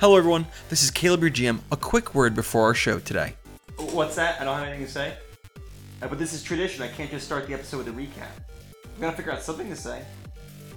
Hello, everyone. This is Caleb, your GM. A quick word before our show today. What's that? I don't have anything to say. Uh, but this is tradition. I can't just start the episode with a recap. I've got to figure out something to say.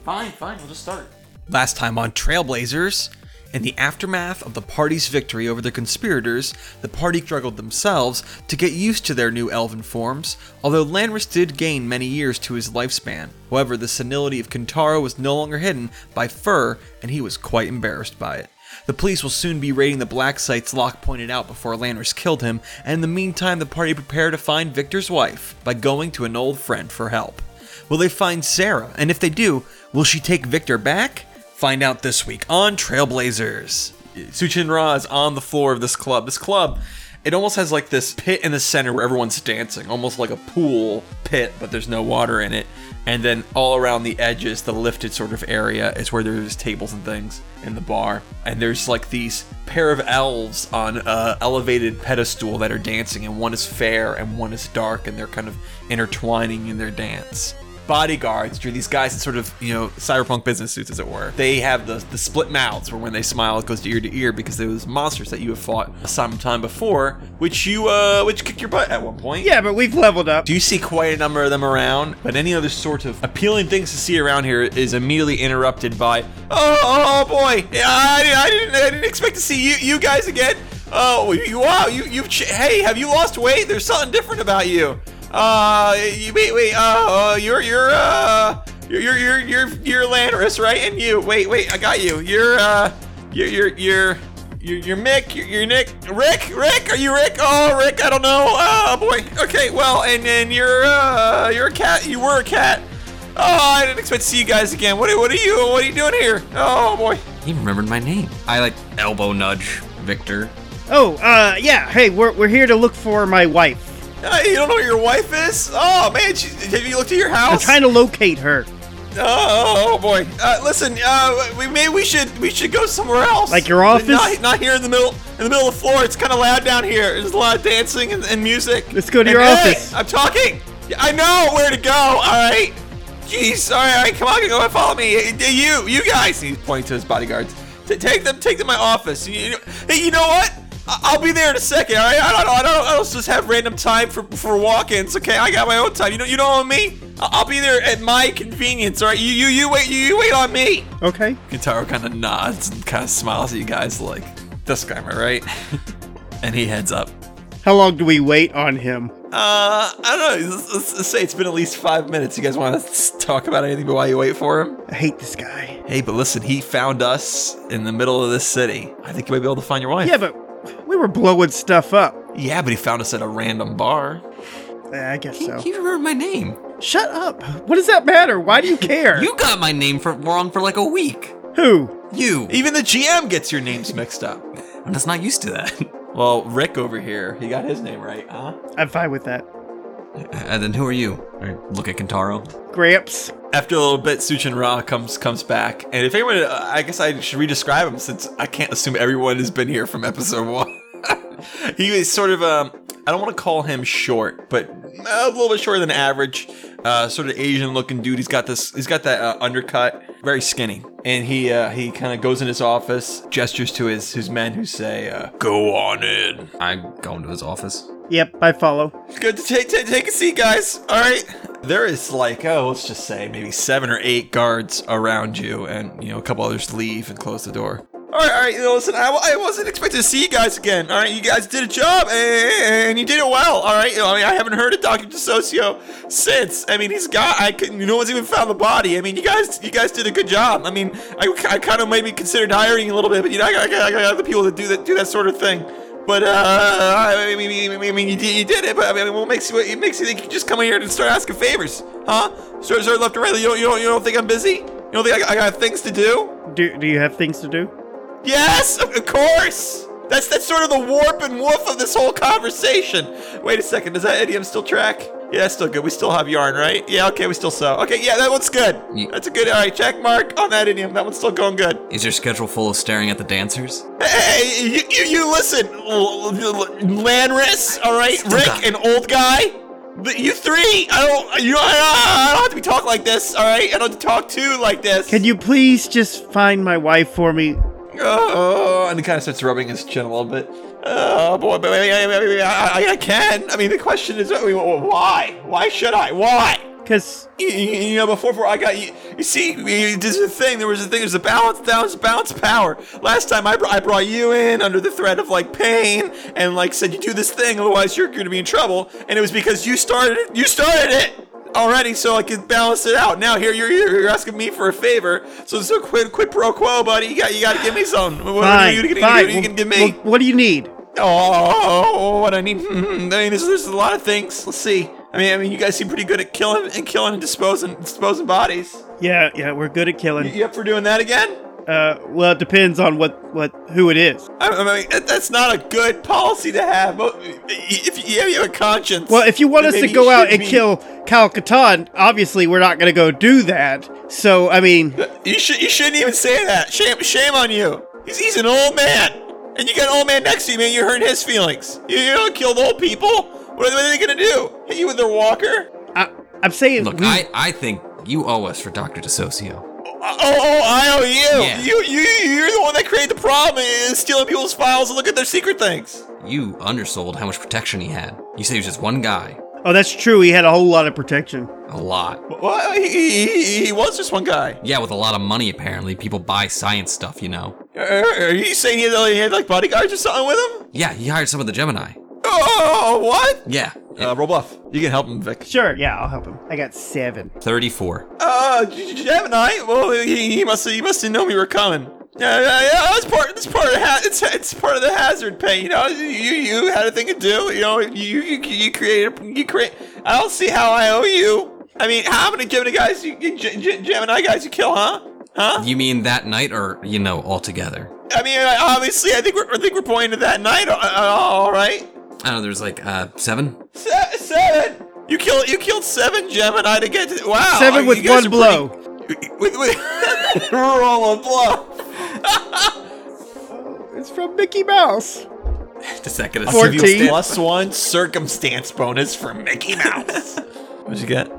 Fine, fine. We'll just start. Last time on Trailblazers, in the aftermath of the party's victory over the conspirators, the party struggled themselves to get used to their new elven forms, although Lanris did gain many years to his lifespan. However, the senility of Kintaro was no longer hidden by fur, and he was quite embarrassed by it. The police will soon be raiding the black sites Locke pointed out before Lanris killed him, and in the meantime, the party prepare to find Victor's wife by going to an old friend for help. Will they find Sarah? And if they do, will she take Victor back? Find out this week on Trailblazers. Suchin Ra is on the floor of this club. This club, it almost has like this pit in the center where everyone's dancing, almost like a pool pit, but there's no water in it. And then all around the edges, the lifted sort of area is where there's tables and things in the bar. And there's like these pair of elves on a elevated pedestal that are dancing, and one is fair and one is dark, and they're kind of intertwining in their dance bodyguards, Drew, these guys in sort of, you know, cyberpunk business suits, as it were, they have the, the split mouths where when they smile, it goes to ear to ear because there was monsters that you have fought some time before, which you, uh, which kicked your butt at one point. Yeah, but we've leveled up. Do you see quite a number of them around? But any other sort of appealing things to see around here is immediately interrupted by, oh, oh, oh boy, I, I didn't, I didn't expect to see you, you guys again. Oh, you, wow, you, you've, ch- hey, have you lost weight? There's something different about you. Uh, you, wait, wait, uh, uh, you're, you're, uh, you're, you're, you're, you're, you're Lanris, right? And you, wait, wait, I got you. You're, uh, you're, you're, you're, you're, you're Mick, you're, you're Nick, Rick, Rick, are you Rick? Oh, Rick, I don't know. Oh, boy. Okay, well, and and you're, uh, you're a cat. You were a cat. Oh, I didn't expect to see you guys again. What, what are you, what are you doing here? Oh, boy. He remembered my name. I like elbow nudge Victor. Oh, uh, yeah. Hey, we're, we're here to look for my wife. Uh, you don't know where your wife is? Oh, man, she, have you looked at your I'm house? trying to locate her, Oh, oh, oh, boy! Uh, listen, uh, we maybe we should we should go somewhere else. Like your office? Not, not here in the middle in the middle of the floor. It's kind of loud down here. There's a lot of dancing and, and music. Let's go to And, your hey, office. I'm talking. Yeah, I know where to go. All right. Jeez. All right. All right come on, go and follow me. Hey, You, you guys. He's pointing to his bodyguards. "Ta- take them. Take them to my office. You, you- hey, you know what? I- I'll be there in a second. All right. I don't. I don't. I don't just have random time for for walk-ins. Okay. I got my own time. You know. You don't own me. I- I'll be there at my convenience. All right. You. You. You wait. You, you wait on me. okay? Guitar kind of nods and kind of smiles at you guys like this guy, am I right? and he heads up. How long do we wait on him? Uh, I don't know. Let's, let's- let's say it's been at least five minutes. You guys want to talk about anything while you wait for him? I hate this guy. Hey, but listen, he found us in the middle of this city. I think you might be able to find your wife. Yeah, but we were blowing stuff up. Yeah, but he found us at a random bar. Eh, I guess He, so. he remembered my name. Shut up. What does that matter? Why do you care? You got my name for wrong for like a week. Who? You. Even the GM gets your names mixed up. I'm just not used to that. Well, Rick over here, he got his name right, huh? Uh, I'm fine with that. and then who are you? I look at Kentaro. Gramps. After a little bit, Suchin Ra comes comes back, and if anyone, uh, I guess I should re-describe him since I can't assume everyone has been here from episode one. he is sort of um, I don't want to call him short, but uh, a little bit shorter than average. Uh, sort of Asian-looking dude. He's got this. He's got that uh, undercut. Very skinny, and he uh, he kind of goes in his office, gestures to his his men who say, uh, "Go on in." I go into his office. Yep, I follow. Good to take, take take a seat, guys. All right. There is like oh, let's just say maybe seven or eight guards around you, and you know a couple others leave and close the door. All right, all right. You know, listen, I, I wasn't expecting to see you guys again. All right, you guys did a job, and, and you did it well. All right. You know, I mean, I haven't heard of Doctor DeSocio since. I mean, he's got. I couldn't. No one's even found the body. I mean, you guys, you guys did a good job. I mean, I, I kind of maybe considered hiring you a little bit, but you know, I got, I got, I got other people that do that do that sort of thing. But uh, I mean, I mean, I mean you, did, you did it. But I mean, what makes you? What makes you think you just come here and start asking favors, huh? Start, start left and right. You don't, you don't, you don't think I'm busy? You don't think I, got- I got things to do? Do, do you have things to do? Yes, of of course. That's that's sort of the warp and woof of this whole conversation. Wait a second, does that idiom still track? Yeah, that's still good. We still have yarn, right? Yeah, okay, we still sew. Okay, yeah, that one's good. Ye- That's a good. All right, check mark on that idiom. That one's still going good. Is your schedule full of staring at the dancers? Hey, you, you, you listen, L- L- L- Lanris, all right, Rick, got- an old guy. Th- You three, I don't, you, I don't have to be talking like this, all right? I don't have to talk to like this. Can you please just find my wife for me? All oh, and he kind of starts rubbing his chin a little bit. Oh boy, but I, I, I- I can. I mean, the question is, I mean, why? Why should I? Why? Cause You, you- you know, before, before I got you, you see, you- there's a thing. There was a thing. There's a balance. That was balance power. Last time I, br- I brought you in under the threat of like pain and like said you do this thing, otherwise you're going to be in trouble. And it was because you started it. You started it already, so I could balance it out. Now here you're you're, you're asking me for a favor. So so quid quid pro quo, buddy. You got you got to give me something. What, what are fine, you gonna, fine. What are you Well, gonna give me? well, what do you need? Oh, what I need. Hmm, I mean, there's, there's a lot of things. Let's see. I mean, I mean, you guys seem pretty good at killing and killing and disposing disposing bodies. Yeah, yeah, we're good at You, killing. you up for doing that again? Uh, well, it depends on what, what, who it is. I, I mean, that- that's not a good policy to have. Well, If you, you have a conscience. Well, if you want then us to maybe go you out should and be- kill Cal Katan, obviously we're not gonna go do that. So, I mean, you should you shouldn't even say that. Shame shame on you. He's, he's an old man, and you got an old man next to you, man. You hurt his feelings. You, you don't kill the old people. What are, what are they gonna do? Hit you with their walker? I, I'm saying Look, we- I, I think you owe us for Dr. DeSocio. Oh, oh, I owe you. Yeah. You, you, you're the one that created the problem is stealing people's files and look at their secret things. You undersold how much protection he had. You said he was just one guy. oh, that's true. He had a whole lot of protection. A lot. Well, he, he, he- he was just one guy. Yeah, with a lot of money, apparently. People buy science stuff, you know. Are, are you saying Er, he had, like, he had like bodyguards or something with him? Yeah, he hired some of the Gemini. Oh, what? Yeah. Uh, roll bluff. You can help him, Vic. Sure, yeah, I'll help him. I got seven. 34. Uh, G- G- Gemini. Well, he, he must he must have known we were coming. Yeah, yeah, yeah. It's part. It's part of. the Ha- it's it's part of the hazard pay. You know, you you had a thing to do. You know, you you, you created. You create. I don't see how I owe you. I mean, how many Gemini guys you you G- G- Gemini guys you kill? Huh? Huh? You mean that night or, you know, altogether? I mean, I- obviously, I think we're I think we're pointing to that night. uh, uh, All right. I don't know, there's like uh, seven? Se- seven. You killed you killed seven Gemini to get to. Wow. Seven with Oh, you guys one are blow. Pretty, with with roll a blow. It's from Mickey Mouse. Does that get us? Fourteen. Give you a plus one circumstance bonus for Mickey Mouse. What'd you get?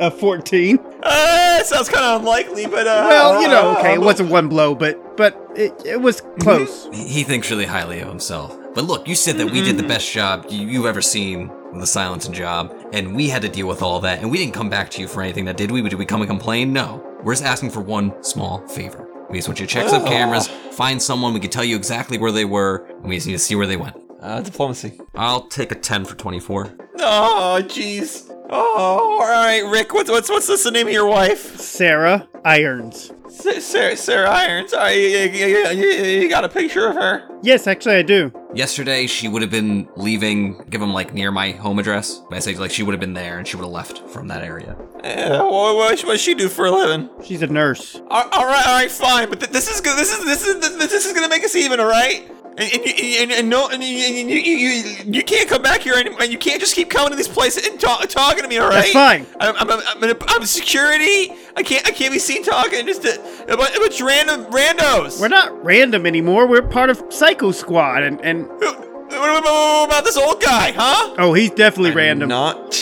A fourteen. Uh, sounds kind of unlikely, but uh. Well, you know, uh, okay, it uh, wasn't one blow, but but it, it was Mm-hmm. close. He he thinks really highly of himself. But look, you said that we did the best job you, you've ever seen with the silencing job, and we had to deal with all that, and we didn't come back to you for anything. That did we? Did we come and complain? No. We're just asking for one small favor. We just want you to check some cameras, find someone. We could tell you exactly where they were, and we just need to see where they went. Uh, diplomacy. I'll take a ten for twenty-four. Oh, jeez. Oh, all right, Rick. What's what's what's this the name of your wife? Sarah Irons. Sa- Sarah, Sarah Irons. All right, you, you, you, you- you got a picture of her? Yes, actually, I do. Yesterday, she would have been leaving. Give him like near my home address. I say like she would have been there, and she would have left from that area. Yeah, what what what she do for a living? She's a nurse. All, all right, all right, fine. But th- this is good. This is this is th- this is gonna make us even, all right? And, and, you, and, and no, and you, and you, you, you, you can't come back here anymore. You can't just keep coming to these places and talk, talking to me, all right? That's fine. I'm, I'm, I'm, I'm, in- I'm security. I can't I can't be seen talking just to a bunch, a bunch of random randos. We're not random anymore. We're part of Psycho Squad, and and Who- What, what- what about this old guy, huh? oh, he's definitely random. Not.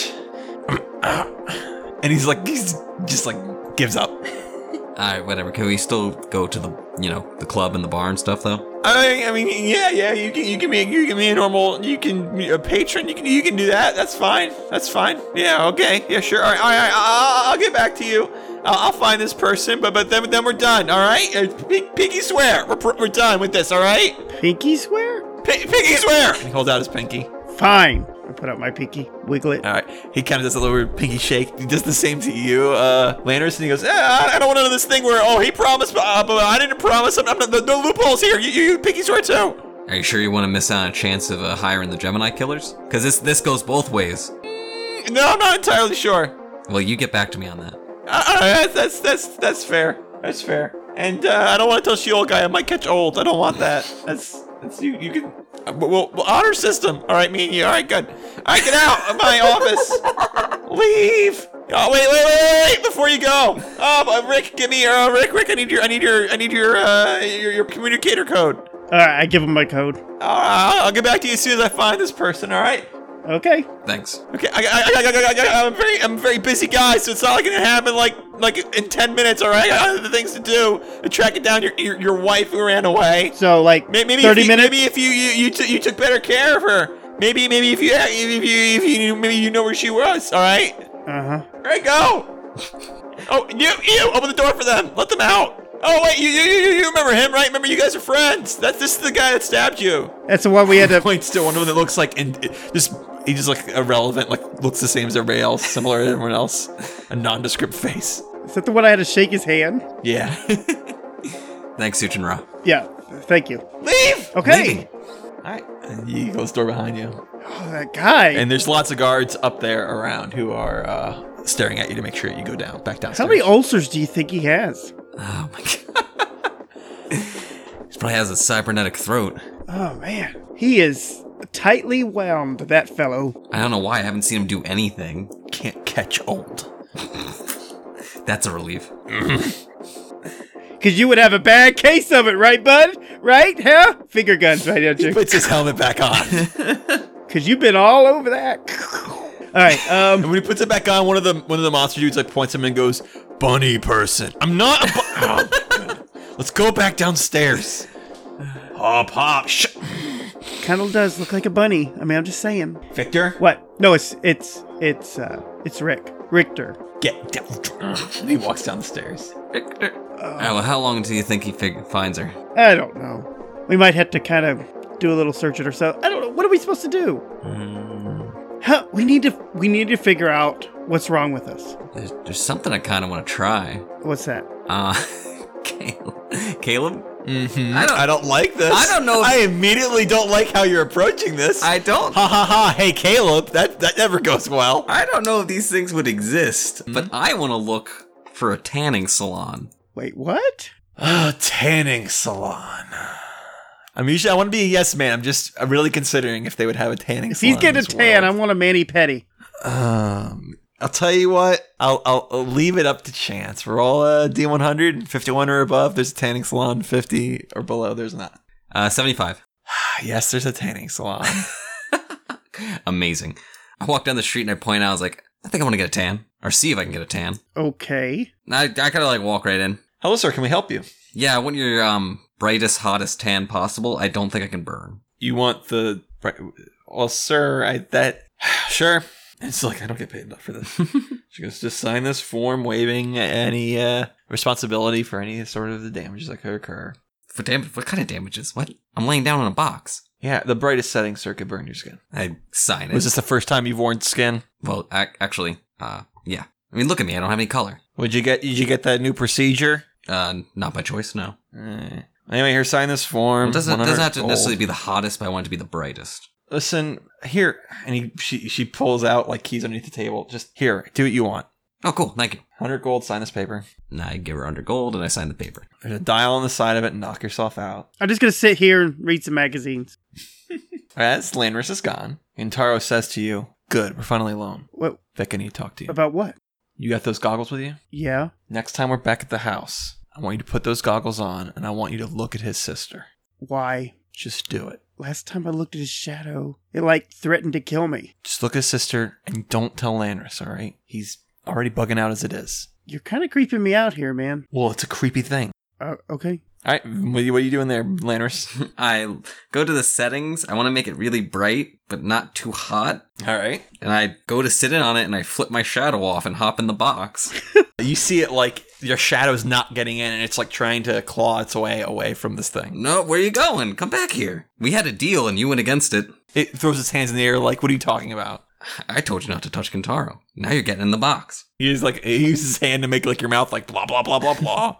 And he's like he's just like gives up. All right, whatever. Can we still go to the you know the club and the bar and stuff though? I mean, I mean, yeah, yeah. You can, you can be, you can be a normal. You can be a patron. You can, you can do that. That's fine. That's fine. Yeah. Okay. Yeah. Sure. All right. All right. I'll, I'll get back to you. I'll, I'll find this person. But, but then, then we're done. All right. Uh, P- Pinky swear. We're, pr- we're done with this. All right. Pinky swear? P- pinky swear. He holds out his pinky. Fine. I put out my pinky, wiggle it. All right. He kind of does a little weird pinky shake. He does the same to you, uh, Landers, and he goes, ah, I- "I don't want to do this thing where oh he promised, but, uh, but I didn't promise. I'm, I'm not, no, no loopholes here. You, you, you pinky swear too." Are you sure you want to miss out on a chance of uh, hiring the Gemini killers? Because this this goes both ways. No, I'm not entirely sure. Well, you get back to me on that. Uh, that's, that's that's that's fair. That's fair. And uh, I don't want to tell she old guy. I might catch old. I don't want that. That's that's you. You can. Uh, well, well, honor system. All right, me and you. All right, good. All right, get out of my office. Leave. Oh wait, wait, wait, wait! Before you go, oh, uh, Rick, give me your uh, Rick, Rick. I need your, I need your, I need your, uh, your, your communicator code. Uh, All right, I give him my code. All right, I'll get back to you as soon as I find this person. All right. Okay. Thanks. Okay, I, I, I, I, I, am very, I'm a very busy guy, so it's not like gonna happen like, like in ten minutes. All right, I have other things to do. Tracking down your, your, your wife who ran away. So like May- Maybe thirty if you, minutes. Maybe if you you you, t- you took better care of her. Maybe maybe if you if you if you maybe you know where she was. All right, Uh huh. all right, go. Oh, you you open the door for them. Let them out. Oh wait, you you you you remember him, right? Remember you guys are friends. That's this is the guy that stabbed you. That's the one we had to. Points to one of them that looks like and just he just like irrelevant, like looks the same as everybody else, similar to everyone else, a nondescript face. Is that the one I had to shake his hand? Yeah. Thanks, Suchinra. Yeah. Thank you. Leave. Okay. Leaving. All right. And you close the door behind you. Oh, that guy. And there's lots of guards up there around who are uh, staring at you to make sure you go down, back down. How many ulcers do you think he has? Oh my god. he probably has a cybernetic throat. Oh man, he is tightly wound. That fellow. I don't know why I haven't seen him do anything. can't catch old? That's a relief. Cause you would have a bad case of it, right, bud? Right? Huh? Finger guns, right, don't you? Puts his helmet back on. Cause you've been all over that. All right. Um. and when he puts it back on, one of the one of the monster dudes like points him and goes, "Bunny person." I'm not. A bu- oh, God. Let's go back downstairs. Hop hop. Sh- Kendall does look like a bunny. I mean, I'm just saying. Victor, What? No, it's it's it's uh it's Rick Richter. get down. And he walks down the stairs. Alright, well, how long do you think he fig- finds her? I don't know. We might have to kind of do a little searching or so. I don't know. What are we supposed to do? Hmm, Huh, we need to we need to figure out what's wrong with us. There's, there's something I kind of want to try. What's that? Uh, Caleb. Caleb? Mm-hmm. I don't- I don't like this. I don't know if- I immediately don't like how you're approaching this. I don't. ha ha ha. Hey Caleb, that that never goes well. I don't know if these things would exist, but I want to look for a tanning salon. Wait, what? Oh, tanning salon. I'm usually I want to be a yes man. I'm just I'm really considering if they would have a tanning. If salon he's in getting a this tan, I world. want a mani petty. Um, I'll tell you what. I'll, I'll I'll leave it up to chance. We're all uh, D100, 51 or above. There's a tanning salon. 50 or below, there's not. Uh, 75. Ah, Yes, there's a tanning salon. Amazing. I walk down the street and I point out, I was like, I think I want to get a tan. Or see if I can get a tan. Okay. And I, I gotta like walk right in. Hello, sir. Can we help you? Yeah, I want your um, brightest, hottest tan possible. I don't think I can burn. You want the? Well, sir, I that sure. It's like I don't get paid enough for this. she goes, just sign this form, waiving any uh, responsibility for any sort of the damages that could occur. For dam- what kind of damages? What? I'm laying down on a box. Yeah, the brightest setting circuit burned your skin. I sign it. Was this the first time you've worn skin? well, ac- actually, uh, yeah. I mean, look at me. I don't have any color. Would you get? Did you get that new procedure? Uh, not by choice. No. Eh. Anyway, here, sign this form. It doesn't 100 doesn't have to gold. necessarily be the hottest, but I want it to be the brightest. Listen, here, and he, she she pulls out like keys underneath the table. Just here, do what you want. Oh, cool. Thank you. Hundred gold. Sign this paper. And I give her under gold, and I sign the paper. There's a dial on the side of it. Knock yourself out. I'm just gonna sit here and read some magazines. As Landris is gone, Intaro says to you, Good, we're finally alone. What Vic, I need to talk to you. about what? You got those goggles with you? Yeah. Next time we're back at the house, I want you to put those goggles on and I want you to look at his sister. Why? Just do it. Last time I looked at his shadow, it like threatened to kill me. Just look at his sister and don't tell Landris, all right? He's already bugging out as it is. You're kind of creeping me out here, man. Well, it's a creepy thing. Uh, okay. All right, what are you, what are you doing there, Landris? I go to the settings. I want to make it really bright, but not too hot. all right. And I go to sit in on it, and I flip my shadow off and hop in the box. You see it like your shadow's not getting in and it's like trying to claw its way away from this thing. No, where you going? Come back here. We had a deal and you went against it. It throws its hands in the air like, What are you talking about? I told you not to touch Kentaro. Now you're getting in the box. He is like he uses his hand to make like your mouth like blah blah blah blah blah.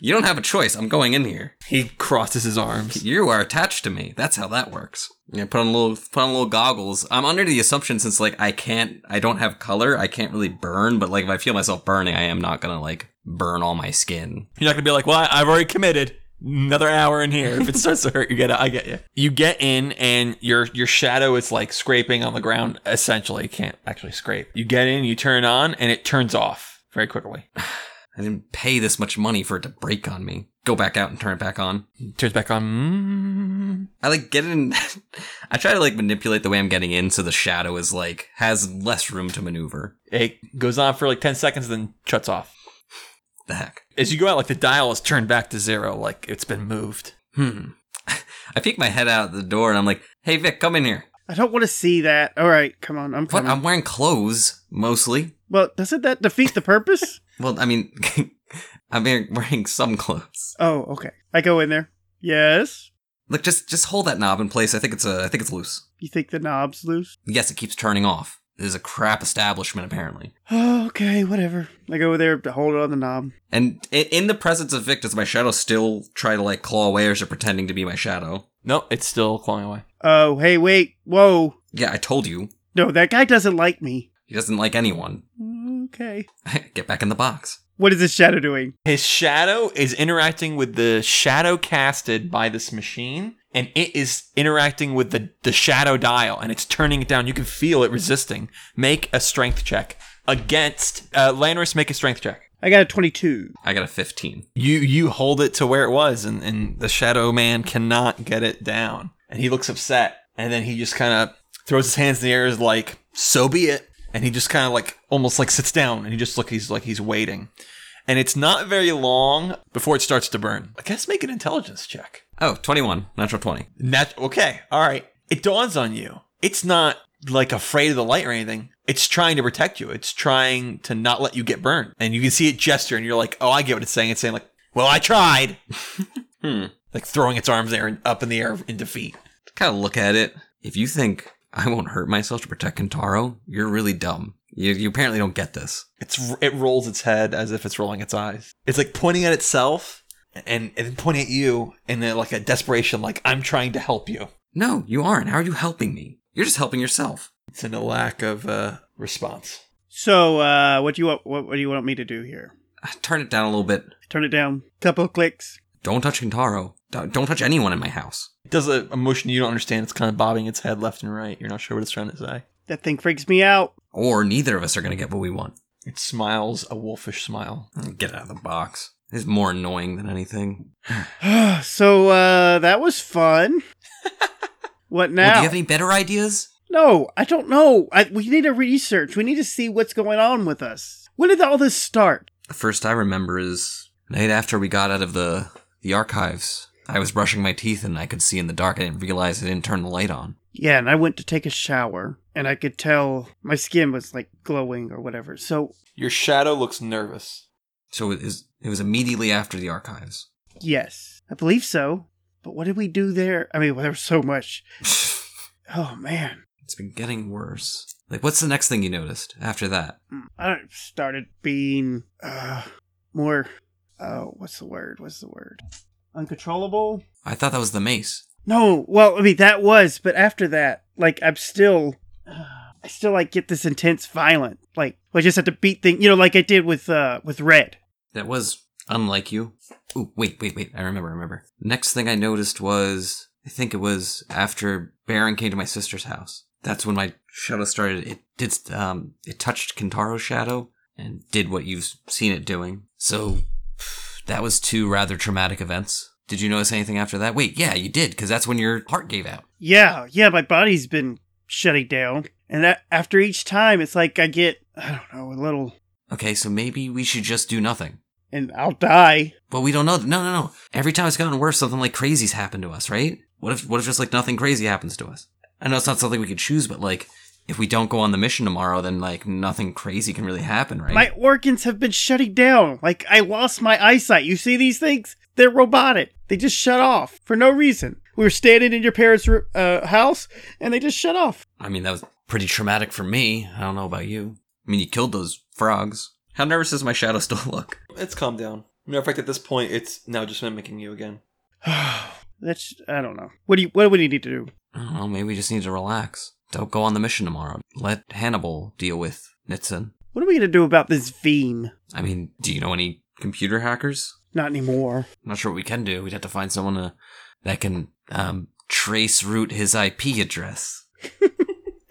You don't have a choice. I'm going in here. he crosses his arms. You are attached to me. That's how that works. Yeah, put on a little put on little goggles. I'm under the assumption since like I can't I don't have color, I can't really burn, but like if I feel myself burning, I am not gonna like burn all my skin. You're not gonna be like, well, I- I've already committed. Another hour in here. If it starts to hurt, you get it. I get you. You get in, and your your shadow is like scraping on the ground. Essentially, it can't actually scrape. You get in, you turn on, and it turns off very quickly. I didn't pay this much money for it to break on me. Go back out and turn it back on. Turns back on. I like get in. I try to like manipulate the way I'm getting in so the shadow is like has less room to maneuver. Mm. It goes on for like 10 seconds, then shuts off. The heck. As you go out, like the dial is turned back to zero, like it's been moved. Hmm. I peek my head out the door and I'm like, "Hey Vic, come in here." I don't want to see that. All right, come on. I'm What? coming. I'm wearing clothes mostly. well, doesn't that defeat the purpose? Well, I mean, I'm wearing- wearing some clothes. oh, okay. I go in there. Yes. Look, just just hold that knob in place. I think it's uh, I think it's loose. You think the knob's loose? Yes, it keeps turning off. This is a crap establishment apparently. okay, whatever. I go there to hold it on the knob. And i- in the presence of Vic, does my shadow still try to like claw away, or is it pretending to be my shadow? No, it's still clawing away. Oh, hey, wait. Whoa. Yeah, I told you. No, that guy doesn't like me. He doesn't like anyone. Okay. Get back in the box. What is this shadow doing? His shadow is interacting with the shadow casted by this machine, and it is interacting with the, the shadow dial, and it's turning it down. You can feel it resisting. Make a strength check against uh, Lanris. Make a strength check. I got a 22. I got a 15. You you hold it to where it was, and, and the shadow man cannot get it down, and he looks upset, and then he just kind of throws his hands in the air, is like, "So be it," and he just kind of like almost like sits down, and he just look he's like he's waiting, and it's not very long before it starts to burn. I guess make an intelligence check. Oh, 21. Natural 20. Nat- okay, all right. It dawns on you. It's not like afraid of the light or anything. It's trying to protect you. It's trying to not let you get burned. And you can see it gesture, and you're like, oh, I get what it's saying. It's saying like, well, I tried. Hmm. Like throwing its arms there and up in the air in defeat. Kind of look at it. If you think I won't hurt myself to protect Kentaro, you're really dumb. You, you apparently don't get this. It's it rolls its head as if it's rolling its eyes. It's like pointing at itself and, and then pointing at you in a, like a desperation, like I'm trying to help you. No, you aren't. How are you helping me? You're just helping yourself. It's in a lack of uh, response. So, uh, what do you want? What, what do you want me to do here? Ah, Turn it down a little bit. Turn it down. Couple of clicks. Don't touch Kentaro. Don't don't touch anyone in my house. It does a, a motion you don't understand. It's kind of bobbing its head left and right. You're not sure what it's trying to say. That thing freaks me out. Or neither of us are going to get what we want. It smiles a wolfish smile. Get out of the box. It's more annoying than anything. so, uh, that was fun. what now? Well, do you have any better ideas? no, I don't know. I, we need to research. We need to see what's going on with us. When did all this start? The first I remember is night after we got out of the the archives. I was brushing my teeth and I could see in the dark. I didn't realize I didn't turn the light on. Yeah, and I went to take a shower, and I could tell my skin was like glowing or whatever. So, Your shadow looks nervous. So it is it was immediately after the archives. yes, I believe so. But what did we do there? I mean, well, there was so much. it's Oh man, been getting worse. Like what's the next thing you noticed after that? Mm, I started being uh, more. Oh, what's the word? What's the word? Uncontrollable. I thought that was the mace. No, well, I mean that was, but after that, like I'm still, I still like get this intense violent. Like I just have to beat things, you know, like I did with uh with Red. That was unlike you. Ooh, wait, wait, wait. I remember, I remember. Next thing I noticed was, I think it was after Baron came to my sister's house. That's when my shadow started. It did, um, it touched Kintaro's shadow and did what you've seen it doing. So that was two rather traumatic events. Did you notice anything after that? Wait, yeah, you did, because that's when your heart gave out. Yeah, yeah, my body's been shutting down, and that after each time, it's like I get, I don't know, a little, Okay, so maybe we should just do nothing. and I'll die. But we don't know. No, no, no. Every time it's gotten worse, something like crazy's happened to us, right? What if, what if just like nothing crazy happens to us? I know it's not something we could choose, but like, if we don't go on the mission tomorrow, then like nothing crazy can really happen, right? My organs have been shutting down. Like I lost my eyesight. You see these things? They're robotic. They just shut off for no reason. We were standing in your parents' ro- uh, house, and they just shut off. I mean, that was pretty traumatic for me. I don't know about you. I mean, you killed those frogs. How nervous does my shadow still look? It's calmed down. Matter of fact, at this point, it's now just mimicking you again. That's I don't know. What do you? What do we need to do? I don't know. Maybe we just need to relax. Don't go on the mission tomorrow. Let Hannibal deal with Nitson. What are we gonna do about this vein? I mean, do you know any computer hackers? Not anymore. I'm not sure what we can do. We'd have to find someone uh, that can um, trace route his IP address.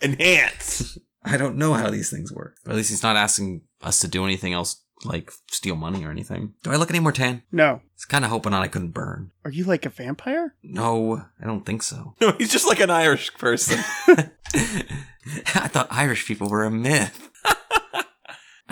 Enhance. I don't know how these things work. Or at least he's not asking us to do anything else like steal money or anything. Do I look any more tan? No. It's kind of hoping on I couldn't burn. Are you like a vampire? No, I don't think so. No, he's just like an Irish person. I thought Irish people were a myth.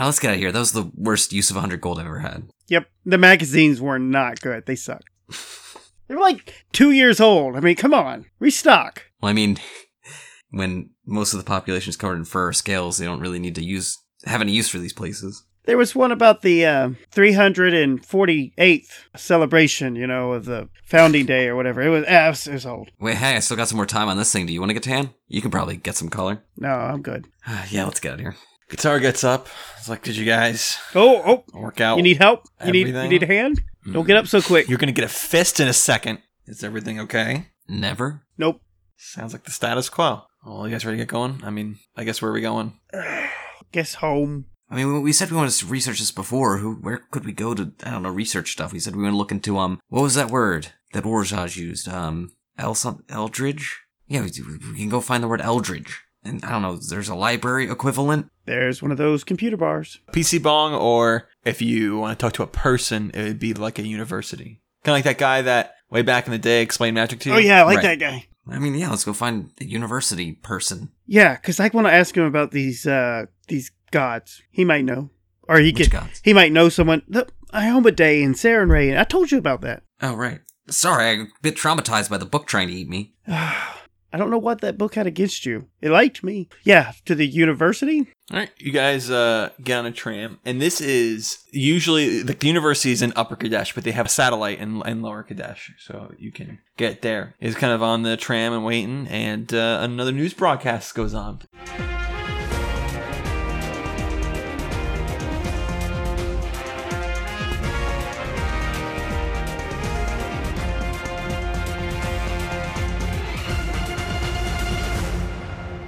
Ah, let's get out of here. That was the worst use of 100 gold I've ever had. Yep. The magazines were not good. They suck. they were like two years old. I mean, come on. Restock. Well, I mean, when most of the population is covered in fur or scales, they don't really need to use have any use for these places. There was one about the uh, 348th celebration, you know, of the founding day or whatever. It was, ah, it was, it was old. Wait, hey, I still got some more time on this thing. Do you want to get tan? You can probably get some color. No, I'm good. Ah, yeah, let's get out of here. Guitar gets up. It's like, did you guys Oh, oh. work out? You need help? You need, you Everything? Mm. need a hand? Don't get up so quick. You're gonna get a fist in a second. Is everything okay? Never. Nope. Sounds like the status quo. Well, you guys ready to get going? I mean, I guess where are we going? Guess home. I mean, we- we said we wanted to research this before. Who? Where could we go to? I don't know, research stuff. We said we were going to look into um, what was that word that Orzaj used? Um, El some- Eldridge. Yeah, we, we can go find the word Eldridge. And I don't know, there's a library equivalent. There's one of those computer bars. PC Bong, or if you want to talk to a person, it would be like a university. Kind of like that guy that way back in the day explained magic to you. Oh, yeah, I like Right. that guy. I mean, yeah, let's go find a university person. Yeah, because I want to ask him about these uh these gods. He might know, or he Which could. gods? He might know someone. The Iomade and Saren Ray. I told you about that. Oh, right. Sorry, I'm a bit traumatized by the book trying to eat me. I don't know what that book had against you. It liked me. Yeah, to the university. All right, you guys uh, get on a tram, and this is usually like the university is in Upper Kadesh, but they have a satellite in, in Lower Kadesh, so you can get there. It's kind of on the tram and waiting, and uh, another news broadcast goes on.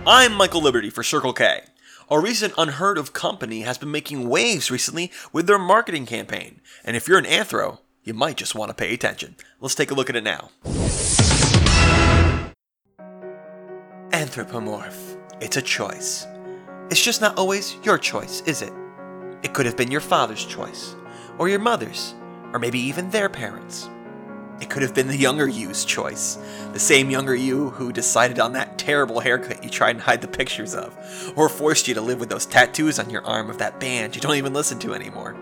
I'm Michael Liberty for Circle K. A recent unheard of company has been making waves recently with their marketing campaign, and if you're an anthro, you might just want to pay attention. Let's take a look at it now. Anthropomorph. It's a choice. It's just not always your choice, is it? It could have been your father's choice, or your mother's, or maybe even their parents'. It could have been the younger you's choice. The same younger you who decided on that terrible haircut you tried and hide the pictures of, or forced you to live with those tattoos on your arm of that band you don't even listen to anymore.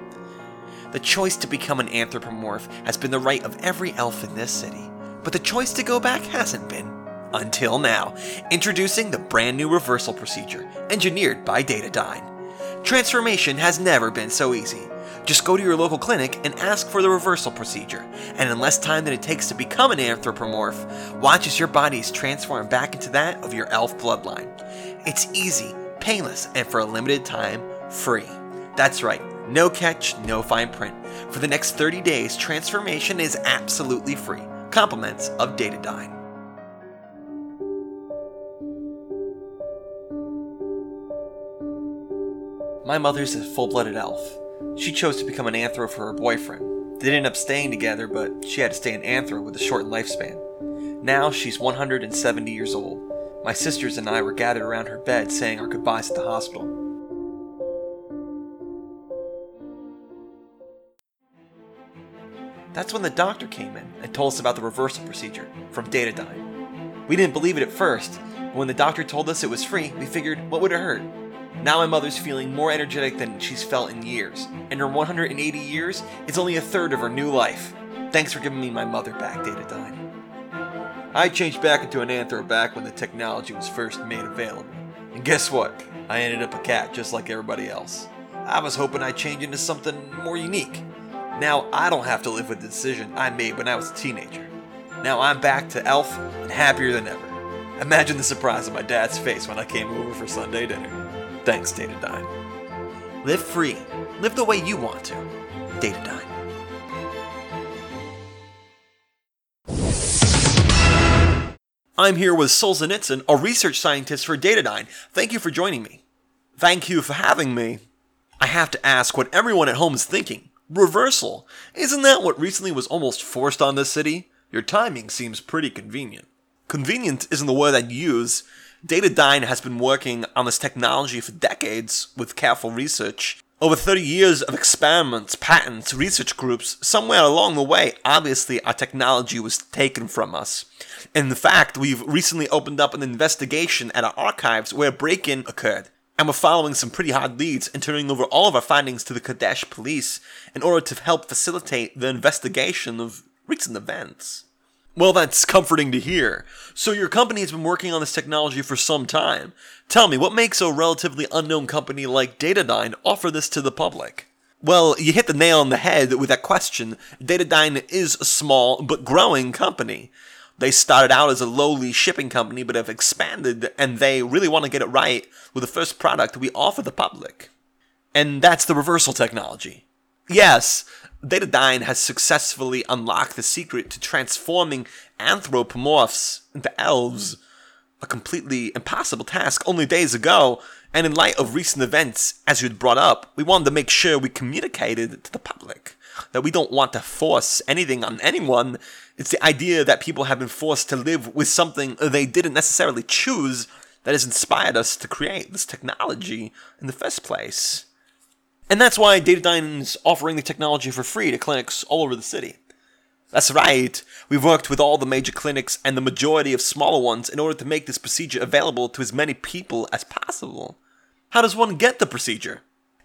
The choice to become an anthropomorph has been the right of every elf in this city, but the choice to go back hasn't been. Until now, introducing the brand new reversal procedure, engineered by Datadyne. Transformation has never been so easy. Just go to your local clinic and ask for the reversal procedure, and in less time than it takes to become an anthropomorph, watch as your body is transformed back into that of your elf bloodline. It's easy, painless, and for a limited time, free. That's right, no catch, no fine print. For the next 30 days, transformation is absolutely free. Compliments of Datadyne. My mother's a full blooded elf. She chose to become an anthro for her boyfriend. They didn't end up staying together, but she had to stay an anthro with a shortened lifespan. Now she's 170 years old. My sisters and I were gathered around her bed saying our goodbyes at the hospital. That's when the doctor came in and told us about the reversal procedure from Datadyne. We didn't believe it at first, but when the doctor told us it was free, we figured what would it hurt? Now my mother's feeling more energetic than she's felt in years, and her 180 years is only a third of her new life. Thanks for giving me my mother back, Datadyne. I changed back into an anthro back when the technology was first made available. And guess what? I ended up a cat just like everybody else. I was hoping I'd change into something more unique. Now I don't have to live with the decision I made when I was a teenager. Now I'm back to elf and happier than ever. Imagine the surprise on my dad's face when I came over for Sunday dinner. Thanks, Datadyne. Live free. Live the way you want to. Datadyne. I'm here with Solzhenitsyn, a research scientist for Datadyne. Thank you for joining me. Thank you for having me. I have to ask what everyone at home is thinking. Reversal. Isn't that what recently was almost forced on this city? Your timing seems pretty convenient. Convenient isn't the word I'd use. Datadyne has been working on this technology for decades with careful research, Over 30 years of experiments, patents, research groups, somewhere along the way, obviously our technology was taken from us. In fact, we've recently opened up an investigation at our archives where a break in occurred. And we're following some pretty hard leads and turning over all of our findings to the Kadesh police in order to help facilitate the investigation of recent events. Well, that's comforting to hear. So, your company has been working on this technology for some time. Tell me, what makes a relatively unknown company like Datadyne offer this to the public? Well, you hit the nail on the head with that question. Datadyne is a small but growing company. They started out as a lowly shipping company but have expanded, and they really want to get it right with the first product we offer the public. And that's the reversal technology. Yes, Datadyne has successfully unlocked the secret to transforming anthropomorphs into elves, a completely impossible task only days ago. And in light of recent events, as you had brought up, we wanted to make sure we communicated to the public that we don't want to force anything on anyone. It's the idea that people have been forced to live with something they didn't necessarily choose that has inspired us to create this technology in the first place. And that's why Datadyne's offering the technology for free to clinics all over the city. That's right. We've worked with all the major clinics and the majority of smaller ones in order to make this procedure available to as many people as possible. How does one get the procedure?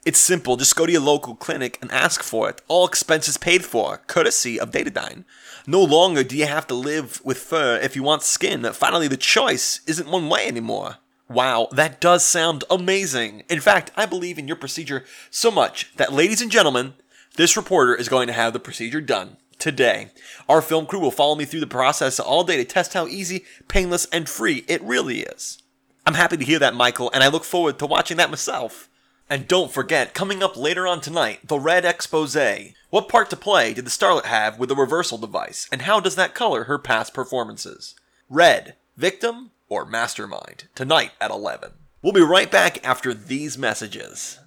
It's simple. Just go to your local clinic and ask for it. All expenses paid for, courtesy of Datadyne. No longer do you have to live with fur if you want skin. Finally, the choice isn't one way anymore. Wow, that does sound amazing. In fact, I believe in your procedure so much that, ladies and gentlemen, this reporter is going to have the procedure done today. Our film crew will follow me through the process all day to test how easy, painless, and free it really is. I'm happy to hear that, Michael, and I look forward to watching that myself. And don't forget, coming up later on tonight, the Red Expose. What part to play did the starlet have with the reversal device, and how does that color her past performances? Red, victim or mastermind, tonight at 11. We'll be right back after these messages.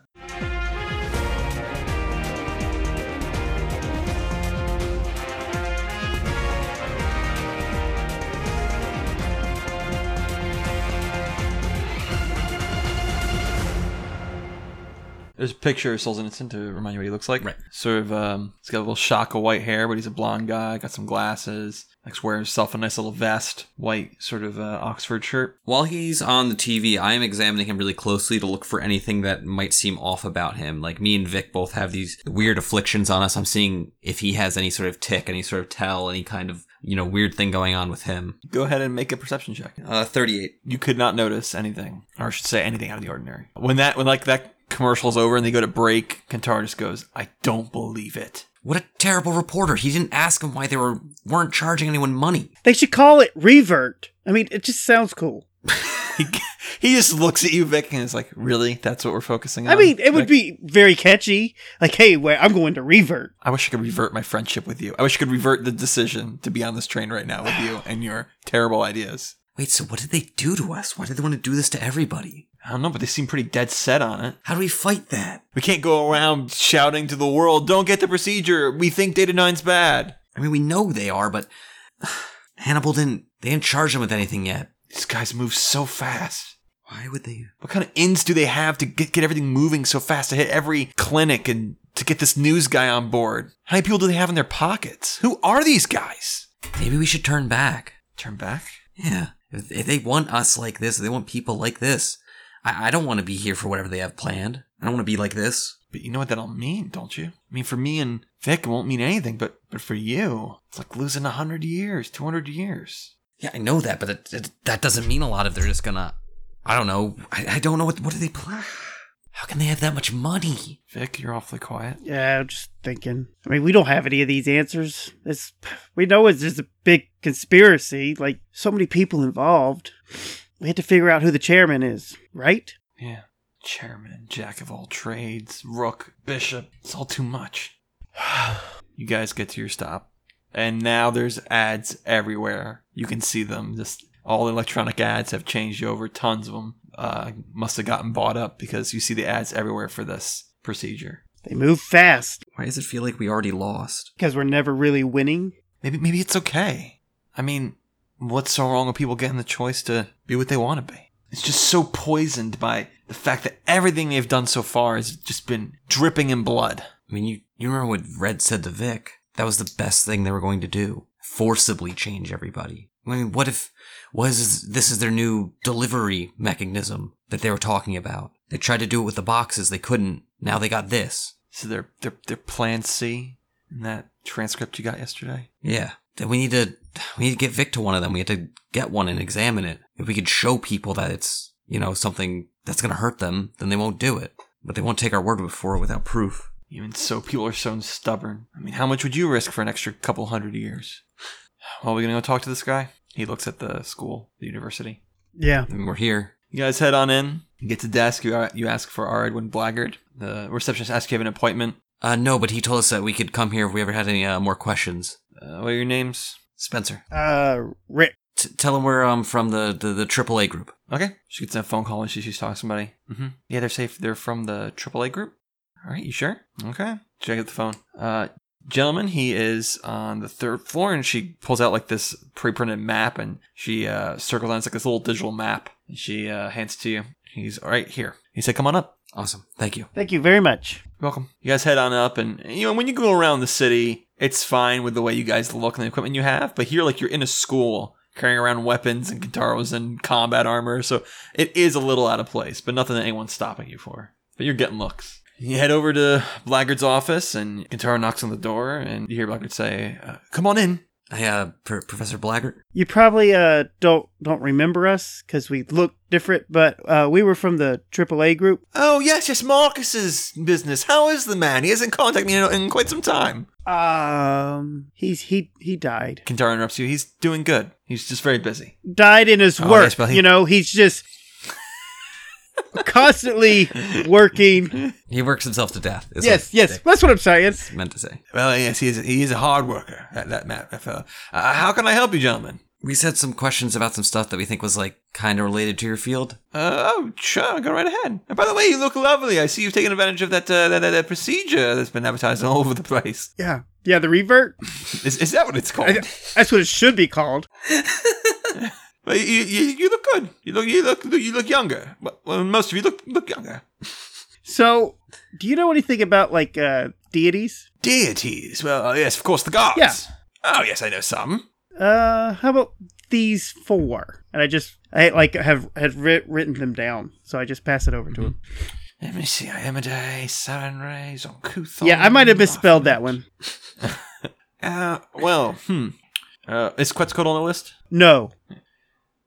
There's a picture of Solzhenitsyn to remind you what he looks like. Right. Sort of, um, he's got a little shock of white hair, but he's a blonde guy, got some glasses, like wearing himself a nice little vest, white sort of uh, Oxford shirt. While he's on the TV, I am examining him really closely to look for anything that might seem off about him. Like me and Vic both have these weird afflictions on us. I'm seeing if he has any sort of tick, any sort of tell, any kind of you know weird thing going on with him. Go ahead and make a perception check. Uh, 38. You could not notice anything, or I should say anything out of the ordinary. When that, when like that commercial's over and they go to break, Kantar just goes, I don't believe it. What a terrible reporter! He didn't ask him why they were weren't charging anyone money. They should call it revert. I mean, it just sounds cool. He, he just looks at you, Vic, and is like, really? That's what we're focusing on? I mean, it Um, Like, would be very catchy. Like, hey, wait, I'm going to revert. I wish I could revert my friendship with you. I wish I could revert the decision to be on this train right now with you and your terrible ideas. Wait, so what did they do to us? Why did they want to do this to everybody? I don't know, but they seem pretty dead set on it. How do we fight that? We can't go around shouting to the world, don't get the procedure. We think Data 9's bad. I mean, we know they are, but Hannibal didn't. They didn't charge him with anything yet. These guys move so fast. Why would they? What kind of ins do they have to get, get everything moving so fast to hit every clinic and to get this news guy on board? How many people do they have in their pockets? Who are these guys? Maybe we should turn back. Turn back. Yeah. If, if they want us like this, if they want people like this. I, I don't want to be here for whatever they have planned. I don't want to be like this. But you know what that'll mean, don't you? I mean, for me and Vic, it won't mean anything, but but for you, it's like losing a hundred years, two hundred years. Yeah, I know that, but it, it- that doesn't mean a lot if they're just gonna. I don't know. I, I don't know what what do they plan. How can they have that much money? Vic, you're awfully quiet. Yeah, I'm just thinking. I mean, we don't have any of these answers. It's we know it's just a big conspiracy. Like so many people involved. We had to figure out who the chairman is, right? Yeah. Chairman, jack of all trades, rook, bishop. It's all too much. you guys get to your stop. And now there's ads everywhere. You can see them. Just all the electronic ads have changed over. Tons of them uh, must have gotten bought up because you see the ads everywhere for this procedure. They move fast Why does it feel like we already lost? because we're never really winning. Maybe maybe it's okay. I mean, what's so wrong with people getting the choice to be what they want to be? It's just so poisoned by the fact that everything they've done so far has just been dripping in blood. I mean, you, you remember what Red said to Vic? That was the best thing they were going to do. Forcibly change everybody. I mean, what if was this is their new delivery mechanism that they were talking about? They tried to do it with the boxes, they couldn't. Now they got this. So their their their plan C in that transcript you got yesterday. Yeah. Then we need to we need to get Vic to one of them. We had to get one and examine it. If we could show people that it's, you know, something that's gonna hurt them, then they won't do it. But they won't take our word for it without proof. Even so, people are so stubborn. I mean, how much would you risk for an extra couple hundred years? Well, we gonna go talk to this guy. He looks at the school, the university. Yeah. I mean, we're here. You guys head on in. You get to desk. You you ask for R. Edwin Blackguard. The receptionist asks if you have an appointment. Uh, no, but he told us that we could come here if we ever had any uh, more questions. Uh, what are your names? Spencer, Uh, Rick. t- tell him we're um from the the, the AAA group. Okay. She gets a phone call and she, she's talking to somebody. Mm-hmm. Yeah, they're safe. They're from the AAA group. All right, you sure? Okay. Check out the phone. Uh, gentleman, he is on the third floor and she pulls out like this pre-printed map and she uh, circles on. It's like this little digital map. And she uh, hands it to you. He's all right here. He said, come on up. Awesome, thank you. Thank you very much. You're welcome. You guys head on up, and you know when you go around the city, it's fine with the way you guys look and the equipment you have. But here, like you're in a school carrying around weapons and guitars and combat armor, so it is a little out of place. But nothing that anyone's stopping you for. But you're getting looks. You head over to Blackguard's office, and Kintaro knocks on the door, and you hear Blackguard say, uh, "Come on in." Hey, uh, Pr- Professor Blaggart. You probably uh don't don't remember us because we look different, but uh, we were from the AAA group. Oh yes, yes, Marcus's business. How is the man? He hasn't contacted me in, in quite some time. Um, he's he he died. Kintaro interrupts you. He's doing good. He's just very busy. died in his Oh, work. yes, but he- you know, he's just constantly working. He works himself to death. is yes, what yes, that's what I'm saying. Dick meant to say. Well, yes, he is. He is a hard worker. That that, Matt, that fellow. Uh, how can I help you, gentlemen? We said some questions about some stuff that we think was like kind of related to your field. Uh, oh, sure, go right ahead. And by the way, you look lovely. I see you've taken advantage of that uh, that, that, that procedure that's been advertised all over the place. Yeah, yeah, the revert. Is, is that what it's I- called? that's what it should be called. Well, you, you, you look good. You look you look you look younger. Well, Well, most of you look look younger. So, do you know anything about like uh deities? Deities. Well, uh, yes, of course, the gods. Yeah. Oh, yes, I know some. Uh, how about these four? And I just I like have had writ- written them down, so I just pass it over Mm-hmm. to him. Let me see. Iamade, Sarenrae, Zonkuthon. Yeah, I might have misspelled that one. Uh, well, hmm. Uh, is Quetzalcoatl on the list? No,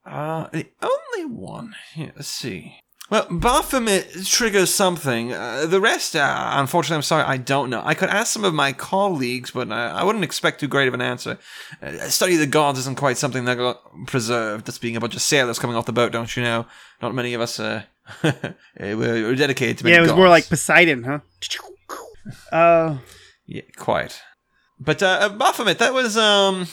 Uh, the only one. Here, let's see. Well, Baphomet triggers something. Uh, the rest, uh, unfortunately, I'm sorry, I don't know. I could ask some of my colleagues, but uh, I, I wouldn't expect too great of an answer. Uh, study of the gods isn't quite something that got preserved. That's being a bunch of sailors coming off the boat, don't you know? Not many of us. Uh, uh, we're, we're dedicated to. many yeah, it was more gods. like Poseidon, huh? Uh, Yeah, quite. But uh, uh, Baphomet, that was um.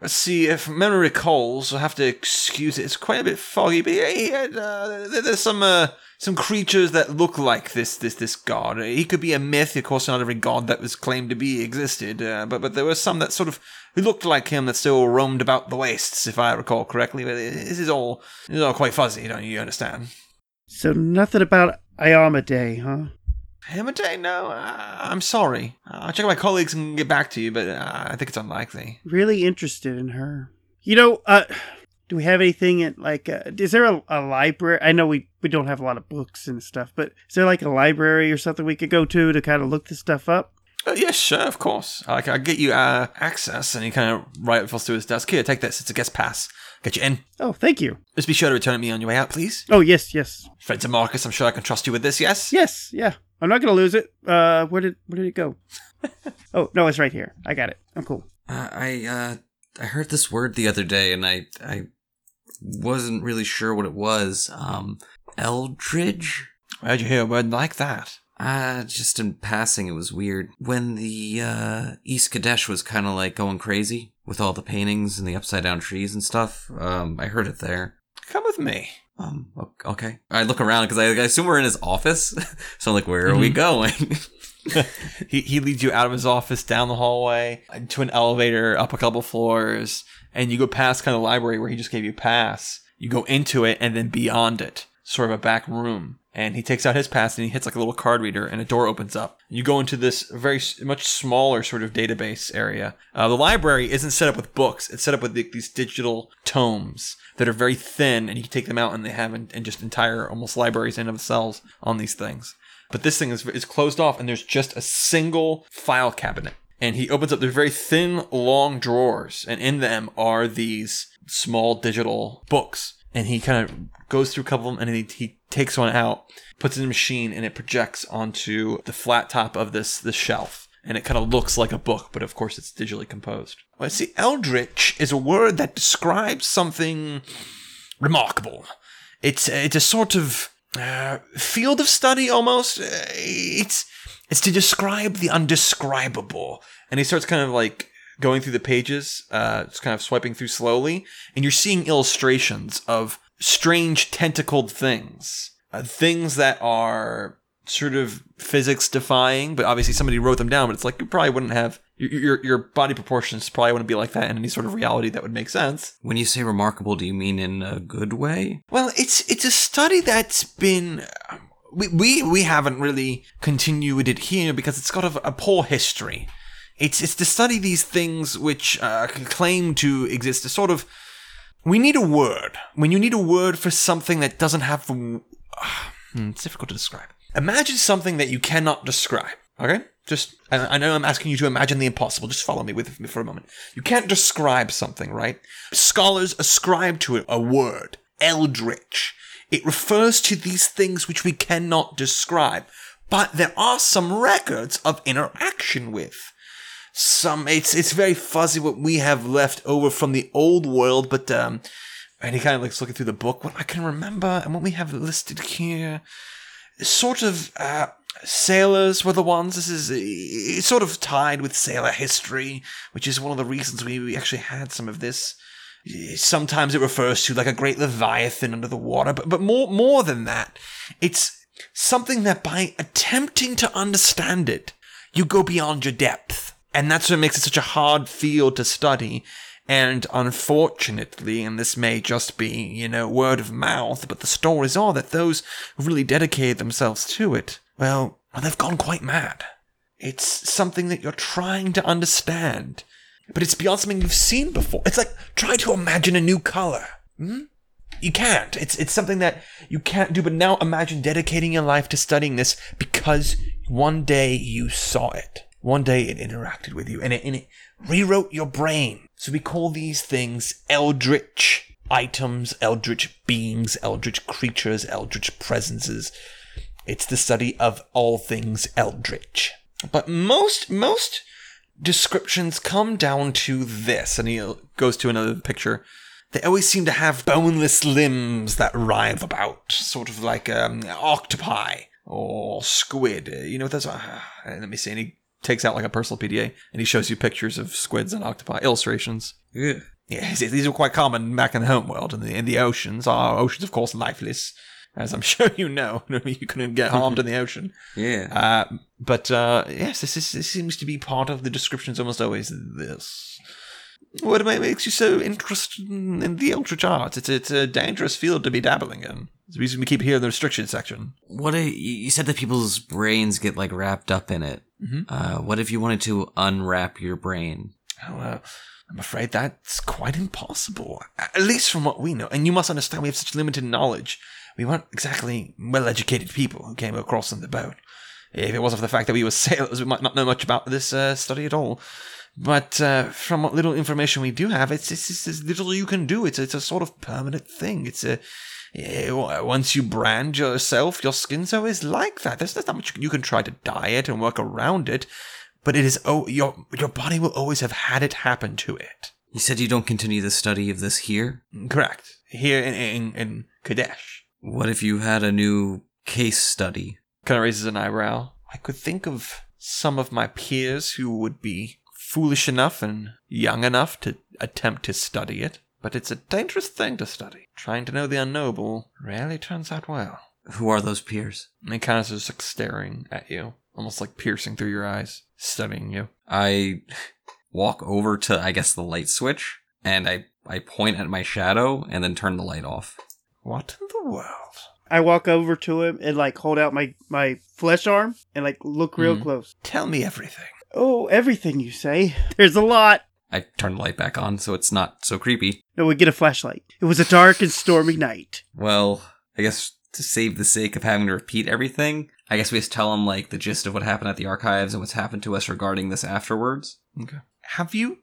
Let's see if memory recalls. I'll have to excuse it. It's quite a bit foggy, but yeah, he had, uh, there- there's some uh, some creatures that look like this this this god. He could be a myth, of course. Not every god that was claimed to be existed, uh, but but there were some that sort of looked like him that still roamed about the wastes, if I recall correctly. But this is all this is all quite fuzzy, don't you understand? so nothing about Iamade, huh? Hemate, no, uh, I'm sorry. I'll check my colleagues and get back to you, but uh, I think it's unlikely. really interested in her. You know, uh, do we have anything at like? Uh, is there a, a library? I know we we don't have a lot of books and stuff, but is there like a library or something we could go to to kind of look this stuff up? Uh, yes, sure, of course. I can I'll get you uh, access, and he kind of rifles through his desk. Here, take this. It's a guest pass. Get you in. Oh, thank you. Just be sure to return it to me on your way out, please. Oh, yes, yes, Friend to Marcus, I'm sure I can trust you with this, yes? yes, yeah. I'm not gonna lose it. Uh, where did where did it go? oh no, it's right here. I got it. I'm cool. Uh, I uh, I heard this word the other day, and I I wasn't really sure what it was. Um, Eldridge. Where'd you hear a word like that? Uh, just in passing, it was weird. When the uh, East Kadesh was kind of like going crazy with all the paintings and the upside down trees and stuff, um, I heard it there. Come with me. Um, o- okay. I look around because I, I assume we're in his office. so I'm like, where are we going? He, he leads you out of his office, down the hallway, to an elevator, up a couple floors, and you go past kind of the library where he just gave you a pass. You go into it and then beyond it, sort of a back room. And he takes out his pass and he hits like a little card reader, and a door opens up. You go into this very s- much smaller sort of database area. Uh, the library isn't set up with books; it's set up with like, these digital tomes that are very thin, and you can take them out, and they have an, and just entire almost libraries in of themselves on these things. But this thing is, is closed off, and there's just a single file cabinet. And he opens up, they're very thin, long drawers, and in them are these small digital books. And he kind of goes through a couple of them, and he, he takes one out, puts it in a machine, and it projects onto the flat top of this, this shelf. And it kind of looks like a book, but of course it's digitally composed. Well, see, eldritch is a word that describes something remarkable. It's it's a sort of uh, field of study almost. Uh, It's it's to describe the undescribable. And he starts kind of like going through the pages, uh, just kind of swiping through slowly, and you're seeing illustrations of strange tentacled things, uh, things that are sort of physics defying, but obviously somebody wrote them down. But it's like you probably wouldn't have your your, your body proportions probably wouldn't be like that in any sort of reality that would make sense. When you say remarkable, do you mean in a good way? Well, it's it's a study that's been um, we we, we haven't really continued it here because it's got a, a poor history. It's it's to study these things which uh, c- claim to exist. A sort of we need a word when you need a word for something that doesn't have the. w- Hmm, it's difficult to describe. Imagine something that you cannot describe. Okay, just I, I know I'm asking you to imagine the impossible. Just follow me with me for a moment. You can't describe something, right? Scholars ascribe to it a word, eldritch. It refers to these things which we cannot describe, but there are some records of interaction with some it's it's very fuzzy what we have left over from the old world but um and he kind of likes looking through the book what i can remember and what we have listed here sort of uh sailors were the ones this is uh, it's sort of tied with sailor history which is one of the reasons we, we actually had some of this sometimes it refers to like a great leviathan under the water but but more more than that it's something that by attempting to understand it you go beyond your depth and that's what makes it such a hard field to study and unfortunately, and this may just be, you know, word of mouth, but the stories are that those who really dedicated themselves to it, well, well, they've gone quite mad. It's something that you're trying to understand, but it's beyond something you've seen before. It's like trying to imagine a new color. Hmm? You can't. It's it's something that you can't do. But now imagine dedicating your life to studying this because one day you saw it. One day it interacted with you, and it, and it rewrote your brain. So we call these things eldritch items, eldritch beings, eldritch creatures, eldritch presences. It's the study of all things eldritch. But most most descriptions come down to this, and he goes to another picture. They always seem to have boneless limbs that writhe about, sort of like um, octopi or squid. Uh, You know, those are. uh, let me see. And he takes out like a personal PDA and he shows you pictures of squids and octopi, illustrations. Yeah. Yeah, he says these were quite common back in the home world, and the, and the oceans are oceans, of course, lifeless, as I'm sure you know. you couldn't get harmed in the ocean. Yeah. Uh, but uh, yes, this, is, this seems to be part of the descriptions almost always. This. What ma- makes you so interested in, in the eldritch arts? It's, it's a dangerous field to be dabbling in. It's the reason we keep here in the restriction section. What if you you said that people's brains get like wrapped up in it? Mhm. Uh, what if you wanted to unwrap your brain? Oh, uh, I'm afraid that's quite impossible, at least from what we know. And you must understand we have such limited knowledge. We weren't exactly well educated people who came across on the boat. If it wasn't for the fact that we were sailors, we might not know much about this uh, study at all. But uh, from what little information we do have, it's, it's, it's as little you can do. It's, it's a sort of permanent thing. It's a. eh, w- Once you brand yourself, your skin's always like that. There's not much you can try to diet and work around it but it is oh your your body will always have had it happen to it. You said you don't continue the study of this here. Correct. Here in in, in Kadesh, What if you had a new case study? kind of raises an eyebrow. I could think of some of my peers who would be foolish enough and young enough to attempt to study it, but it's a dangerous thing to study. Trying to know the unknowable rarely turns out well. Who are those peers? And it kind of just like staring at you, almost like piercing through your eyes, studying you. I walk over to, I guess, the light switch and I I point at my shadow and then turn the light off. What in the world? I walk over to him and like hold out my my flesh arm and like look real Mhm. close. Tell me everything. Oh, everything you say. There's a lot. I turn the light back on so it's not so creepy. No, we get a flashlight. It was a dark and stormy night. Well, I guess to save the sake of having to repeat everything, I guess we just tell him like the gist of what happened at the archives and what's happened to us regarding this afterwards. Okay. Have you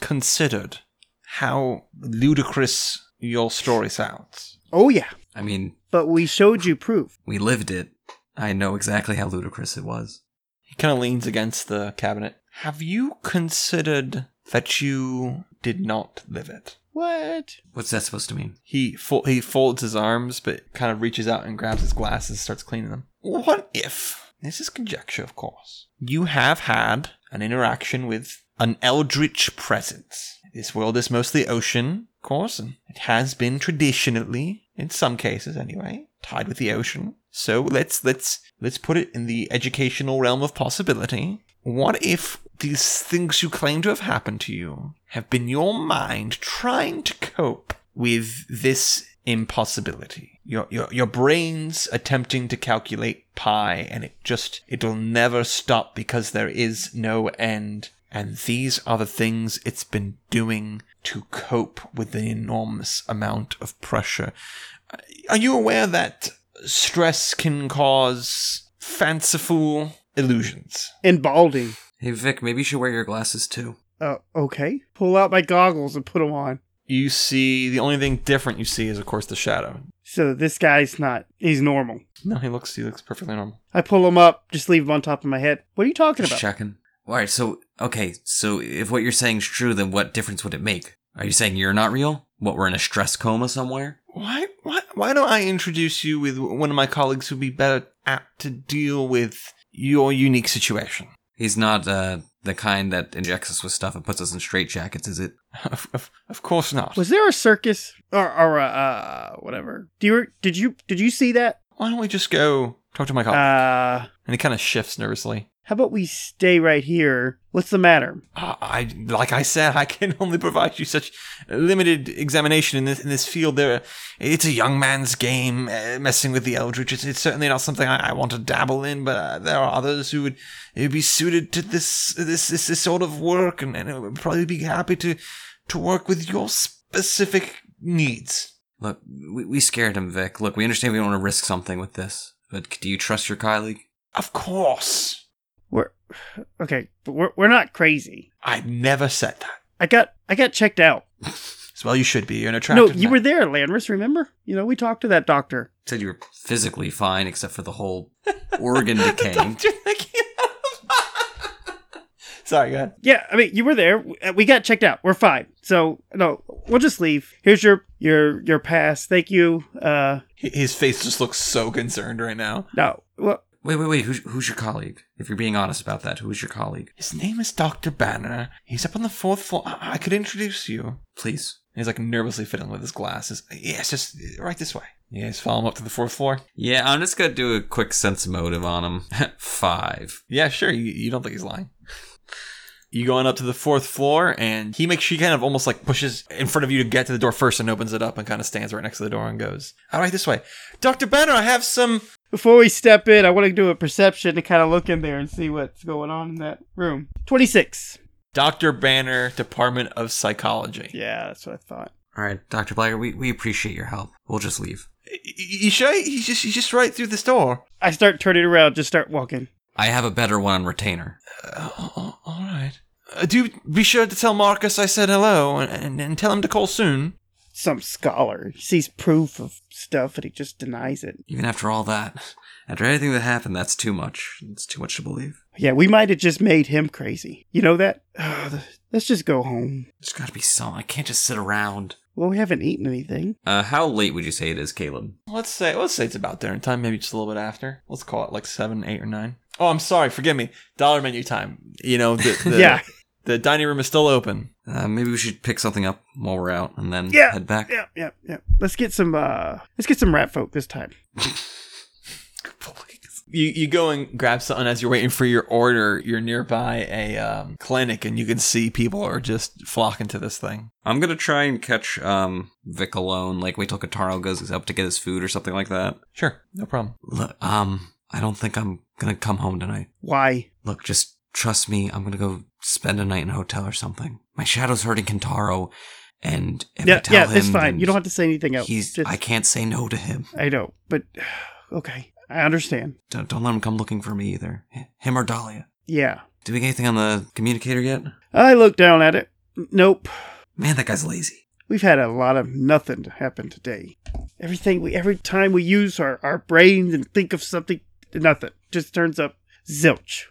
considered how ludicrous your story sounds? Oh yeah, I mean, but we showed you proof. we lived it. I know exactly how ludicrous it was. He kind of leans against the cabinet. Have you considered that you did not live it? What? What's that supposed to mean? He fo- he folds his arms, but kind of reaches out and grabs his glasses, and starts cleaning them. What if this is conjecture, of course? You have had an interaction with an eldritch presence. This world is mostly ocean, of course, and it has been traditionally, in some cases anyway, tied with the ocean. So let's let's let's put it in the educational realm of possibility. What if these things you claim to have happened to you have been your mind trying to cope with this impossibility? Your your your brain's attempting to calculate pi and it just it'll never stop because there is no end. And these are the things it's been doing to cope with the enormous amount of pressure are you aware that stress can cause fanciful illusions? And balding. Hey Vic, maybe you should wear your glasses too. Uh, okay. Pull out my goggles and put them on. You see, the only thing different you see is, of course, the shadow. So this guy's not. He's normal. No, he looks he looks perfectly normal. I pull him up. Just leave him on top of my head. What are you talking Just about? checking. All right, so okay, so if what you're saying is true, then what difference would it make? Are you saying you're not real? What we're in a stress coma somewhere? Why why why don't I introduce you with one of my colleagues who'd be better apt to deal with your unique situation? He's not uh, the kind that injects us with stuff and puts us in straitjackets, is it? Of, of, of course not. Was there a circus or or a, uh, whatever? Do you did you did you see that? why don't we just go talk to my colleague? Uh, and he kind of shifts nervously. how about we stay right here? What's the matter? Uh, I like I said, I can only provide you such limited examination in this in this field. There, it's a young man's game, uh, messing with the eldritch. It's, it's certainly not something I, I want to dabble in, but uh, there are others who would uh, be suited to this this this, this sort of work, and, and would probably be happy to to work with your specific needs. Look, we, we scared him, Vic. Look, we understand we don't want to risk something with this, but c- do you trust your colleague? Of course, We're okay, but we're we're not crazy. I never said that. I got I got checked out. So, well, you should be. You're an attractive. no, you man. were there, Landris. Remember? You know, we talked to that doctor. Said you were physically fine, except for the whole organ decaying. Doctor, that came out of- Sorry, go ahead. Yeah, I mean, you were there. We- We got checked out. We're fine. So no, we'll just leave. Here's your your your pass. Thank you. Uh, His face just looks so concerned right now. no, well, Wait, wait, wait. Who's, who's your colleague? If you're being honest about that, who is your colleague? His name is Dr. Banner. He's up on the fourth floor. I, I could introduce you. And Please. he's like nervously fiddling with his glasses. Yes, just right this way. Yes, follow him up to the fourth floor. Yeah, I'm just gonna do a quick sense motive on him. Five. Yeah, sure. You, you don't think he's lying. You go on up to the fourth floor, and he makes she kind of almost like pushes in front of you to get to the door first, and opens it up, and kind of stands right next to the door and goes, "All right, this way, Doctor Banner. I have some before we step in, I want to do a perception to kind of look in there and see what's going on in that room. Twenty six. Doctor Banner, Department of Psychology. Yeah, that's what I thought. All right, Dr. Blacker, we, we appreciate your help. We'll just leave. Y- y- You sure? He's just he's just right through this door." I start turning around, just start walking. I have a better one on retainer. Oh, all right. Uh, do be sure to tell Marcus I said hello and, and, and tell him to call soon. Some scholar he sees proof of stuff and he just denies it. Even after all that, after everything that happened, that's too much. It's too much to believe. Yeah, we might have just made him crazy. You know that? let's just go home. There's gotta be some. I can't just sit around. Well, we haven't eaten anything. Uh, how late would you say it is, Caleb? Let's say let's say it's about dinner time, maybe just a little bit after. Let's call it like seven, eight, or nine. Oh, I'm sorry, forgive me. Dollar menu time. You know, the, the, Yeah. the dining room is still open. Uh, maybe we should pick something up while we're out and then Yeah, head back. Yep, yep, yep. Let's get some. uh Let's get some rat folk this time. Please. you, you go and grab something as you're waiting for your order. You're nearby a um, clinic, and you can see people are just flocking to this thing. I'm gonna try and catch um Vic alone. Like wait till Kataro goes up to get his food or something like that. Sure, no problem. Look, um, I don't think I'm gonna come home tonight. Why? Look, just trust me. I'm gonna go spend a night in a hotel or something. My shadow's hurting Kentaro, and if I yeah, tell yeah, him, it's fine. then You don't have to say anything else. He's. Just- I can't say no to him. I know, but okay, I understand. Don't, don't let him come looking for me either. H- Him or Dahlia. Yeah, Did we get anything on the communicator yet? I looked down at it. Nope, Man, that guy's lazy. we've had a lot of nothing to happen today. Everything we, every time we use our our brains and think of something, nothing just turns up zilch.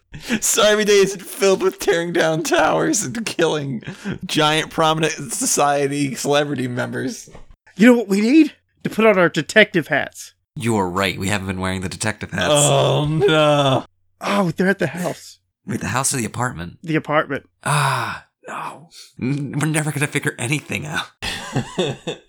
So every day is filled with tearing down towers and killing giant prominent society celebrity members. You know what we need to put on our detective hats. You are right. We haven't been wearing the detective hats. Oh no! Oh, they're at the house, Wait, the house or the apartment? the apartment. Ah, no. N- We're never gonna figure anything out.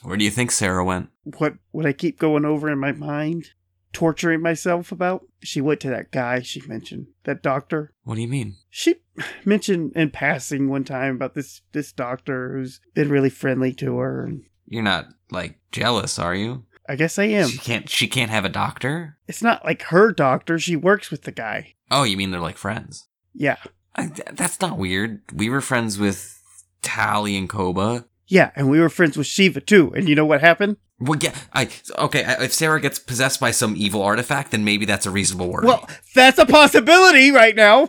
Where do you think Sarah went? What what I keep going over in my mind, torturing myself about. She went to that guy she mentioned, that doctor. What do you mean? she mentioned in passing one time about this this doctor who's been really friendly to her and You're not like jealous, are you? i guess i am She can't. She can't have a doctor. it's not like her doctor she works with the guy Oh, you mean they're like friends? yeah I, th- that's not weird. We were friends with Tally and Koba. yeah and we were friends with shiva too and you know what happened Well, yeah. I okay. I, if Sarah gets possessed by some evil artifact, then maybe that's a reasonable word. well that's a possibility right now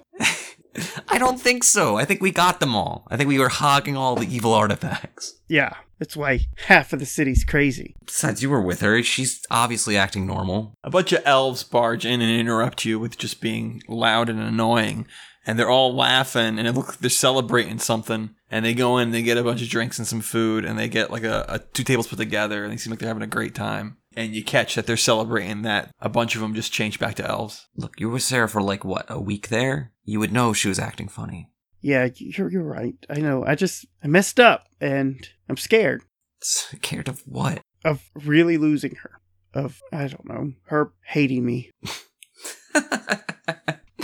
I don't think so. I think we got them all. I think we were hogging all the evil artifacts. yeah that's why half of the city's crazy Besides, you were with her. She's obviously acting normal. A bunch of elves barge in and interrupt you with just being loud and annoying, and they're all laughing and it looks like they're celebrating something. And they go in, they get a bunch of drinks and some food, and they get like a, a two tables put together, and they seem like they're having a great time. And you catch that they're celebrating that a bunch of them just change back to elves. Look, you were with Sarah for like what a week there. You would know she was acting funny. yeah you're, you're right i know i just i messed up and i'm scared Scared of what? of really losing her of i don't know her hating me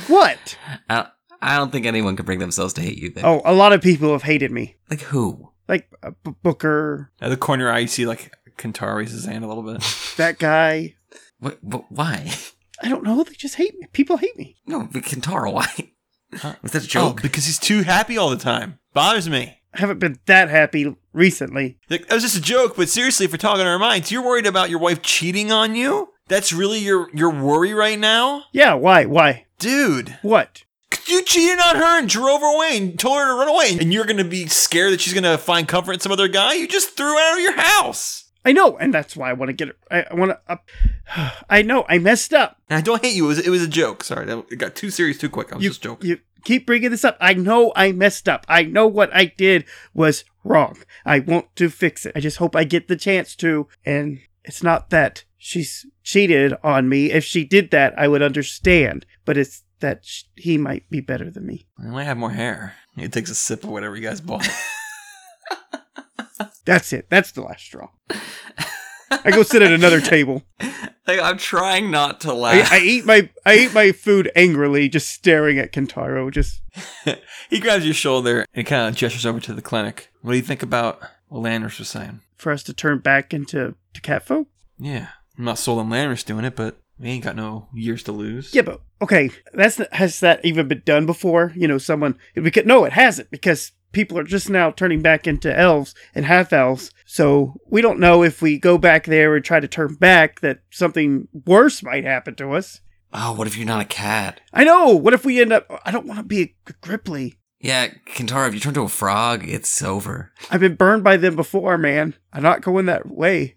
what I, I don't think anyone could bring themselves to hate you. Then. oh a lot of people have hated me like who? like uh, B- Booker, Out of the corner eye, you see like Kentaro raises his hand a little bit. that guy. What, but why? I don't know. They just hate me. People hate me. No, but Kentaro. Why? Huh? Was that a Oh, joke? because he's too happy all the time. Bothers me. I haven't been that happy recently. Like, that was just a joke, but seriously, if we're talking our minds, you're worried about your wife cheating on you? That's really your your worry right now? Yeah. Why? Why? Dude. What? You cheated on her and drove her away and told her to run away, and you're gonna be scared that she's gonna find comfort in some other guy? You just threw her out of your house. I know, and that's why I want to get. I, I want to. up I know. I messed up. And I don't hate you. It was, it was a joke. Sorry, that it got too serious too quick. I was you, just joking. you keep bringing this up. I know I messed up. I know what I did was wrong. I want to fix it. I just hope I get the chance to. And it's not that she's cheated on me. If she did that, I would understand. But it's that sh- he might be better than me. I might have more hair. It takes a sip of whatever you guys bought. That's it. That's the last straw. I go sit at another table. Like, I'm trying not to I, Ah. laugh. I eat my I eat my food angrily, just staring at Kentaro. Just he grabs your shoulder and kind of gestures over to the clinic. What do you think about what Landers was saying? for us to turn back into to catfolk. Yeah. I'm not sold on Landers doing it, but we ain't got no years to lose. Yeah, but okay, that's not- has that even been done before? You know, someone because no, it hasn't because people are just now turning back into elves and half elves. So we don't know if we go back there and try to turn back that something worse might happen to us. oh, what if you're not a cat? I know. What if we end up? I don't want to be a Gripply. Yeah, Kentaro, if you turn to a frog, it's over. I've been burned by them before, man. I'm not going that way.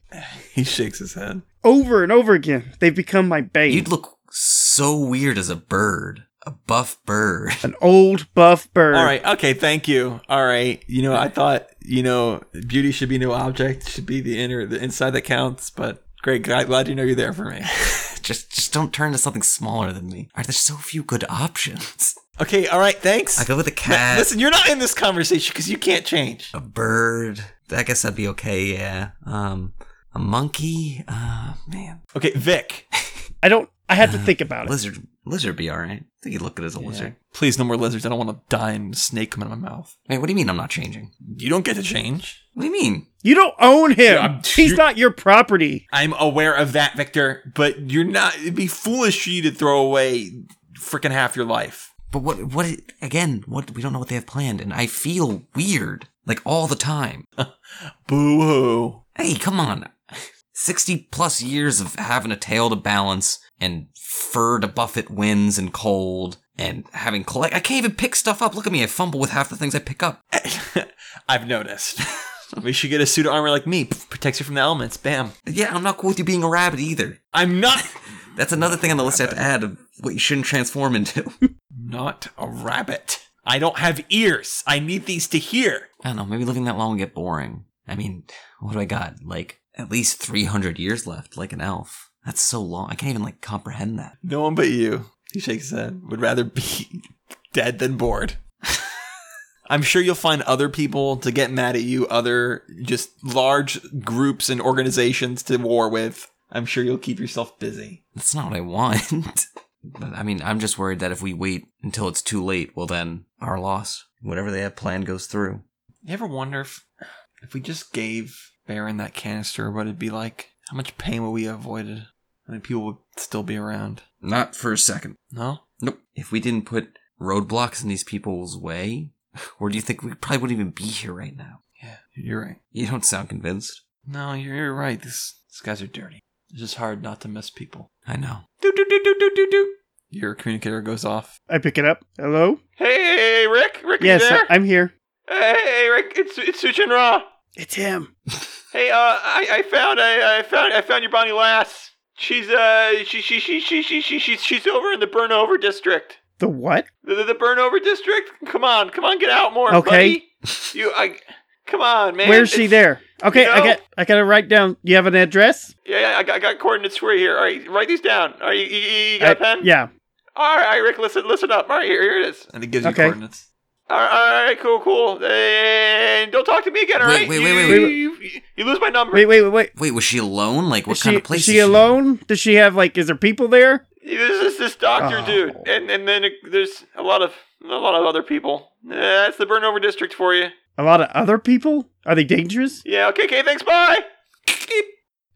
He shakes his head. Over and over again, they've become my bane. You'd look so weird as a bird, a buff bird. An old buff bird. All right. Okay. Thank you. All right. You know, I thought you know beauty should be no object; should be the inner, the inside that counts. But great, glad, glad you know you're there for me. just, just don't turn to something smaller than me. Are there so few good options? Okay. All right. Thanks. I go with a Ma- cat, Listen, you're not in this conversation because you can't change. a bird. I guess that'd be okay. Yeah. Um, a monkey. Uh, man, Okay, Vic. I don't. I had to think about it. lizard. Lizard be alright. I think he'd look good as a lizard. Please, no more lizards. I don't want a dying snake coming out of my mouth. Wait, what do you mean I'm not changing? You don't get to change. What do you mean? You don't own him. I'm- He's not your property. I'm aware of that, Victor, but you're not. It'd be foolish for you to throw away freaking half your life. But what, what, again, what, we don't know what they have planned, and I feel weird, like all the time. Boo hoo. Hey, come on. 60 plus years of having a tail to balance and fur to buffet winds and cold and having collect. I can't even pick stuff up. Look at me. I fumble with half the things I pick up. I've noticed. we should get a suit of armor like me. Pff, Protects you from the elements. Bam. Yeah, I'm not cool with you being a rabbit either. I'm not. That's another thing on the list I have to add of what you shouldn't transform into. Not a rabbit. I don't have ears. I need these to hear. I don't know. Maybe living that long would get boring. I mean, what do I got? Like at least 300 years left, like an elf. That's so long. I can't even like comprehend that. No one but you. He shakes his head. Would rather be dead than bored. I'm sure you'll find other people to get mad at you, other just large groups and organizations to war with. I'm sure you'll keep yourself busy. That's not what I want. but I mean, I'm just worried that if we wait until it's too late, well, then our loss, whatever they have planned, goes through. You ever wonder if if we just gave Baron that canister, what it'd be like? How much pain would we have avoided? I mean, people would still be around. Not for a second. No, Nope. If we didn't put roadblocks in these people's way, or do you think we probably wouldn't even be here right now? yeah, you're right. You don't sound convinced. No, you're, you're right. These these guys are dirty. It's just hard not to miss people. I know. Do do do do do do do. Your communicator goes off. I pick it up. Hello? Hey, Rick. Rick, Yes, you there? I- I'm here. hey, Rick. It's it's Suchin Ra. It's him. Hey, uh, I, I found I, I found I found your Bonnie Lass. She's uh she she she she she she she's she's over in the Burnover district. The what? The, the, the Burnover district. Come on, come on, get out more, Okay. buddy. You, I, come on, man. Where's she It's- there? Okay, you I know- got I gotta write down. You have an address? Yeah, yeah, I got, I got coordinates for you here. All right, write these down. All right, you, you, you got a I- pen? Yeah. All right, Rick, listen, listen up. All right, here, here it is. And it gives you Okay. coordinates. All right, all right cool, cool. And don't talk to me again. All Wait, right. wait, you, wait, wait, wait. You, you, you lose my number. Wait, wait, wait, wait. Wait, was she alone? Like, what Is kind she, of place is she is alone? Does she have like? Is there people there? There's this, this doctor Oh. dude, and and then there's a lot of a lot of other people. Eh, That's the Burnover district for you. A lot of other people? Are they dangerous? Yeah. Okay. Okay. Thanks. Bye.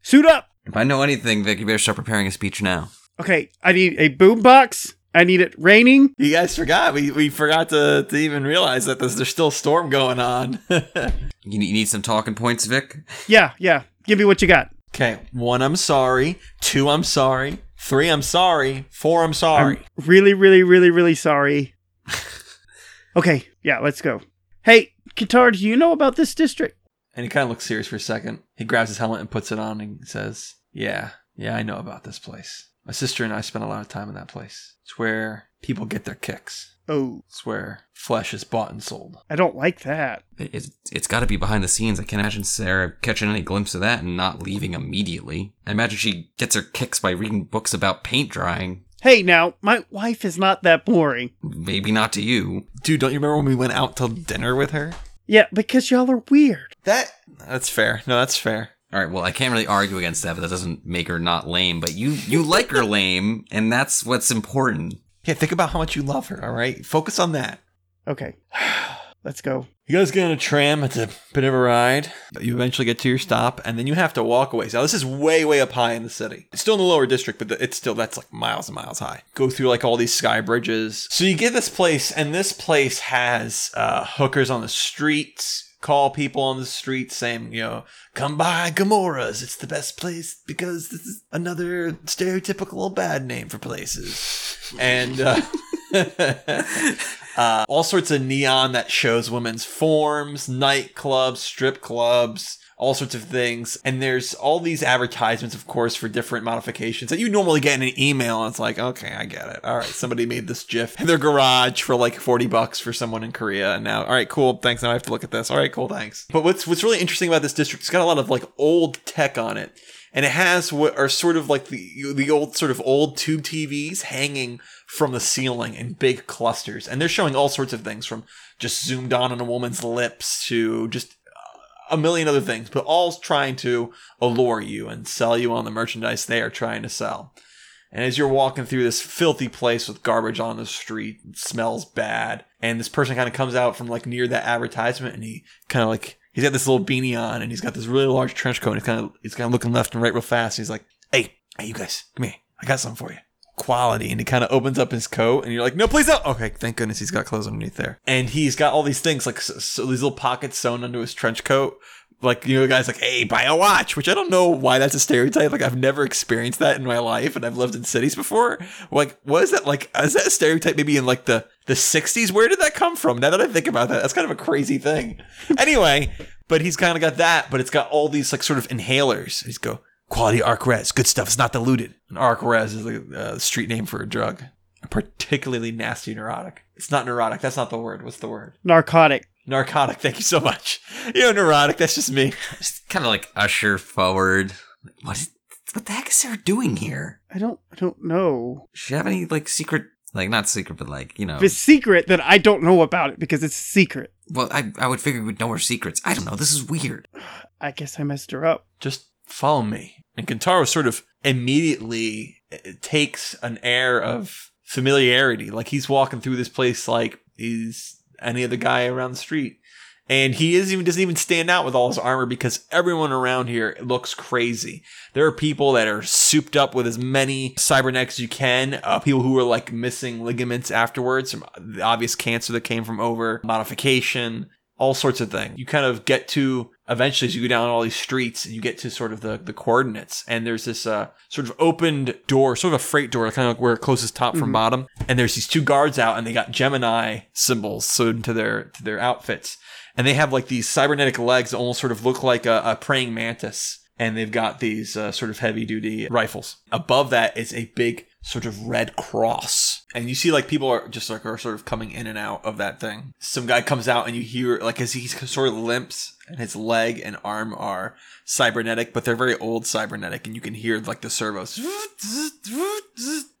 Suit up. If I know anything, Vic, you better start preparing a speech now. Okay, I need a boombox. I need it raining. You guys forgot. We we forgot to, to even realize that there's, there's still a storm going on. You ne- you need some talking points, Vic? Yeah, yeah. Give me what you got. okay, one. I'm sorry. Two. I'm sorry. Three. I'm sorry. Four. I'm sorry. I'm really, really, really, really sorry. okay, yeah, let's go. Hey, Qatar, do you know about this district? And he kind of looks serious for a second. He grabs his helmet and puts it on and says, Yeah, yeah, I know about this place. My sister and I spent a lot of time in that place. It's where people get their kicks. Oh, It's where flesh is bought and sold. I don't like that. It- It's, it's got to be behind the scenes. I can't imagine Sarah catching any glimpse of that and not leaving immediately. I imagine she gets her kicks by reading books about paint drying. Hey, now, my wife is not that boring. Maybe not to you. Dude, don't you remember when we went out to dinner with her? Yeah, because y'all are weird. That That's fair. No, that's fair. All right, well, I can't really argue against that, but that doesn't make her not lame. But you, you like her lame, and that's what's important. Yeah, think about how much you love her, all right? Focus on that. Okay, let's go. You guys get on a tram. It's a bit of a ride. But you eventually get to your stop, and then you have to walk away. So this is way, way up high in the city. It's still in the lower district, but the, it's still that's like miles and miles high. Go through like all these sky bridges. So you get this place, and this place has uh, hookers on the streets. Call people on the streets saying, you know, come by Gamora's. It's the best place because this is another stereotypical bad name for places. And uh, uh, all sorts of neon that shows women's forms, nightclubs, strip clubs, all sorts of things. And there's all these advertisements, of course, for different modifications that you normally get in an email. And it's like, okay, I get it. All right, somebody made this GIF in their garage for like 40 bucks for someone in Korea. And now, all right, cool, thanks. Now I have to look at this. All right, cool, thanks. But what's what's really interesting about this district? It's got a lot of like old tech on it. And it has what are sort of like the the old sort of old tube TVs hanging from the ceiling in big clusters. And they're showing all sorts of things from just zoomed on on a woman's lips to just uh, a million other things, but all trying to allure you and sell you on the merchandise they are trying to sell. And as you're walking through this filthy place with garbage on the street, it smells bad. And this person kind of comes out from like near that advertisement, and he kind of like he's got this little beanie on, and he's got this really large trench coat. And he's kind of he's kind of looking left and right real fast. And he's like, "Hey, hey, you guys, come here. I got something for you." Quality, and he kind of opens up his coat, and you're like, "No, please don't." Okay, thank goodness he's got clothes underneath there, and he's got all these things like s so these little pockets sewn onto his trench coat like you know, the guys like, hey, buy a watch, which I don't know why that's a stereotype. Like I've never experienced that in my life, and I've lived in cities before. Like, what is that? Like, is that a stereotype maybe in like the the '60s? Where did that come from? Now that I think about that, that's kind of a crazy thing. anyway, but he's kind of got that, but it's got all these like sort of inhalers. He's go quality arc res, good stuff. It's not diluted. An arc res is a uh, street name for a drug, a particularly nasty neurotic. It's not neurotic. That's not the word. What's the word? Narcotic. Narcotic. Thank you so much. You know, neurotic. That's just me. Just kind of like usher forward. What? Is, what the heck is Sarah doing here? I don't. I don't know. Does she have any like secret? Like not secret, but like you know. If it's secret, then I don't know about it because it's secret. well, I I would figure we'd know her secrets. I don't know. This is weird. I guess I messed her up. just follow me. And Kentaro sort of immediately uh, takes an air of familiarity. Like he's walking through this place like he's any other guy around the street. And he is even doesn't even stand out with all his armor because everyone around here looks crazy. There are people that are souped up with as many cybernetics as you can. Uh, people who are like missing ligaments afterwards from the obvious cancer that came from over modification all sorts of things. You kind of get to eventually as you go down all these streets and you get to sort of the, the coordinates and there's this uh, sort of opened door, sort of a freight door, kind of like where it closes top from bottom. And there's these two guards out and they got Gemini symbols sewn into their to their outfits. And they have like these cybernetic legs that almost sort of look like a, a praying mantis. And they've got these uh, sort of heavy duty rifles. Above that is a big sort of red cross. And you see like people are just like are sort of coming in and out of that thing. Some guy comes out and you hear like as he sort of limps and his leg and arm are cybernetic, but they're very old cybernetic and you can hear like the servos.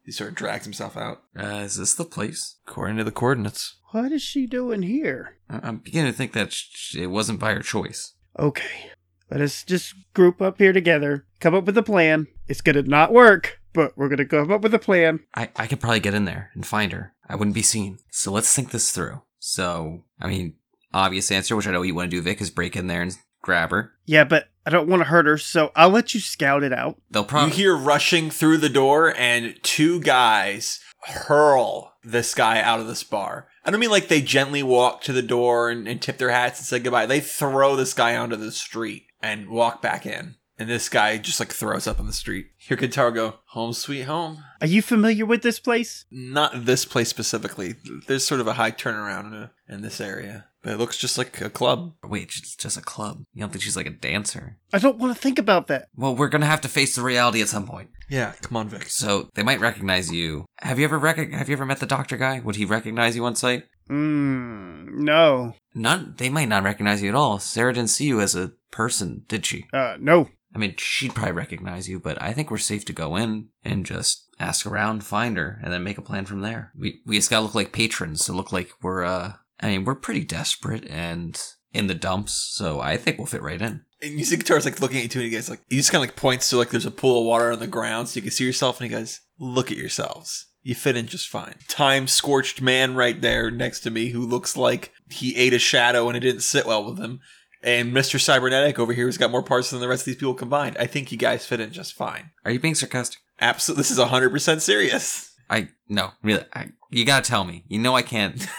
He sort of drags himself out. Uh, is this the place? According to the coordinates. What is she doing here? I- I'm beginning to think that sh- it wasn't by her choice. Okay. Let us just group up here together, come up with a plan. It's going to not work, but we're going to come up with a plan. I, I could probably get in there and find her. I wouldn't be seen. So let's think this through. So, I mean, obvious answer, which I know you want to do, Vic, is break in there and grab her. Yeah, but I don't want to hurt her, so I'll let you scout it out. They'll probably You hear rushing through the door, and two guys hurl this guy out of this bar. I don't mean like they gently walk to the door and, and tip their hats and say goodbye. They throw this guy onto the street and walk back in. And this guy just like throws up on the street. Here, Kentaro go, home sweet home. Are you familiar with this place? Not this place specifically. There's sort of a high turnaround in, a, in this area, but it looks just like a club. Wait, she's just a club. You don't think she's like a dancer? I don't want to think about that. Well, we're gonna have to face the reality at some point. Yeah, come on, Vic. So they might recognize you. Have you ever rec- Have you ever met the doctor guy? Would he recognize you on sight? Mm, no. None. They might not recognize you at all. Sarah didn't see you as a person, did she? Uh, no. I mean, she'd probably recognize you, but I think we're safe to go in and just ask around, find her, and then make a plan from there. We we just gotta look like patrons to look like we're. uh I mean, we're pretty desperate and in the dumps, so I think we'll fit right in. And you see Guitar's like looking at you too, and he goes like he just kind of like points to like there's a pool of water on the ground, so you can see yourself, and he goes, "Look at yourselves. You fit in just fine." Time scorched man right there next to me who looks like he ate a shadow and it didn't sit well with him, and Mister Cybernetic over here who's got more parts than the rest of these people combined. I think you guys fit in just fine. Are you being sarcastic? Absolutely, this is hundred percent serious. I no, really. I, you gotta tell me. You know I can't.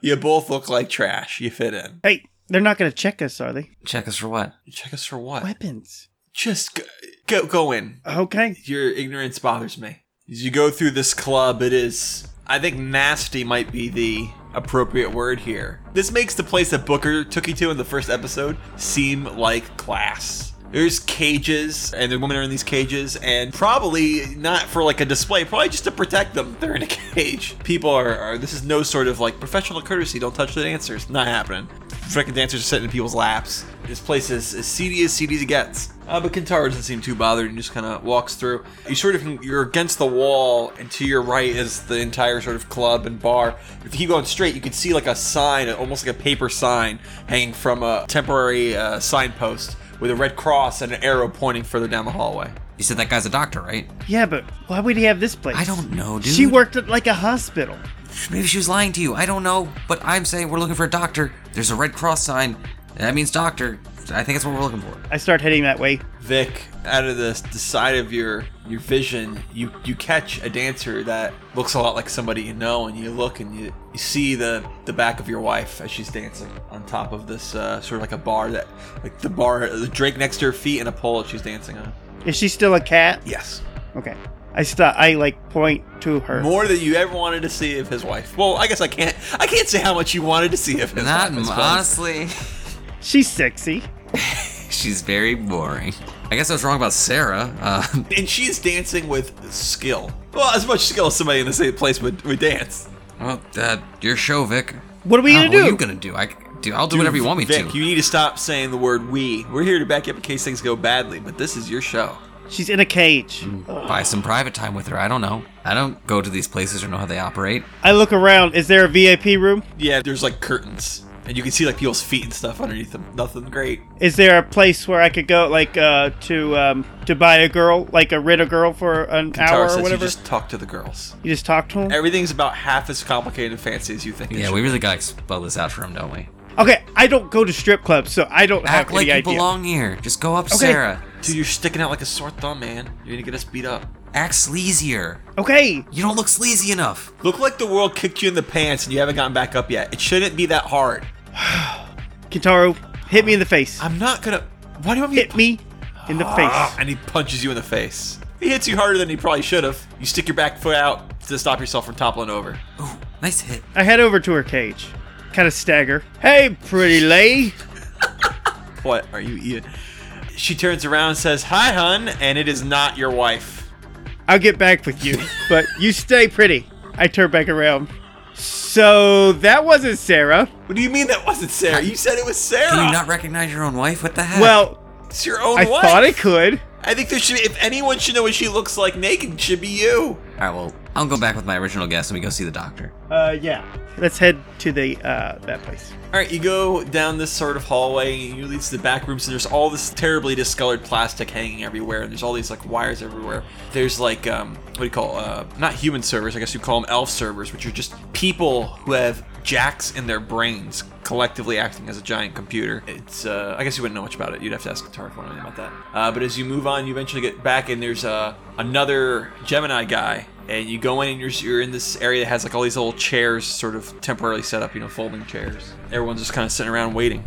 You both look like trash. You fit in. Hey, they're not going to check us, are they? Check us for what? Check us for Uh, what? Weapons. Just go, go, go in. Okay. your ignorance bothers me. As you go through this club, it is. I think nasty might be the appropriate word here. This makes the place that Booker took you to in the first episode seem like class. There's cages, and the women are in these cages, and probably not for like a display, probably just to protect them. They're in a cage. People are, are this is no sort of like professional courtesy, don't touch the dancers. Not happening. Freaking dancers are sitting in people's laps. This place is as seedy as seedy as it gets. Uh, but Kentaro doesn't seem too bothered and just kind of walks through. You sort of you're against the wall, and to your right is the entire sort of club and bar. If you keep going straight, you can see like a sign, almost like a paper sign, hanging from a temporary uh, signpost with a red cross and an arrow pointing further down the hallway. You said that guy's a doctor, right? Yeah, but why would he have this place? I don't know, dude. She worked at like a hospital. Maybe she was lying to you. I don't know. But I'm saying we're looking for a doctor. There's a Red Cross sign. That means doctor. I think that's what we're looking for. I start heading that way. Vic, out of the, the side of your your vision, you you catch a dancer that looks a lot like somebody you know, and you look and you, you see the the back of your wife as she's dancing on top of this uh, sort of like a bar that like the bar the drink next to her feet and a pole that she's dancing on. Is she still a cat? Yes, Okay. I stop. I like point to her. more than you ever wanted to see of his wife. Well, I guess I can't I can't say how much you wanted to see of his Not wife. I suppose. honestly. She's sexy. She's very boring. I guess I was wrong about Sarah. Uh, and she's dancing with skill. Well, as much skill as somebody in the same place would, would dance. well, uh, your show, Vic. What are we Uh, gonna What are do? you gonna do? I, dude, I'll do whatever you want me Vic, to. you need to stop saying the word we. We're here to back you up in case things go badly, but this is your show. She's in a cage. Buy some private time with her. I don't know. I don't go to these places or know how they operate. I look around. Is there a VIP room? Yeah, there's like curtains, and you can see like people's feet and stuff underneath them. Nothing great. Is there a place where I could go, like, uh, to um, to buy a girl, like, a rent a girl for an Tara hour says or whatever? you just talk to the girls. talk to him. Everything's about half as complicated and fancy as you think. it Yeah, should we really gotta expel this out for him, don't we? Okay, I don't go to strip clubs, so I don't Act have like any you idea. belong here. Just go up, Okay. Sarah. be. Dude, you're sticking out like a sore thumb, man. You're gonna get us beat up. Act sleazier. Okay, You don't look sleazy enough. Look like the world kicked you in the pants and you haven't gotten back up yet. It shouldn't be that hard. Kintaro, hit me in the face. I'm not gonna. Why do you want me to Hit me in the Ah, face. and he punches you in the face. He hits you harder than he probably should have. You stick your back foot out to stop yourself from toppling over. Ooh, nice hit. I head over to her cage, kind of stagger. Hey, pretty lady. What are you eating? She turns around and says, Hi, hun, and it is not your wife. I'll get back with you, but you stay pretty. I turn back around. So that wasn't Sarah. What do you mean that wasn't Sarah? You said it was Sarah. Can you not recognize your own wife? What the heck? Ah. Well, it's your own I wife. thought I could. I think there should be, if anyone should know what she looks like naked, it should be you. All right, well, I'll go back with my original guess and we go see the doctor. Uh, yeah. Let's head to the uh that place. All right, you go down this sort of hallway, and you lead to the back rooms, and there's all this terribly discolored plastic hanging everywhere, and there's all these like wires everywhere. There's like um, what do you call uh, not human servers? I guess you call them elf servers, which are just people who have jacks in their brains, collectively acting as a giant computer. It's uh, I guess you wouldn't know much about it. You'd have to ask Guitar for anything about that. Uh, but as you move on, you eventually get back, and there's uh, another Gemini guy and you go in and you're, you're in this area that has like all these little chairs sort of temporarily set up you know folding chairs everyone's just kind of sitting around waiting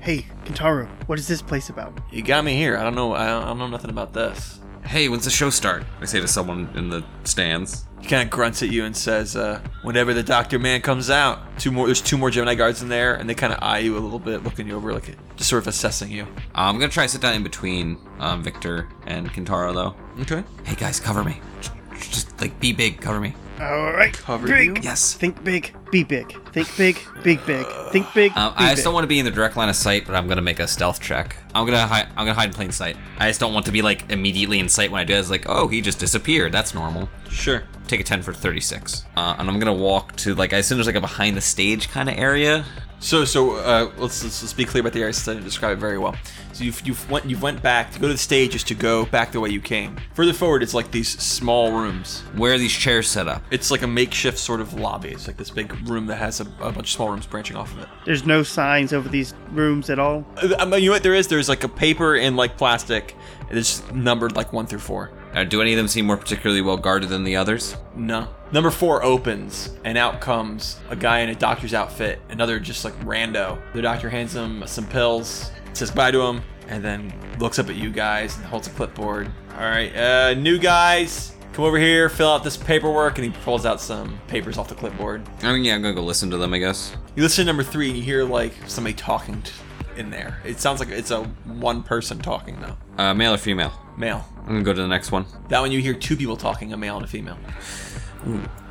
Hey, Kintaro, what is this place about? you got me here i don't know i don't, I don't know nothing about this Hey, when's the show start? I say to someone in the stands. he kind of grunts at you and says uh, whenever the doctor man comes out two more there's two more gemini guards in there and they kind of eye you a little bit looking you over like just sort of assessing you Uh, I'm gonna try to sit down in between um, Victor and Kintaro, though. okay Hey guys, cover me. J- j- Just like be big, cover me. All right, Cover big. you? Yes. Think big, be big. Think big, big big. Think big. Uh, Um, be I big. just don't want to be in the direct line of sight, but I'm gonna make a stealth check. I'm gonna hide. I'm gonna hide in plain sight. I just don't want to be like immediately in sight when I do. It's like, oh, he just disappeared. That's normal. sure Take a ten for thirty-six, uh, and I'm gonna walk to like I assume there's like a behind the stage kind of area. So, so uh, let's, let's let's be clear about the area since I didn't describe it very well. So you've you've went you've went back to go to the stage is to go back the way you came. Further forward, it's like these small rooms. Where are these chairs set up? It's like a makeshift sort of lobby. It's like this big room that has a, a bunch of small rooms branching off of it. There's no signs over these rooms at all. Uh, I mean, you know what there is? There's like a paper and like plastic. And it's numbered like one through four. Uh, do any of them seem more particularly well guarded than the others? No. Number four opens, and out comes a guy in a doctor's outfit, another just like rando. The doctor hands him some pills, says bye to him, and then looks up at you guys and holds a clipboard. All right, uh, new guys, come over here, fill out this paperwork, and he pulls out some papers off the clipboard. I mean, yeah, I'm gonna go listen to them, I guess. You listen to number three, and you hear like somebody talking t- in there. It sounds like it's a one person talking though. Uh, male or female? Male. I'm gonna go to the next one. That one you hear two people talking, a male and a female.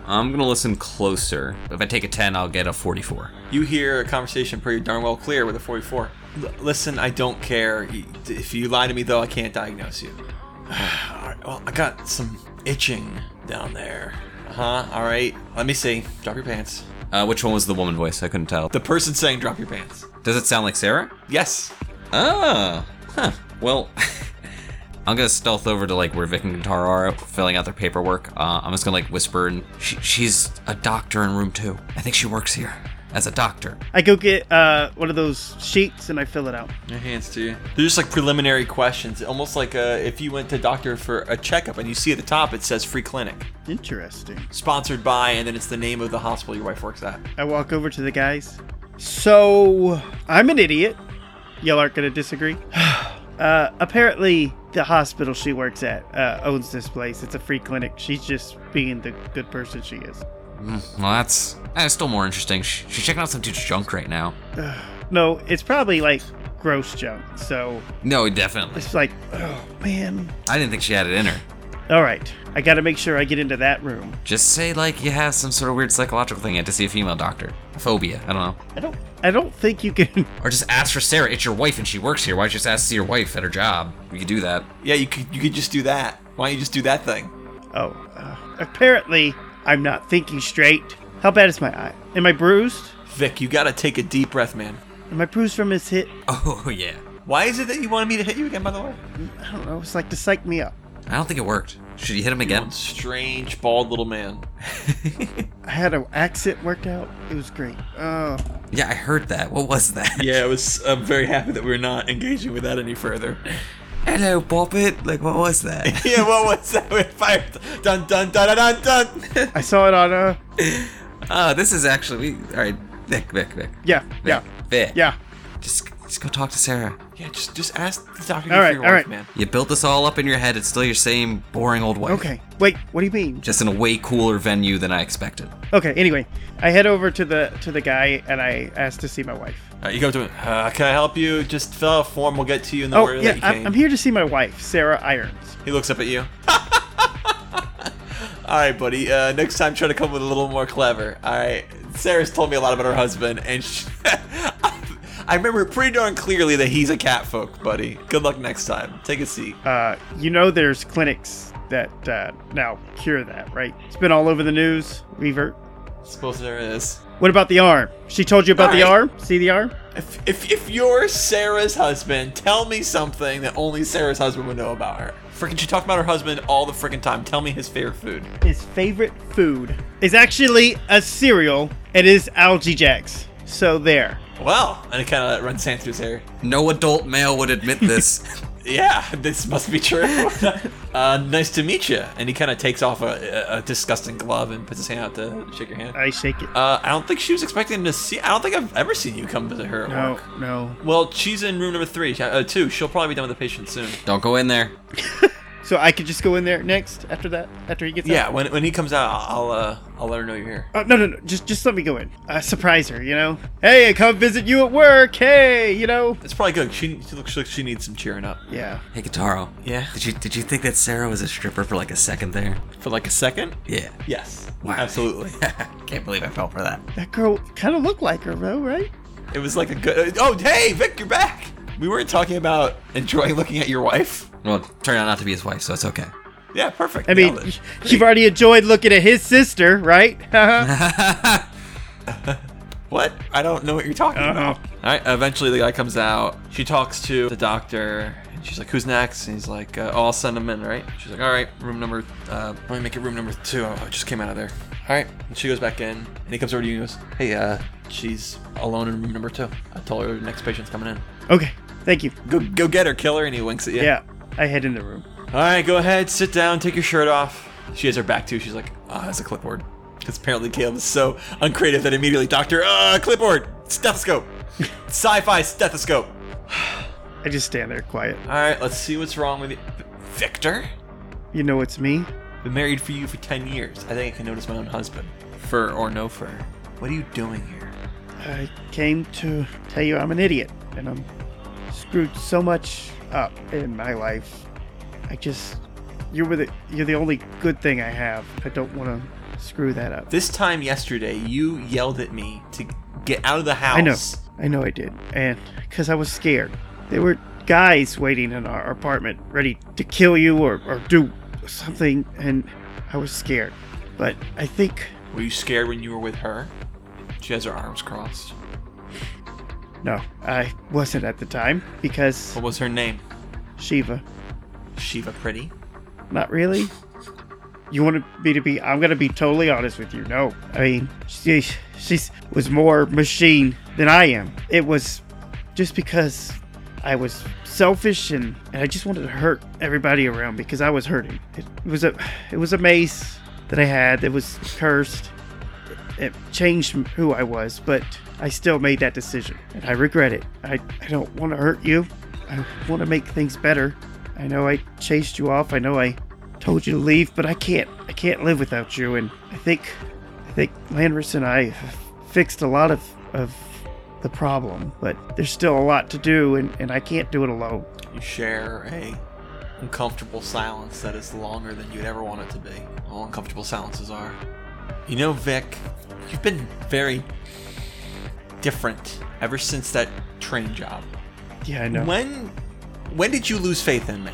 I'm gonna listen closer. If I take a 10, I'll get a 44. You hear a conversation pretty darn well clear with a 44. L- listen, I don't care. Y- If you lie to me, though, I can't diagnose you. All right, well, I got some itching down there. Uh huh. All right. Let me see. Drop your pants. Uh, which one was the woman voice? I couldn't tell. The person saying drop your pants. Does it sound like Sarah? Yes. Ah, Well, I'm gonna stealth over to like where Vic and Guitar are filling out their paperwork. Uh, I'm just gonna like whisper and she, she's a doctor in room two. I think she works here as a doctor. I go get uh, one of those sheets and I fill it out. Your hands to you. They're just like preliminary questions, almost like uh, if you went to doctor for a checkup and you see at the top it says free clinic, Interesting. sponsored by, and then it's the name of the hospital your wife works at. I walk over to the guys. So, I'm an idiot. Y'all aren't going to disagree. uh, apparently, the hospital she works at uh, owns this place. It's a free clinic. She's just being the good person she is. Mm, well, that's that's still more interesting. She, she's checking out some dude's junk right now. No, it's probably like gross junk. So, No, definitely. it's like, oh, man. I didn't think she had it in her. All right. I got to make sure I get into that room. Just say like you have some sort of weird psychological thing. You had to see a female doctor. Phobia. I don't know. I don't I don't think you can Or just ask for Sarah. It's your wife and she works here. Why don't you just ask to see your wife at her job? We could do that. Yeah, you could you could just do that. Why don't you just do that thing? Oh, uh, apparently I'm not thinking straight. How bad is my eye? Am I bruised? Vic, you gotta take a deep breath, man. Am I bruised from his hit? Oh yeah. Why is it that you wanted me to hit you again, by the way? I don't know. It's like to psych me up. I don't think it worked. Should you hit him again? Strange, bald little man. I had an accent worked out. It was great. Oh, Yeah, I heard that. What was that? Yeah, it was. I'm very happy that we're not engaging with that any further. Hello, Bobbit. Like, what was that? yeah, what was that? We fired. Dun dun dun dun dun. dun. I saw it on a. uh, this is actually we. All right, Vic, Vic, Vic. Yeah, yeah, Vic. yeah. Just, just go talk to Sarah. yeah, just just ask the doctor All for right, your all wife, right. man. You built this all up in your head. It's still your same boring old wife. Okay. Wait. What do you mean? Just in a way cooler venue than I expected. Okay. Anyway, I head over to the to the guy and I ask to see my wife. Uh, you go to him. Uh, can I help you? Just fill out a form. We'll get to you in the Oh order yeah, that you I'm, came. I'm here to see my wife, Sarah Irons. He looks up at you. All right, buddy. Uh, next time, try to come with a little more clever. All right. Sarah's told me a lot about her husband, and she, I remember pretty darn clearly that he's a catfolk, buddy. Good luck next time. Take a seat. Uh, you know, there's clinics that uh, now cure that, right? It's been all over the news. Revert. Suppose there is. What about the arm? She told you about the All right. arm? See the arm? If, if, if you're Sarah's husband, tell me something that only Sarah's husband would know about her. Freaking, she talked about her husband all the freaking time. Tell me his favorite food. His favorite food is actually a cereal. It is algae jacks. So there. Well, and it kind of runs sand through his hair. No adult male would admit this. Yeah, this must be true. uh, nice to meet you. And he kind of takes off a, a, a disgusting glove and puts his hand out to shake your hand. I shake it. Uh, I don't think she was expecting him to see. I don't think I've ever seen you come visit her at No, work. no. Well, she's in room number three, uh, two. She'll probably be done with the patient soon. don't go in there. So I could just go in there next after that, after he gets Yeah, out? when, when he comes out, I'll uh, I'll let her know you're here. Oh, no, no, no. Just, just let me go in. Uh, surprise her, you know? Hey, I come visit you at work. Hey, you know? It's probably good. She, she looks like she needs some cheering up. Yeah. Hey, Guitaro. Yeah. Did you did you think that Sarah was a stripper for like a second there? For like a second? Yeah. Yes. Wow. Absolutely. Can't believe I fell for that. That girl kind of looked like her, though, right? it was like a good. Oh, hey, Vic, you're back. We weren't talking about enjoying looking at your wife. Well, it turned out not to be his wife, so it's okay. Yeah, perfect. I mean, Nailed it. you've already enjoyed looking at his sister, right? What? I don't know what you're talking about. All right. Eventually, the guy comes out. She talks to the doctor, and she's like, "Who's next?" And he's like, uh, oh, "I'll send him in." Right? She's like, "All right, room number. Uh, let me make it room number two. Oh, I just came out of there." All right. And she goes back in, and he comes over to you and goes, "Hey, uh, she's alone in room number two. I told her the next patient's coming in. okay. Thank you. Go, go get her, killer." And he winks at you. Yeah. I head in the room. All right, go ahead, sit down, take your shirt off. She has her back too. She's like, ah, that's a clipboard. Because apparently Caleb is so uncreative that immediately, doctor, uh, clipboard, stethoscope, sci-fi stethoscope. I just stand there quiet. All right, let's see what's wrong with you, Victor. You know it's me? Been married for you for ten years. I think I can notice my own husband, fur or no fur. What are you doing here? I came to tell you I'm an idiot and I'm screwed so much up in my life. I just you were the you're the only good thing I have. I don't want to screw that up. This time yesterday, you yelled at me to get out of the house. I know. I know I did. And cuz I was scared. There were guys waiting in our apartment ready to kill you or or do something and I was scared. But I think Were you scared when you were with her? She has her arms crossed. No, I wasn't at the time because What was her name? Shiva. Shiva Pretty. Not really. You want me to be? I'm gonna be totally honest with you. No, I mean she she was more machine than I am. It was just because I was selfish and, and I just wanted to hurt everybody around because I was hurting. It, it was a it was a mace that I had that was cursed. It changed who I was, but I still made that decision and I regret it. I, I don't want to hurt you. I want to make things better. I know I chased you off. I know I told you to leave, but I can't. I can't live without you. And I think, I think Landris and I have fixed a lot of of the problem, but there's still a lot to do, and, and I can't do it alone. You share a uncomfortable silence that is longer than you'd ever want it to be. All uncomfortable silences are. You know, Vic, you've been very different ever since that train job. Yeah, I know. When when did you lose faith in me?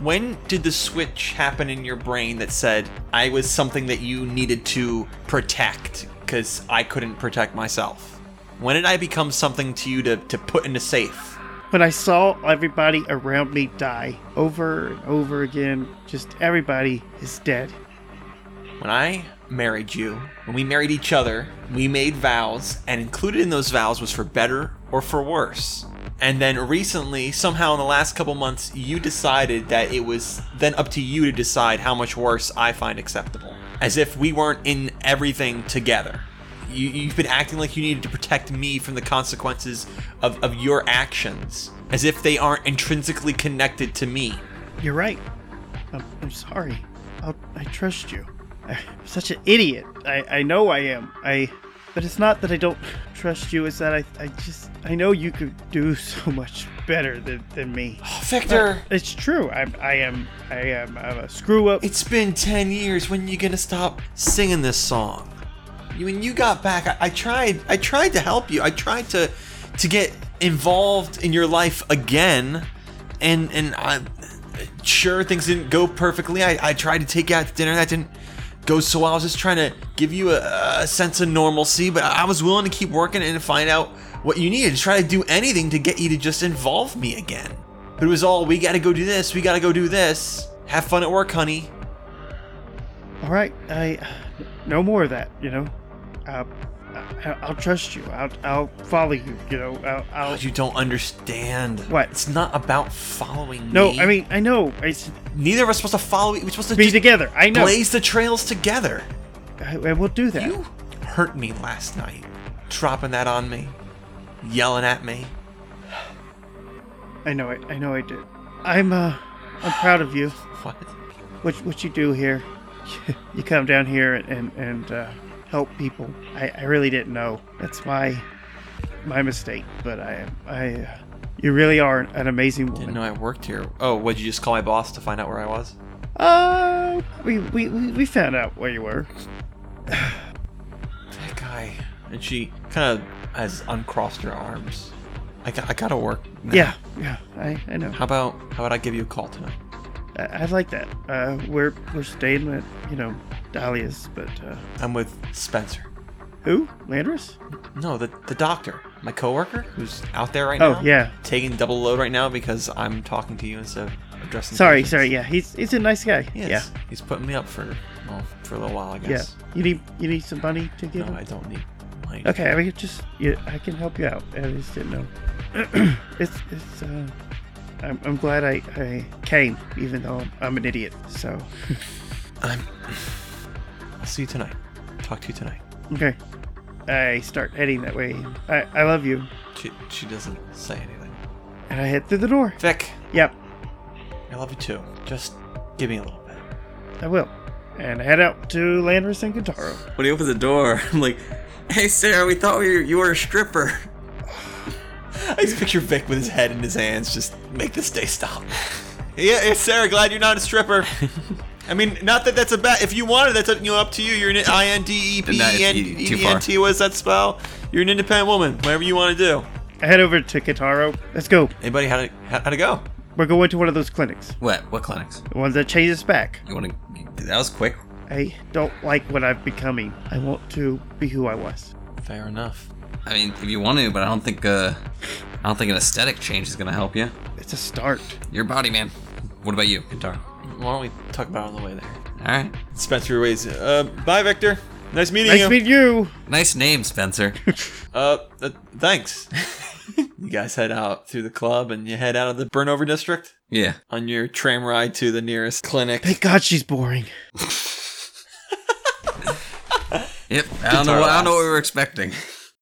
When did the switch happen in your brain that said I was something that you needed to protect because I couldn't protect myself? When did I become something to you to, to put in a safe? When I saw everybody around me die over and over again, just everybody is dead. When I married you, when we married each other, we made vows, and included in those vows was for better or for worse. And then recently, somehow in the last couple months, you decided that it was then up to you to decide how much worse I find acceptable. As if we weren't in everything together. You, you've been acting like you needed to protect me from the consequences of, of your actions, as if they aren't intrinsically connected to me. You're right. I'm, I'm sorry. I'll, I trust you. I'm such an idiot. I, I know I am. I, but it's not that I don't trust you. It's that I, I just I know you could do so much better than, than me. Victor! It's true. I'm I am I am I'm a screw up. It's been 10 years. When you gonna stop singing this song? You- When you got back, I, I tried. I tried to help you. I tried to to get involved in your life again, and and I, sure things didn't go perfectly. I, I tried to take you out to dinner. That didn't go so well. I was just trying to give you a, a sense of normalcy, but I I was willing to keep working and find out what you needed. Try to do anything to get you to just involve me again. But it was all we got to go do this. We got to go do this. Have fun at work, honey. All right. I no more of that. You know. Uh, I, I'll trust you. I'll I'll follow you. You know. I'll, I'll God, you don't understand. What? It's not about following no. me. I mean I know. It's neither of us supposed to follow. We're supposed to be just together. I know. blaze the trails together. I, I will do that. You hurt me last night, dropping that on me, yelling at me. I know it. I know I did. I'm uh, I'm proud of you. What? What what you do here? You come down here and and uh, help people. I, I really didn't know. That's my my mistake. But I I uh, you really are an amazing Didn't woman. know I worked here. Oh, would you just call my boss to find out where I was? Uh, we, we we we found out where you were. That guy. And she kind of has uncrossed her arms. I, got, I gotta work. now. Yeah yeah. I I know. How about how about I give you a call tonight? I, I like that. Uh, we're we're staying with you know Dahlia's, but uh, I'm with Spencer. who Landris? No, the, the doctor, my coworker, who's out there right Oh, now. yeah. Taking double load right now because I'm talking to you instead of addressing. Sorry patients. sorry. Yeah, he's he's a nice guy. Yes. Yeah. He's putting me up for well for a little while, I guess. Yeah. You need you need some money to give No, him. I don't need. Money. Okay, I mean, just yeah, I can help you out. I just didn't know. it's it's. Uh, I'm, I'm glad I, I came, even though I'm, I'm an idiot. So I'm. I'll see you tonight. Talk to you tonight. okay, I start heading that way. I I love you, She she doesn't say anything. and I head through the door. Vic, Yep, I love you too. Just give me a little bit. I will, and I head out to Landris and Kentaro. When he opens the door, I'm like, "Hey, Sarah, we thought we were, you were a stripper." I just picture Vic with his head in his hands, just make this day stop. yeah, yeah, Sarah, glad you're not a stripper. I mean, not that that's a bad. If you wanted, that's up, you know, up to you. You're an I N D E P No, E N you- E too far. N T. What's that spell? You're an independent woman. Whatever you want to do. I head over to Kentaro. Let's go. Anybody how to how, how to go? We're going to one of those clinics, What? What clinics? the ones that change us back. You want to? That was quick. I don't like what I'm becoming. I want to be who I was. Fair enough. I mean, if you want to, but I don't think uh, I don't think an aesthetic change is gonna help you. It's a start. Your body, man. What about you, Kintar? Why don't we talk about it on the way there? All right. Spencer ways. Uh, bye, Victor. Nice meeting Nice you. to meet you. Nice name, Spencer. uh, uh, thanks. you guys head out through the club and you head out of the burnover district yeah. on your tram ride to the nearest clinic. Thank God she's boring. Yep. I don't know. What, I don't know what we were expecting.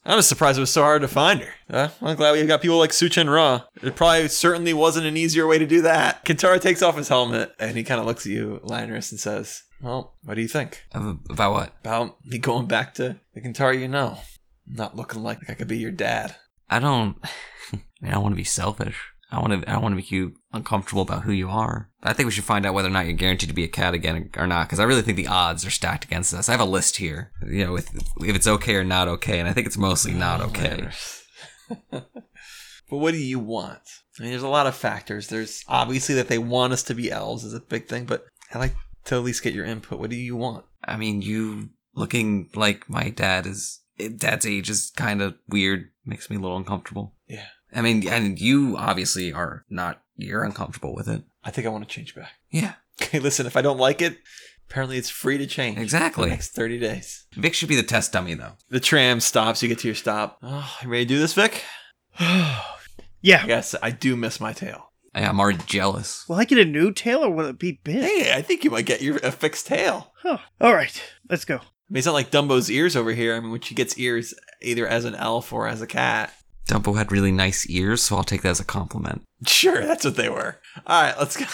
I'm just surprised it was so hard to find her. Uh, I'm glad we've got people like Suchen Ra. It probably certainly wasn't an easier way to do that. Kintaro takes off his helmet and he kind of looks at you, Lanris, and says, Well, what do you think? Ab- About what? About me going back to the Kintaro you know? Not looking like I could be your dad. I don't. I, mean, I want to be selfish. I want to. I want to make you uncomfortable about who you are. I think we should find out whether or not you're guaranteed to be a cat again or not, because I really think the odds are stacked against us. I have a list here, you know, with if it's okay or not okay, and I think it's mostly not okay. Lanris. but what do you want? I mean, there's a lot of factors. There's obviously that they want us to be elves is a big thing, but I like to at least get your input. What do you want? I mean, you looking like my dad is dad's age is kind of weird. Makes me a little uncomfortable. Yeah. I mean, and you obviously are not. You're uncomfortable with it. I think I want to change back. Yeah. Okay, listen, if I don't like it, apparently it's free to change. Exactly. The next 30 days. Vic should be the test dummy though. The tram stops, you get to your stop. Oh, you ready to do this, Vic? Yeah. yes, I do miss my tail. Yeah, I'm already jealous. Will I get a new tail or will it be big? Hey, I think you might get your a fixed tail. Huh. All right. Let's go. I mean, it's not like Dumbo's ears over here. I mean, when she gets ears either as an elf or as a cat. Dumbo had really nice ears, so I'll take that as a compliment. Sure, that's what they were. All right, let's go.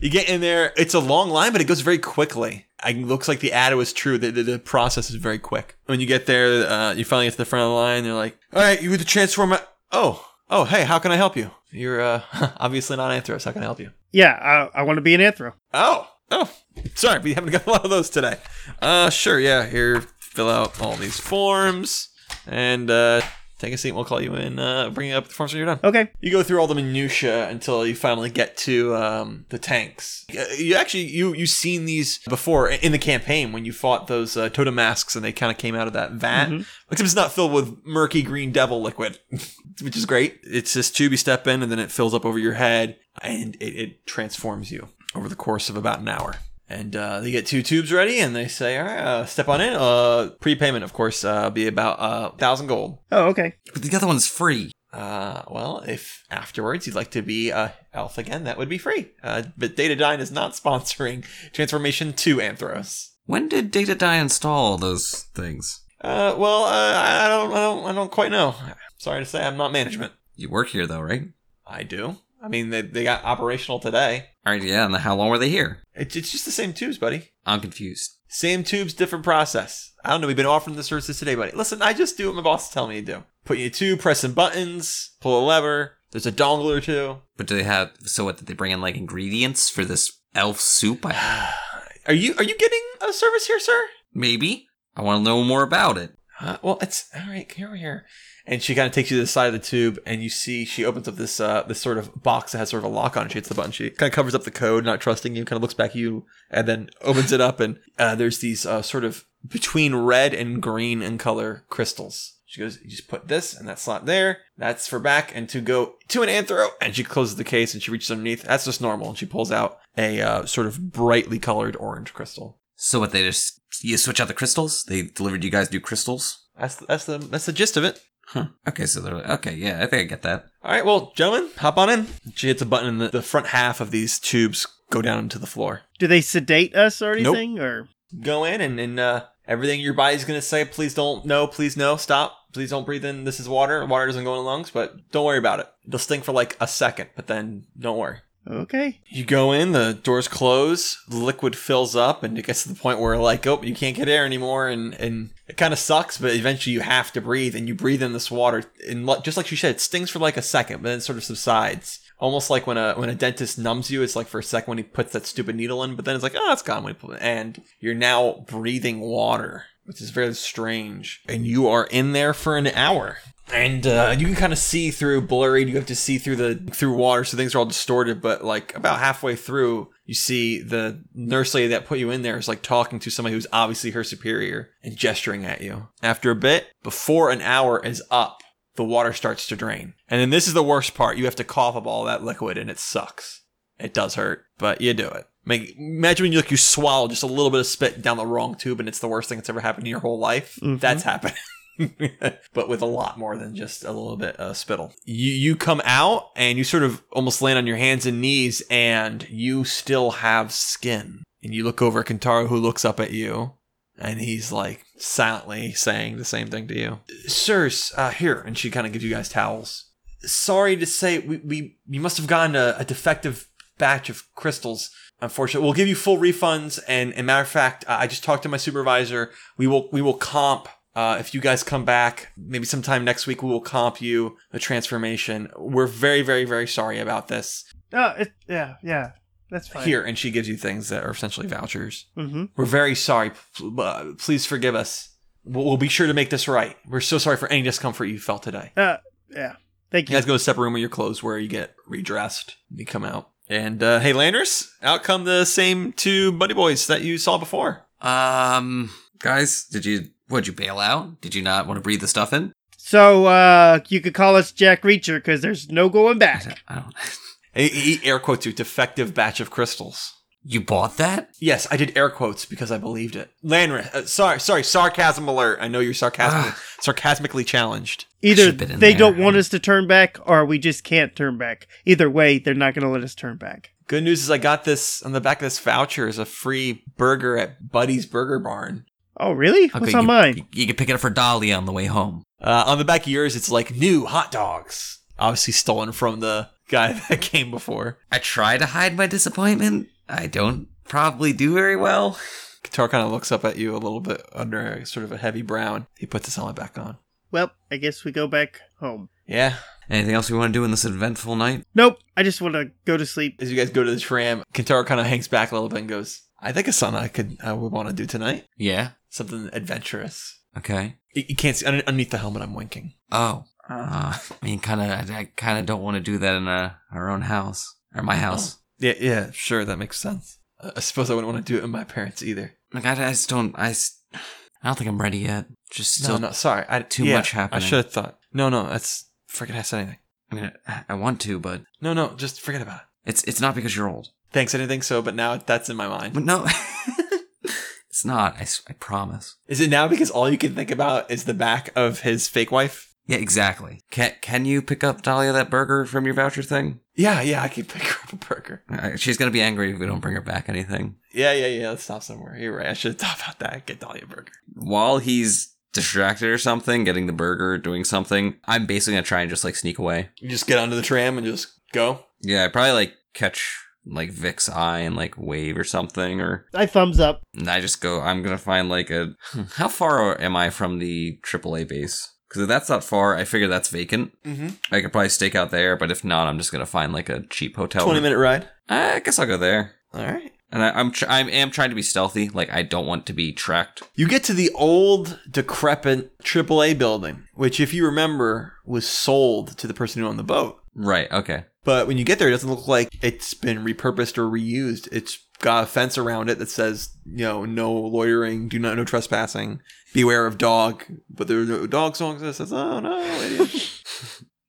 You get in there. It's a long line, but it goes very quickly. It looks like the ad was true. The, the, the process is very quick. When you get there, uh, you finally get to the front of the line. They're like, "All right, you with the transform." Oh, oh, hey, how can I help you? You're uh, obviously not Anthros. How can I help you? Yeah, I, I want to be an anthro. Oh, oh, sorry, we haven't got a lot of those today. Uh, sure, yeah. Here, fill out all these forms and uh, take a seat. We'll call you in. Uh, bring up the forms when you're done. Okay. You go through all the minutia until you finally get to um, the tanks. Uh, You actually you you seen these before i- in the campaign when you fought those uh, totem masks and they kind of came out of that vat. Except it's not filled with murky green devil liquid, which is great. It's just tube you step in and then it fills up over your head and it, it transforms you over the course of about an hour. And uh, they get two tubes ready and they say, "All right, uh, step on in." Uh, prepayment, of course, uh, be about a uh, thousand gold. Oh, okay. But the other one's free. Uh, well, if afterwards you'd like to be a elf again, that would be free. Uh, but Datadyne is not sponsoring transformation to Anthros. When did Data Die install those things? Uh, well, uh, I I don't, I don't, I don't quite know. Sorry to say, I'm not management. You work here though, right? I do. I mean, they they got operational today. All right, yeah. And how long were they here? It's it's just the same tubes, buddy. I'm confused. Same tubes, different process. I don't know. We've been offering the services today, buddy. Listen, I just do what my boss is telling me to do. Put you two, press some buttons, pull a lever. There's a dongle or two. But do they have? So what? Did they bring in like ingredients for this elf soup? I, Are you are you getting a service here, sir? maybe. I want to know more about it. Uh, well, it's all right. Come over here. And she kind of takes you to the side of the tube, and you see she opens up this uh, this sort of box that has sort of a lock on it. She hits the button. She kind of covers up the code, not trusting you. Kind of looks back at you, and then opens it up, and uh, there's these uh, sort of between red and green in color crystals. She goes, "You just put this and that slot there. That's for back and to go to an anthro." And she closes the case, and she reaches underneath. That's just normal, and she pulls out a uh, sort of brightly colored orange crystal. So what? They just you switch out the crystals. They delivered you guys new crystals. That's that's the that's the gist of it. Huh. Okay, so they're okay. Yeah, I think I get that. All right, well, gentlemen, hop on in. She hits a button, and the, the front half of these tubes go down into the floor. Do they sedate us or Nope. anything? Or Go in, and, and uh, everything your body's going to say, please don't, no, please no, stop, please don't breathe in. This is water. Water doesn't go in the lungs, but don't worry about it. It'll sting for like a second, but then don't worry. okay. You go in, the doors close, the liquid fills up, and it gets to the point where like, oh, you can't get air anymore, and and it kind of sucks, but eventually you have to breathe, and you breathe in this water, and lo- just like she said, it stings for like a second, but then it sort of subsides, almost like when a when a dentist numbs you, it's like for a second when he puts that stupid needle in, but then it's like, oh, it's gone, when he put it- and you're now breathing water, which is very strange, and you are in there for an hour. and uh, you can kind of see through blurry. You have to see through the through water, so things are all distorted. But like about halfway through, you see the nurse lady that put you in there is like talking to somebody who's obviously her superior and gesturing at you. After a bit, before an hour is up, the water starts to drain, and then this is the worst part. You have to cough up all that liquid, and it sucks. It does hurt, but you do it. Make, imagine when you look, you swallow just a little bit of spit down the wrong tube, and it's the worst thing that's ever happened in your whole life. Mhm. That's happened. but with a lot more than just a little bit of spittle. You you come out and you sort of almost land on your hands and knees and you still have skin. And you look over at Kentaro who looks up at you and he's like silently saying the same thing to you. Sirs, uh, here. And she kind of gives you guys towels. Sorry to say, we, we you must have gotten a, a defective batch of crystals. Unfortunately, we'll give you full refunds. And, and matter of fact, I I just talked to my supervisor. We will we will comp uh, if you guys come back, maybe sometime next week, we will comp you a transformation. We're very, very, very sorry about this. Oh, it, yeah, yeah. That's fine. Here, and she gives you things that are essentially vouchers. Mm-hmm. We're very sorry. P- uh, Please forgive us. We'll, we'll be sure to make this right. We're so sorry for any discomfort you felt today. Yeah. Thank You you. guys go to a separate room where your clothes where you get redressed. You come out. And uh, hey, Landris, out come the same two buddy boys that you saw before. Um, guys, did you? What'd you bail out? Did you not want to breathe the stuff in? So uh, you could call us Jack Reacher because there's no going back. I don't. He, he e, air quotes you, defective batch of crystals. You bought that? Yes, I did air quotes because I believed it. Lanra, uh, sorry, sorry, sarcasm alert. I know you're sarcasm, Ah. sarcasmically challenged. Either Ship it in they there, don't want right? us to turn back, or we just can't turn back. Either way, they're not going to let us turn back. Good news is I got this on the back of this voucher is a free burger at Buddy's Burger Barn. Oh, really? What's you, on mine? You, you can pick it up for Dahlia on the way home. Uh, on the back of yours, it's like new hot dogs, obviously stolen from the guy that came before. I try to hide my disappointment. I don't probably do very well. Guitar kind of looks up at you a little bit under a, sort of a heavy brown. He puts his helmet back on. Well, I guess we go back home. Yeah, Anything else we want to do in this eventful night? Nope. I just want to go to sleep. as you guys go to the tram, Kentaro kind of hangs back a little bit and goes, "I think it's something I could I would want to do tonight. Yeah. Something adventurous." Okay. You you can't see un- underneath the helmet. I'm winking. Oh, Uh, uh, I mean, kind of. I, I kind of don't want to do that in uh our own house or Oh. my house. Yeah, yeah, sure, that makes sense. I I suppose I wouldn't want to do it in my parents either. Like I, I just don't. I, s- I don't think I'm ready yet. Just no, still. no, sorry, I, too yeah, much happening. I should have thought. No, no, that's forget I said anything. I mean, I, I want to, but No, no, just forget about it. it's it's not because you're old. Thanks, I didn't think so, but now that's in my mind. But no, it's not. I, s- I promise. Is it now because all you can think about is the back of his fake wife? Yeah, exactly. Can can you pick up Dahlia that burger from your voucher thing? Yeah, yeah, I can pick her up a burger. Uh, She's gonna be angry if we don't bring her back anything. Yeah, yeah, yeah, let's stop somewhere. You're right, I should have thought about that. Get Dahlia a burger. While he's distracted or something, getting the burger, doing something, I'm basically gonna try and just like sneak away. You just get onto the tram and just go. Yeah, I probably like catch like Vic's eye and like wave or something, or I thumbs up. and I just go. I'm gonna find like a. hmm, How far am I from the AAA base? Because if that's not far, I figure that's vacant. Mm-hmm. I could probably stake out there, but if not, I'm just gonna find like a cheap hotel. 20 minute ride. I guess I'll go there. All right. And I, I'm tr- I'm am trying to be stealthy. Like I don't want to be tracked. You get to the old, decrepit AAA building, which, if you remember, was sold to the person who owned the boat. Right. Okay. But when you get there, it doesn't look like it's been repurposed or reused. It's got a fence around it that says, you know, no loitering, do not, no trespassing, beware of dog. But there are no dog songs that says, oh no. idiot."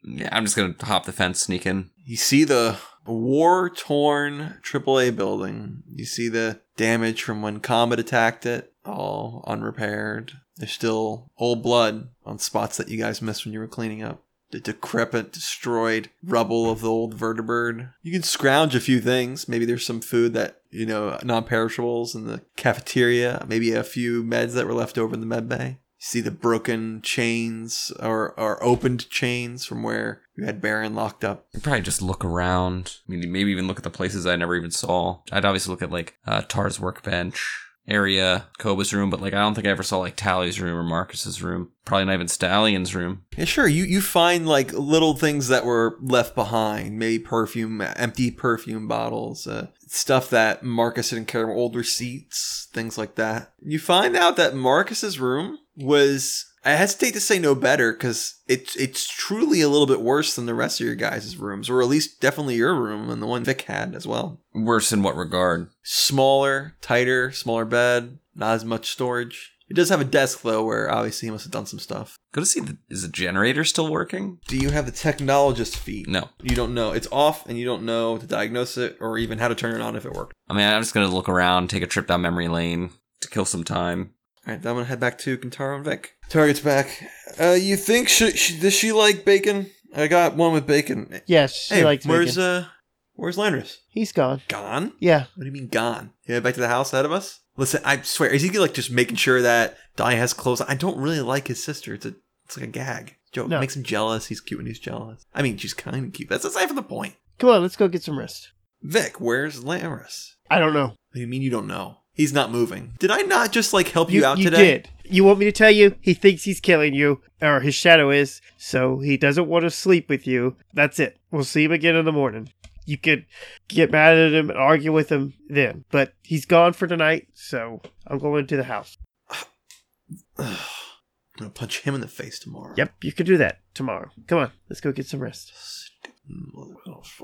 Yeah, I'm just gonna hop the fence, sneak in. you see the war torn AAA building. You see the damage from when Comet attacked it, all unrepaired. There's still old blood on spots that you guys missed when you were cleaning up. The decrepit, destroyed rubble of the old vertebrate. You can scrounge a few things. Maybe there's some food that, you know, non perishables in the cafeteria. Maybe a few meds that were left over in the med bay. You see the broken chains or, or opened chains from where you had Baron locked up. I'd probably just look around. I mean, maybe even look at the places I never even saw. I'd obviously look at like uh, Tar's workbench area, Koba's room, but like I don't think I ever saw like Tally's room or Marcus's room. Probably not even Stallion's room. Yeah, sure. You you find like little things that were left behind, maybe perfume, empty perfume bottles, uh, stuff that Marcus didn't care, old receipts, things like that. You find out that Marcus's room was I hesitate to say no better because it's it's truly a little bit worse than the rest of your guys' rooms, or at least definitely your room and the one Vic had as well. Worse in what regard? Smaller, tighter, smaller bed, not as much storage. It does have a desk though, where obviously he must have done some stuff. Go to see. The, is the generator still working? Do you have the technologist feed? No. You don't know. It's off, and you don't know to diagnose it or even how to turn it on if it worked. I mean, I'm just gonna look around, take a trip down memory lane to kill some time. All right, then I'm gonna head back to Kintaro and Vic. Target's back. Uh, you think she, she does she like bacon? I got one with bacon. Yes, she hey, likes where's bacon. uh, where's Landris? He's gone. Gone? Yeah. What do you mean gone? He went back to the house ahead of us? Listen, I swear, is he like just making sure that Di has clothes? I don't really like his sister. It's a, it's like a gag joke. No. It makes him jealous. He's cute when he's jealous. I mean, she's kind of cute. That's aside from the point. Come on, let's go get some rest. Vic, where's Landris? I don't know. What do you mean you don't know? He's not moving. Did I not just like help you, out you today? did. You want me to tell you? He thinks he's killing you, or his shadow is, so he doesn't want to sleep with you. That's it. We'll see him again in the morning. You could get mad at him and argue with him then, but he's gone for tonight, so I'm going to the house. Ugh. I'm gonna punch him in the face tomorrow. Yep, you can do that tomorrow. Come on, let's go get some rest. And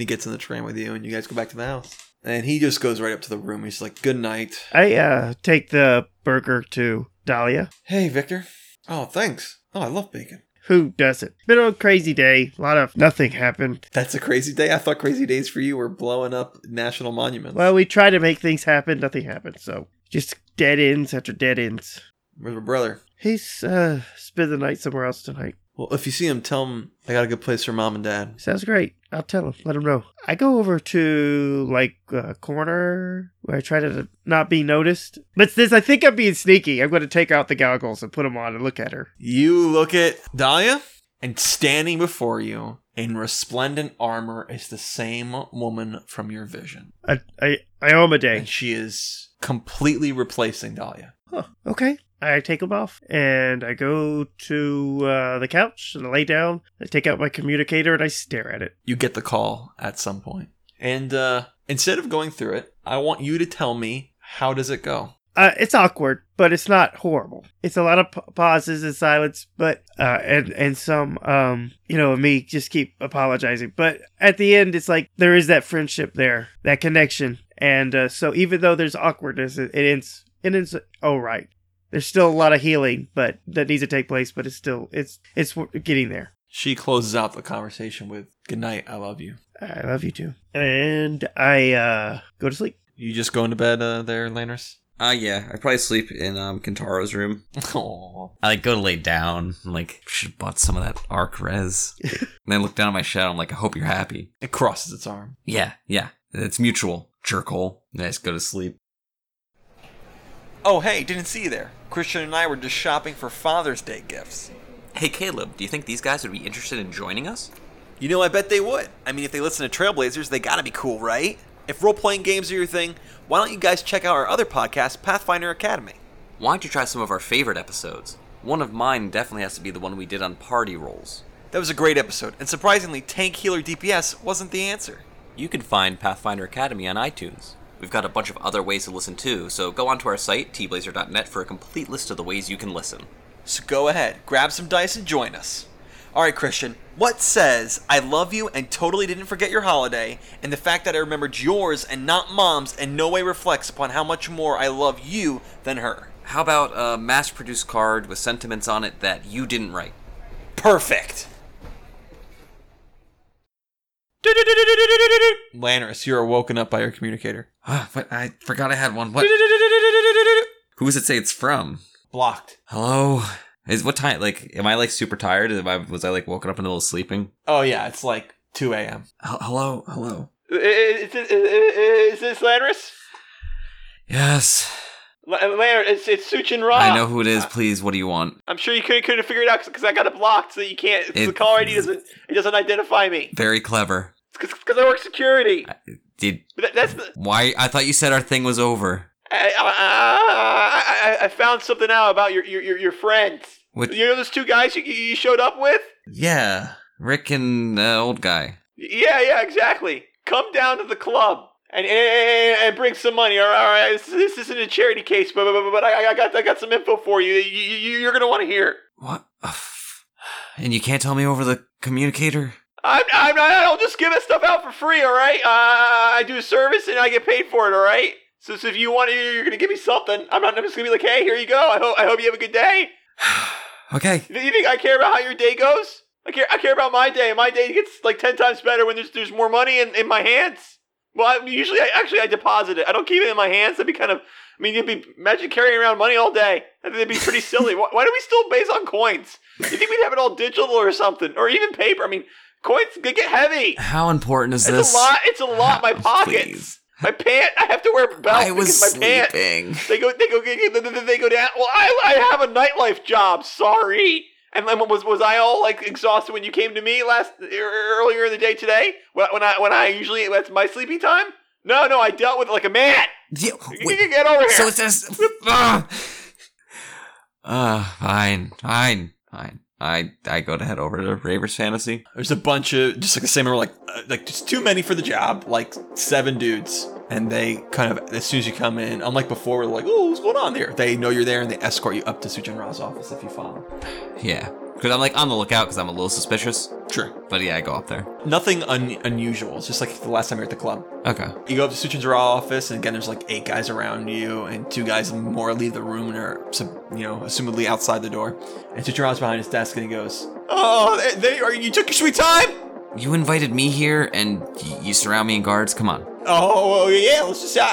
he gets in the train with you, and you guys go back to the house. And he just goes right up to the room. He's like, "Good night." I uh take the burger to Dahlia. Hey, Victor. Oh, thanks. Oh, I love bacon. Who doesn't? Been a crazy day. A lot of nothing happened. That's a crazy day. I thought crazy days for you were blowing up national monuments. Well, we try to make things happen. Nothing happened. So just dead ends after dead ends. Where's my brother? He's uh spend the night somewhere else tonight. Well, if you see him, tell him I got a good place for mom and dad. Sounds great. I'll tell him. Let him know. I go over to like a corner where I try to not be noticed. But since I think I'm being sneaky, I'm going to take out the goggles and put them on and look at her. You look at Dahlia, and standing before you in resplendent armor is the same woman from your vision. I I, I owe him a day. And she is completely replacing Dahlia. Huh. Okay. I take them off and I go to uh, the couch and I lay down. I take out my communicator and I stare at it. you get the call at some point. And uh, instead of going through it, I want you to tell me how does it go. Uh, it's awkward, but it's not horrible. It's a lot of pa- pauses and silence, but uh, and and some um you know me just keep apologizing, but at the end it's like there is that friendship there, that connection, and uh, so even though there's awkwardness, it, it ends it ends oh right. There's still a lot of healing, but that needs to take place. But it's still it's it's w- getting there. She closes out the conversation with "Good night, I love you." I love you too, and I uh go to sleep. You just going to bed uh, there, Lanners? Ah, yeah. I probably sleep in um Kintaro's room. Oh, I like go to lay down. I'm like, should have bought some of that arc res. and then I look down at my shadow. I'm like, I hope you're happy. it crosses its arm. Yeah, yeah. It's mutual. Jerkhole. And I just go to sleep. Oh, hey, didn't see you there. Christian and I were just shopping for Father's Day gifts. Hey, Caleb, do you think these guys would be interested in joining us? You know, I bet they would. I mean, if they listen to Trailblazers, they gotta be cool, right? If role playing games are your thing, why don't you guys check out our other podcast, Pathfinder Academy? Why don't you try some of our favorite episodes? One of mine definitely has to be the one we did on party rolls. That was a great episode, and surprisingly, Tank Healer DPS wasn't the answer. You can find Pathfinder Academy on iTunes. We've got a bunch of other ways to listen too, so go onto our site, tblazer.net, for a complete list of the ways you can listen. So go ahead, grab some dice and join us. All right, Christian, what says I love you and totally didn't forget your holiday, and the fact that I remembered yours and not mom's in no way reflects upon how much more I love you than her? How about a mass produced card with sentiments on it that you didn't write? Perfect! Lanaris, you are woken up by your communicator. Ah, but I forgot I had one. What? Who does it say it's from? Blocked. Hello? Is what time? Like, am I like super tired? Am I, was I like woken up in the middle of sleeping? Oh, yeah, it's like 2 a.m. Hel- hello, hello. Is this, is this Landris? Yes, Landris, it's, it's Suchin Ra. I know who it is. Please, what do you want? I'm sure you couldn't, couldn't figure it out because I got it blocked, so you can't. It- the caller ID doesn't it doesn't identify me. Very clever. Because I work security. Did But that- that's the, why? I thought you said our thing was over. I, I, I, I found something out about your your your, your friends. What? You know those two guys you, you showed up with? Yeah, Rick and uh, old guy. Yeah, yeah, exactly. Come down to the club and, and, and bring some money. All right, all right. This, this isn't a charity case, but but, but I, I got I got some info for you. that you, you you're gonna want to hear. What? a f- And you can't tell me over the communicator? I'm, I'm not, I don't just give that stuff out for free. All right, uh, I do a service and I get paid for it. All right. So, so if you want, it, you're gonna give me something. I'm not. I'm just gonna be like, hey, here you go. I hope I hope you have a good day. Okay. You think I care about how your day goes? I care. I care about my day. My day gets like ten times better when there's there's more money in, in my hands. Well, I, usually I actually I deposit it. I don't keep it in my hands. That'd be kind of. I mean, it'd be imagine carrying around money all day. I think that'd be pretty silly. Why, why do we still base on coins? You think we'd have it all digital or something, or even paper? I mean, coins they get heavy. How important is It's this? a lot. It's a lot. My pockets. Please. My pant. I have to wear a belt I was because my pants. sleeping. They go, they go, they go, they go down. Well, I, I have a nightlife job. Sorry. And then was was I all like exhausted when you came to me last er, earlier in the day today? When when I when I usually that's my sleepy time. No, no, I dealt with it like a man. Yeah, You wait, can get over here. so it says. Ah, uh, fine, fine, fine. I I go to head over to Raver's Fantasy. There's a bunch of just like the same. We're like uh, like just too many for the job. Like seven dudes, and they kind of as soon as you come in, unlike before, we're like, oh, what's going on there? They know you're there, and they escort you up to Sujin Ra's office if you follow. Yeah, because I'm like on the lookout because I'm a little suspicious. Sure. But yeah, I go up there. Nothing un- unusual. It's just like the last time you're at the club. Okay. You go up to Suchin's raw office, and again, there's like eight guys around you, and two guys more leave the room and are, sub- you know, assumedly outside the door. And Suchin Ra's behind his desk, and he goes, "Oh, they, they are. You took your sweet time. You invited me here, and y- you surround me in guards. Come on. Oh yeah, let's just. I,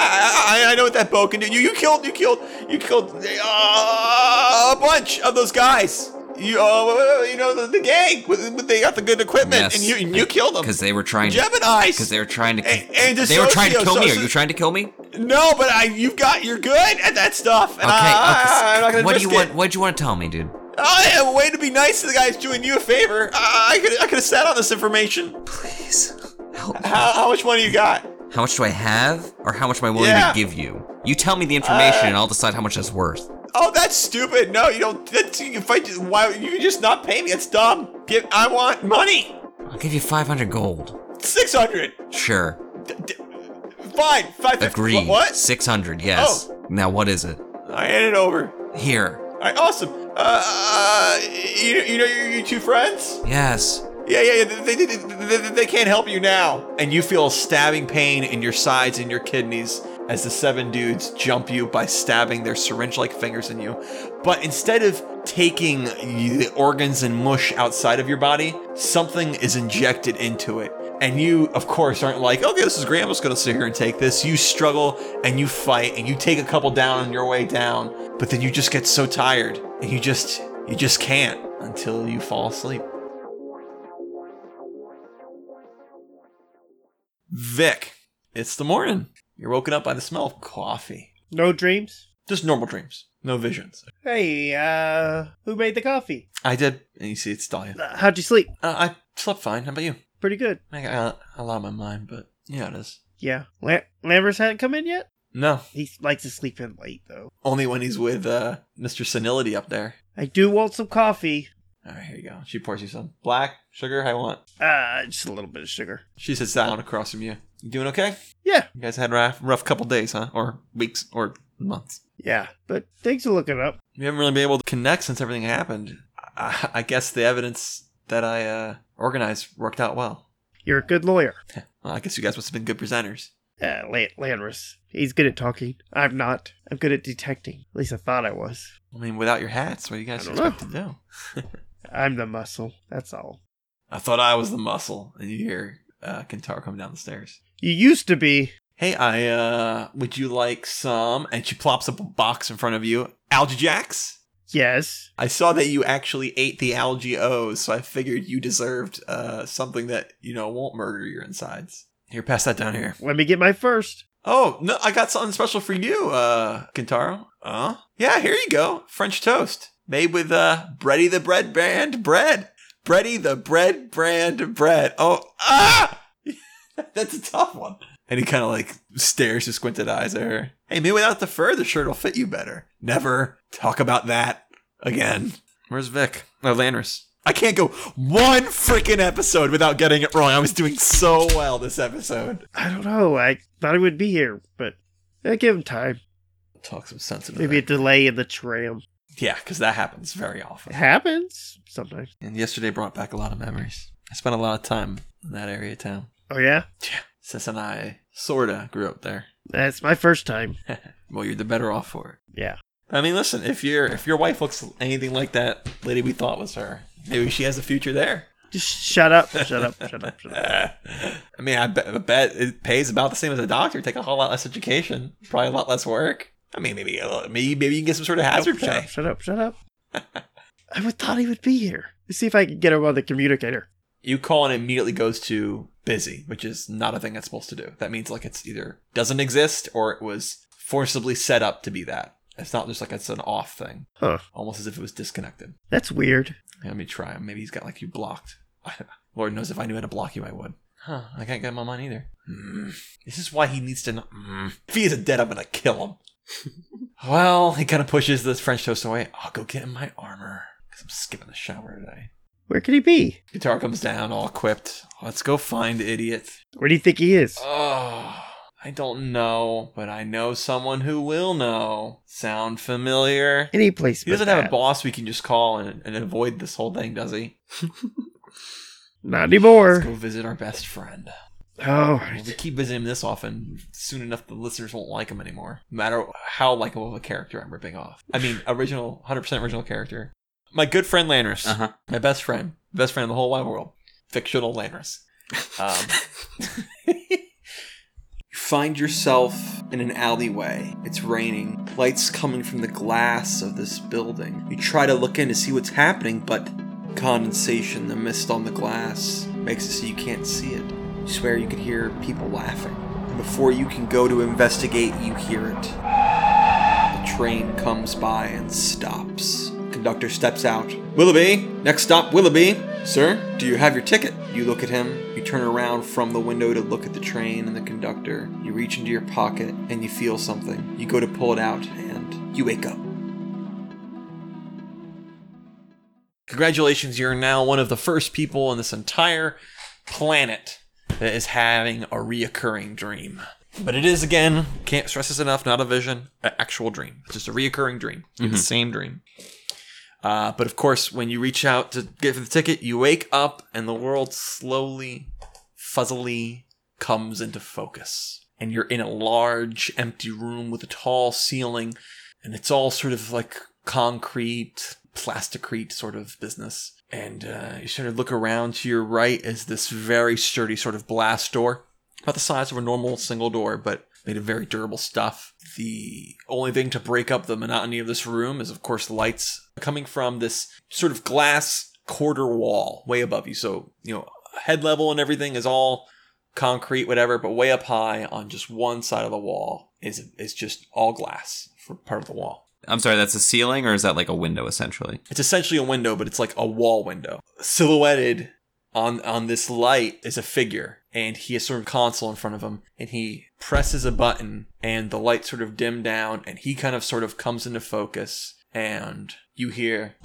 I, I know what that bow can do. You, you killed. You killed. You killed uh, a bunch of those guys. You, uh, you know, the, the gang. with- They got the good equipment, Yes, and you, and you killed them. Because they were trying. to... Gemini's. Because they were trying to. And- Um, and they were trying to socio- kill me. Are soci- you trying to kill me? No, but I, you've got, you're good at that stuff. And Okay. I, I, am not okay. gonna What do risk you it. want? What do you want to tell me, dude? Oh, yeah, way to be nice to the guys doing you a favor. I I could, I could have sat on this information. Please help. me. How, how much money you got? How much do I have, or how much am I willing Yeah. Uh, to give you? You tell me the information, and I'll decide how much that's worth. Oh, that's stupid. No, you don't. That's, you fight. Why you can just not pay me? That's dumb. Give, I want money. I'll give you 500 gold. Six hundred. Sure. Fine. Five fifty. Agreed. What? Oh. 600, yes. Now, what is it? I hand it over. Here. All right, awesome. Uh, uh you, you know your, your two friends? Yes. Yeah, yeah, yeah. They, they, they, they, they can't help you now. And you feel a stabbing pain in your sides and your kidneys as the seven dudes jump you by stabbing their syringe like fingers in you. But instead of taking you- the organs and mush outside of your body, something is injected into it. And you, of course, aren't like, okay, this is great. I'm just going to sit here and take this. You struggle and you fight and you take a couple down on your way down. But then you just get so tired and you just, you just can't until you fall asleep. Vic, it's the morning. You're woken up by the smell of coffee. No dreams. Just normal dreams, no visions. Hey, uh, who made the coffee? I did, and you see it's Dahlia. Uh, how'd you sleep? Uh, I slept fine. How about you? Pretty good. I got a lot on my mind, but yeah, it is. Yeah. La- Lambers hadn't come in yet? No, He likes to sleep in late, though. only when he's with uh, Mr. Senility up there. I do want some coffee. All right, here you go. She pours you some black sugar. I want. Uh, just a little bit of sugar. She sits down across from you. You doing okay? Yeah. You guys had a rough, rough couple days, huh? Or weeks, or months. Yeah. But things are looking up. We haven't really been able to connect since everything happened. I, I guess the evidence that I uh, organized worked out well. You're a good lawyer. Well, I guess you guys must have been good presenters. Uh, Lan- Landris. He's good at talking. I'm not. I'm good at detecting. At least I thought I was. I mean, without your hats, what do you guys I don't expect to do? I'm the muscle. That's all. I thought I was the muscle, and you hear uh, Kintar come down the stairs. You used to be. Hey, I uh, would you like some? And she plops up a box in front of you. Algae Jacks. Yes. I saw that you actually ate the algae O's, so I figured you deserved uh, something that you know won't murder your insides. Here, pass that down here. Let me get my first. Oh, no, I got something special for you, uh, Kentaro. Uh, yeah, here you go. French toast. Made with, uh, Bready the Bread Brand bread. Bready the Bread Brand bread. Oh, ah! That's a tough one. And he kind of like stares his squinted eyes at her. Hey, maybe without the fur, the shirt will fit you better. Never talk about that again. Where's Vic? Oh, Landris. I can't go one freaking episode without getting it wrong. I was doing so well this episode. I don't know. I thought I would be here, but I give him time. Talk some sense into Maybe a that. delay in the tram. Yeah, because that happens very often. It happens sometimes. And yesterday brought back a lot of memories. I spent a lot of time in that area of town. Oh yeah, Yeah. Sis and I sorta grew up there. that's my first time. Well, you're the better off for it. Yeah. I mean, listen, if your if your wife looks anything like that lady we thought was her, maybe she has a future there. Just shut up, shut up, shut up, shut up. I mean, I bet, I bet it pays about the same as a doctor. Take a whole lot less education, probably a lot less work. I mean, maybe a little- maybe maybe you can get some sort of hazard shut up, pay. shut up, shut up. I would thought he would be here. Let's see if I can get him on the communicator. You call and it immediately goes to busy, which is not a thing that's supposed to do. That means like it's either doesn't exist or it was forcibly set up to be that. It's not just like it's an off thing, Huh. almost as if it was disconnected. That's weird. Yeah, Let me try him. Maybe he's got like you blocked. Lord knows if I knew how to block you, I would. Huh? I can't get him on mine either. Hmm. This is why he needs to. Not, Hmm. If he isn't dead, I'm gonna kill him. well, he kind of pushes the French toast away. I'll go get in my armor because I'm skipping the shower today. Where could he be? Guitar comes down, all equipped. Let's go find idiot. Where do you think he is? Oh, I don't know, but I know someone who will know. Sound familiar? Any place. He but doesn't have a that. boss we can just call and, and avoid this whole thing, does he? Not anymore. Oh, Let's go visit our best friend. All If we right. keep visiting him this often, soon enough the listeners won't like him anymore. No matter how likable of a character I'm ripping off. I mean, original, 100% original character. My good friend Lanris. Uh huh. My best friend. Best friend in the whole wide world. Fictional Lanris. Um, you find yourself in an alleyway. It's raining. Lights coming from the glass of this building. You try to look in to see what's happening, but condensation, the mist on the glass, makes it so you can't see it. You swear you could hear people laughing. And before you can go to investigate, you hear it. The train comes by and stops. Conductor steps out. Willoughby, next stop, Willoughby. Sir, do you have your ticket? You look at him. You turn around from the window to look at the train and the conductor. You reach into your pocket and you feel something. You go to pull it out and you wake up. Congratulations, you're now one of the first people on this entire planet that is having a reoccurring dream. But it is again, can't stress this enough, not a vision, an actual dream. It's just a reoccurring dream. You have The same dream. Uh, but of course, when you reach out to get for the ticket, you wake up and the world slowly, fuzzily comes into focus. And you're in a large, empty room with a tall ceiling, and it's all sort of like concrete, plasticrete sort of business. And uh, you sort of look around to your right as this very sturdy sort of blast door about the size of a normal single door, but made of very durable stuff. The only thing to break up the monotony of this room is, of course, lights coming from this sort of glass quarter wall way above you. So, you know, head level and everything is all concrete, whatever, but way up high on just one side of the wall is, is just all glass for part of the wall. I'm sorry. That's a ceiling, or is that like a window essentially? It's essentially a window, but it's like a wall window. Silhouetted on on this light is a figure, and he has sort of console in front of him, and he presses a button, and the lights sort of dim down, and he kind of sort of comes into focus, and you hear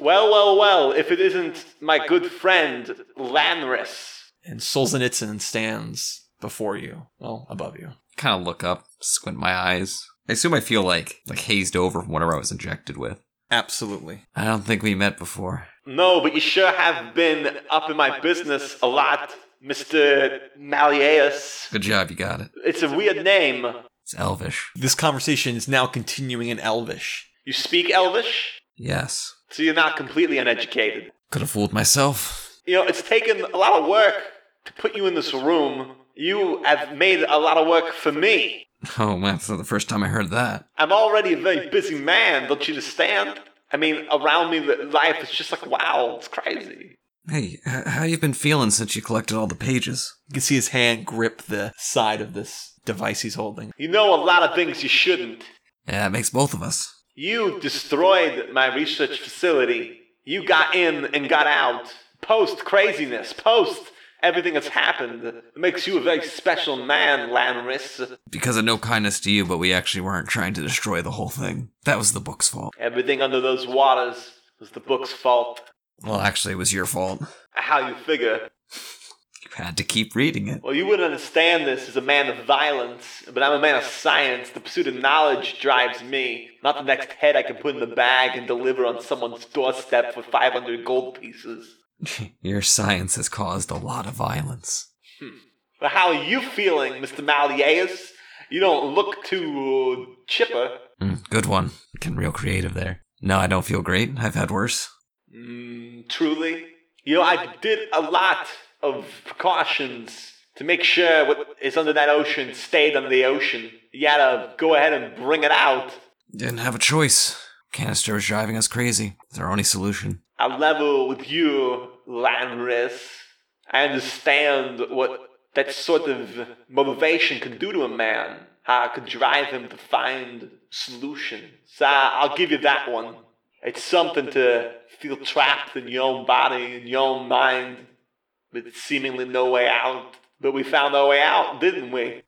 Well, well, well, if it isn't my good friend, Lanris. and Solzhenitsyn stands before you, well above you. Kind of look up, squint my eyes. I assume I feel like like hazed over from whatever I was injected with. Absolutely. I don't think we met before. No, but you sure have been up in my business a lot, Mr. Malleus. Good job, you got it. It's a weird name. It's Elvish. This conversation is now continuing in Elvish. You speak Elvish, Yes. so you're not completely uneducated. Could have fooled myself. You know, it's taken a lot of work to put you in this room. You have made a lot of work for me. Oh man, that's not the first time I heard that. I'm already a very busy man, don't you understand? I mean, around me, the life is just like, wow, it's crazy. Hey, h- how you been feeling since you collected all the pages? You can see his hand grip the side of this device he's holding. You know a lot of things you shouldn't. Yeah, it makes both of us. You destroyed my research facility. You got in and got out. Post craziness, post everything that's happened. It makes you a very special man, Lanris. Because of no kindness to you, but we actually weren't trying to destroy the whole thing. That was the book's fault. Everything under those waters was the book's fault. Well, actually, it was your fault. How you figure? You had to keep reading it. Well, you wouldn't understand this as a man of violence, but I'm a man of science. The pursuit of knowledge drives me, not the next head I can put in the bag and deliver on someone's doorstep for 500 gold pieces. Your science has caused a lot of violence. But how are you feeling, Mr. Malleus? You don't look too uh, chipper. Mm, good one. Getting real creative there. No, I don't feel great. I've had worse. Mm, truly. You know, I did a lot of precautions to make sure what is under that ocean stayed under the ocean. You gotta go ahead and bring it out. Didn't have a choice. Canister was driving us crazy. It's our only solution. I level with you, Lanris. I understand what that sort of motivation can do to a man, how it could drive him to find solutions. So I- I'll give you that one. It's something to feel trapped in your own body, in your own mind, with seemingly no way out. But we found our way out, didn't we?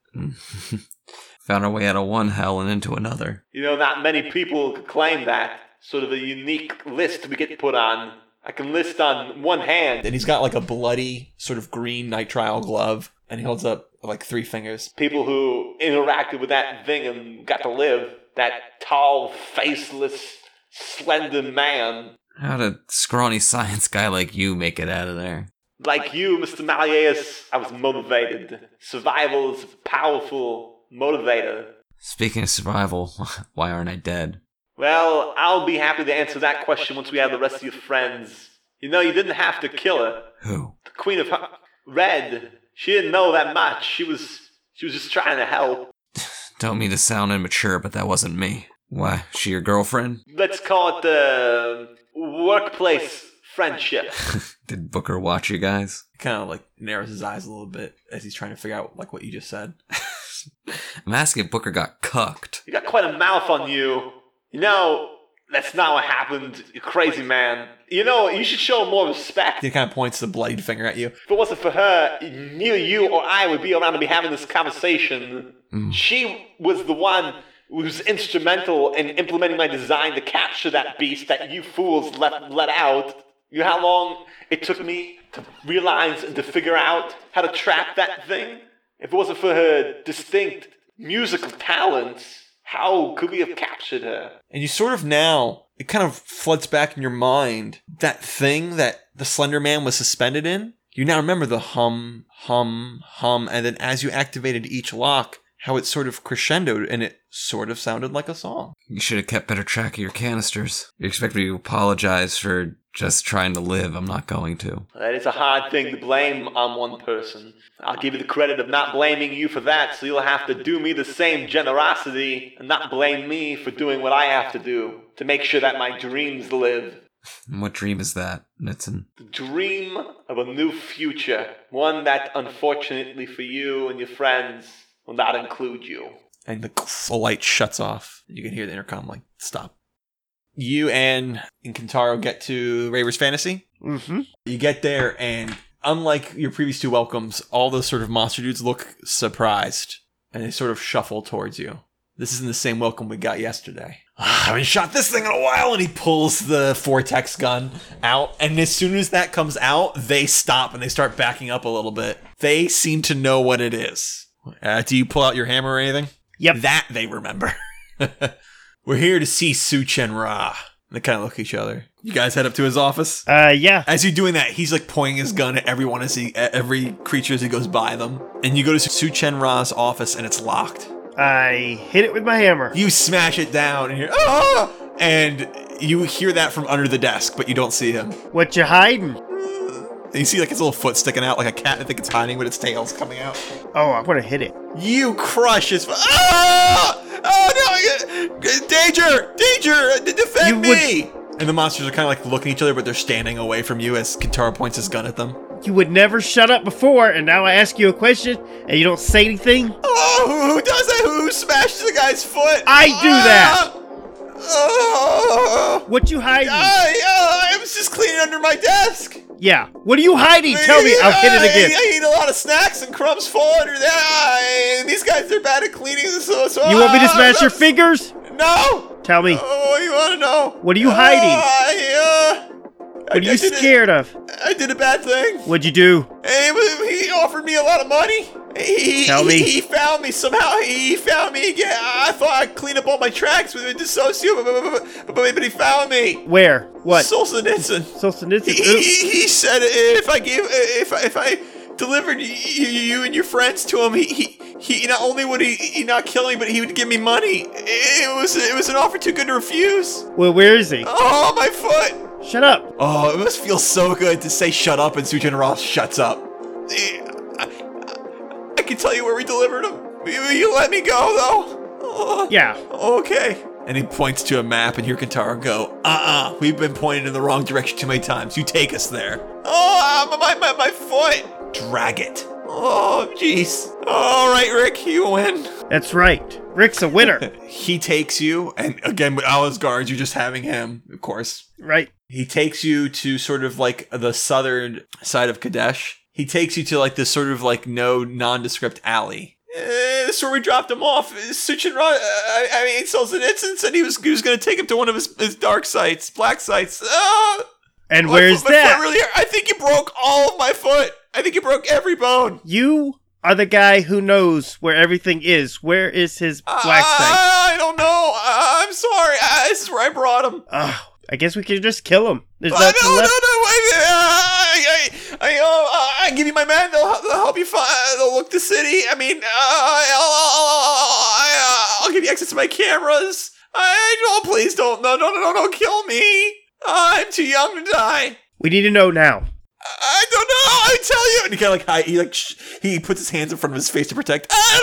Found our way out of one hell and into another. You know, not many people could claim that. Sort of a unique list we get put on. I can list on one hand And he's got like a bloody sort of green nitrile glove, and he holds up like three fingers. people who interacted with that thing and got to live. That tall, faceless, slender man. How'd a scrawny science guy like you make it out of there? Like you, Mr. Malleus, I was motivated. Survival is a powerful motivator. Speaking of survival, why aren't I dead? Well, I'll be happy to answer that question once we have the rest of your friends. You know, you didn't have to kill her. Who? The Queen of Ho- Red, she didn't know that much. She was she was just trying to help. Don't mean to sound immature, but that wasn't me. Why, she your girlfriend? Let's call it the workplace friendship. Did Booker watch you guys? Kind of like narrows his eyes a little bit as he's trying to figure out like what you just said. I'm asking if Booker got cucked. You got quite a mouth on you. You know, that's not what happened, you crazy man. You know, you should show more respect. He kind of points the bloodied finger at you. If it wasn't for her, neither you or I would be around to be having this conversation. She was the one who was instrumental in implementing my design to capture that beast that you fools let, let out. You know how long it took me to realize and to figure out how to trap that thing? If it wasn't for her distinct musical talents, how could we have captured her? And you sort of now, it kind of floods back in your mind that thing that the Slender Man was suspended in. You now remember the hum, hum, hum, and then as you activated each lock, how it sort of crescendoed and it sort of sounded like a song. You should have kept better track of your canisters. You expect me to apologize for just trying to live. I'm not going to. That is a hard thing to blame on one person. I'll give you the credit of not blaming you for that, so you'll have to do me the same generosity and not blame me for doing what I have to do to make sure that my dreams live. And what dream is that, Nitson? The dream of a new future, one that unfortunately for you and your friends will not include you. And the, the light shuts off. You can hear the intercom like, stop. You and Kintaro get to Raver's Fantasy. Mm-hmm. You get there, and unlike your previous two welcomes, all those sort of monster dudes look surprised and they sort of shuffle towards you. This isn't the same welcome we got yesterday. "Ah, I haven't shot this thing in a while, and he pulls the vortex gun out. And as soon as that comes out, they stop and they start backing up a little bit. They seem to know what it is. Uh, do you pull out your hammer or anything? Yep. That they remember. We're here to see Su Chen Ra. They kind of look at each other. You guys head up to his office. Uh, yeah. As you're doing that, he's like pointing his gun at everyone as he, at every creature as he goes by them. And you go to Su Chen Ra's office and it's locked. I hit it with my hammer. You smash it down and you're, ah! And you hear that from under the desk, but you don't see him. What you hiding? And you see like his little foot sticking out, like a cat. I think it's hiding with its tails coming out. Oh, I want to hit it. You crush his. Ah! Oh no! Danger! Danger! uh, D- Defend You me! And the monsters are kind of like looking at each other, but they're standing away from you as Kintaro points his gun at them. You would never shut up before, and now I ask you a question, and you don't say anything. Oh, who- who does that? Who smashed the guy's foot? I do that. Ah! Oh, What you hiding? I, oh, I was just cleaning under my desk. yeah. What are you hiding? Tell me. I'll hit it I, again. I eat a lot of snacks and crumbs fall under there. I, these guys are bad at cleaning. So, so ah, You want me to smash your fingers? No. Tell me. Ah, Oh, you want to know? What are you Uh, hiding? I, uh, I- What are I you did it- scared of? I did a bad thing. What'd you do? And it was- he offered me a lot of money. He, Tell he, me. He found me somehow. He found me again. I I thought I'd clean up all my tracks with a dissociate, but, but, but, but, but he found me. Where? What? Solzhenitsyn. He, Solzhenitsyn. Ooh. he, he said if I gave if I, if I delivered you, you and your friends to him, he, he he not only would he, he not kill me, but he would give me money. It was it was an offer too good to refuse. Well, where is he? Oh my foot! Shut up. Oh, it must feel so good to say shut up and Sujin Ross shuts up. Eh, I, I- I can tell you where we delivered him. Will you let me go though? Oh, Yeah. Okay. And he points to a map, and here Kentaro go, uh uh-uh, uh, we have been pointed in the wrong direction too many times. You take us there. Oh, uh, my, my, my foot! Drag it. Oh, jeez. All right, Rick, you win. That's right. Rick's a winner. He takes you, and again, with Alice guards, you're just having him, of course. right. He takes you to sort of like the southern side of Kadesh. He takes you to like this sort of like no nondescript alley. Eh, that's where we dropped him off. Suchin Ra, uh, I, I mean, Solzhenitsyn said he was he was going to take him to one of his, his dark sites, black sites. Ah, And my where's foot- my that? foot really hurt. I think you broke all of my foot. I think you broke every bone. you are the guy who knows where everything is. Where is his Ah! black site? I, I don't know. I, I'm sorry. I, this is where I brought him. Oh, I guess we could just kill him. There's Uh, nothing no, no, no, left. wait, uh, I, I, I, uh, I give you my man. They'll, they'll help you find. They'll look the city. I mean, uh, I'll, I'll, I'll, I'll give you access to my cameras. I, oh, please don't. No, no, no, no, no, kill me. I'm too young to die. We need to know now. I don't know. I tell you. And he kind of like hi- he like sh- he puts his hands in front of his face to protect. I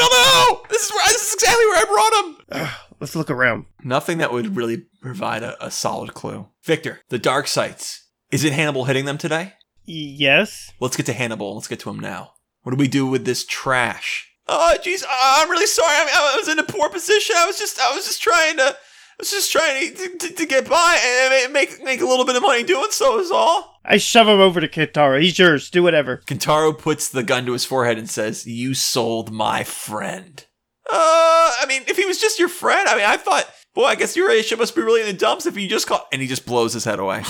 don't know. This is where. This is exactly where I brought him. Let's look around. Nothing that would really provide a, a solid clue. Victor, the dark sites. Is it Hannibal hitting them today? Yes. Let's get to Hannibal. Let's get to him now. What do we do with this trash? Oh, jeez, I'm really sorry. I, mean, I was in a poor position. I was just, I was just trying to, I was just trying to, to, to get by and make make a little bit of money doing so. Is all. I shove him over to Kitara. He's yours. Do whatever. Kentaro puts the gun to his forehead and says, "You sold my friend." Uh, I mean, if he was just your friend, I mean, I thought, boy, I guess your relationship must be really in the dumps if you just call. And he just blows his head away.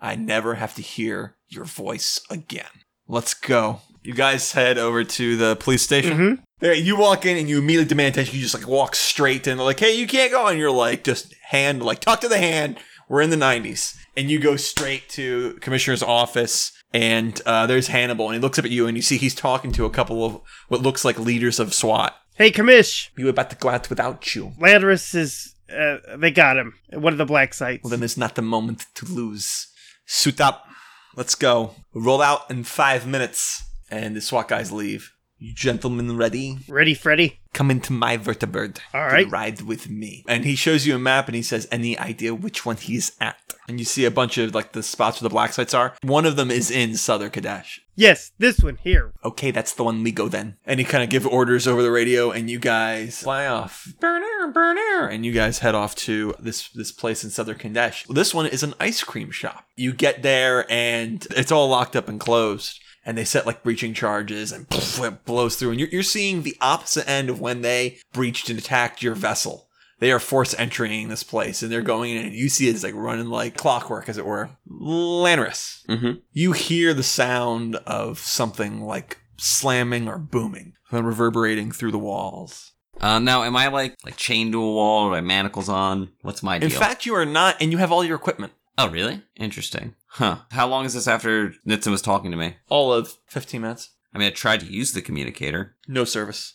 I never have to hear your voice again. Let's go. You guys head over to the police station. Mhm. There, you walk in and you immediately demand attention. You just like walk straight in. They're like, hey, you can't go. And you're like, just hand, like, talk to the hand. We're in the 90s. And you go straight to commissioner's office. And uh, there's Hannibal. And he looks up at you and you see he's talking to a couple of what looks like leaders of SWAT. Hey, Kamish. You were about to go out without you. Landris is. Uh, they got him. at One of the black sites. Well, then it's not the moment to lose. Suit up. Let's go. Roll out in five minutes. And the SWAT guys leave. You gentlemen ready? Ready, Freddy? Come into my vertibird. All right. Ride with me. And he shows you a map and he says, any idea which one he's at? And you see a bunch of like the spots where the black sites are. One of them is in Southern Kadesh. Yes, this one here. Okay, that's the one we go then. And he kind of give orders over the radio and you guys fly off. Burner, burner. And you guys head off to this this place in Southern Kadesh. This one is an ice cream shop. You get there and it's all locked up and closed. And they set like breaching charges and it blows through. And you're, you're seeing the opposite end of when they breached and attacked your vessel. They are force entering this place and they're going in and you see it's like running like clockwork, as it were. Lanris you hear the sound of something like slamming or booming uh, reverberating through the walls. Uh, now, am I like like chained to a wall or my manacles on? What's my deal? In fact, you are not, and you have all your equipment. oh, really? Interesting. Huh. How long is this after Nitsun was talking to me? All of 15 minutes. I mean, I tried to use the communicator. No service.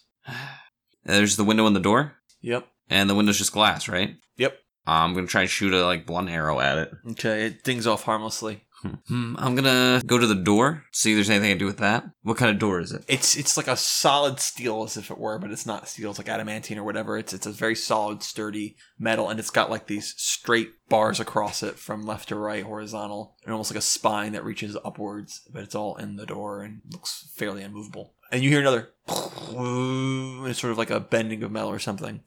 There's the window and the door, Yep. and the window's just glass, right? Uh, Yep. I'm gonna try and shoot a like blunt arrow at it. Okay, it dings off harmlessly. Hmm, I'm gonna go to the door, see if there's anything I can do with that. What kind of door is it? It's it's like a solid steel as if it were, but it's not steel. It's like adamantine or whatever. It's it's a very solid, sturdy metal, and it's got like these straight bars across it from left to right, horizontal, and almost like a spine that reaches upwards. But it's all in the door and looks fairly unmovable. And you hear another, and it's sort of like a bending of metal or something.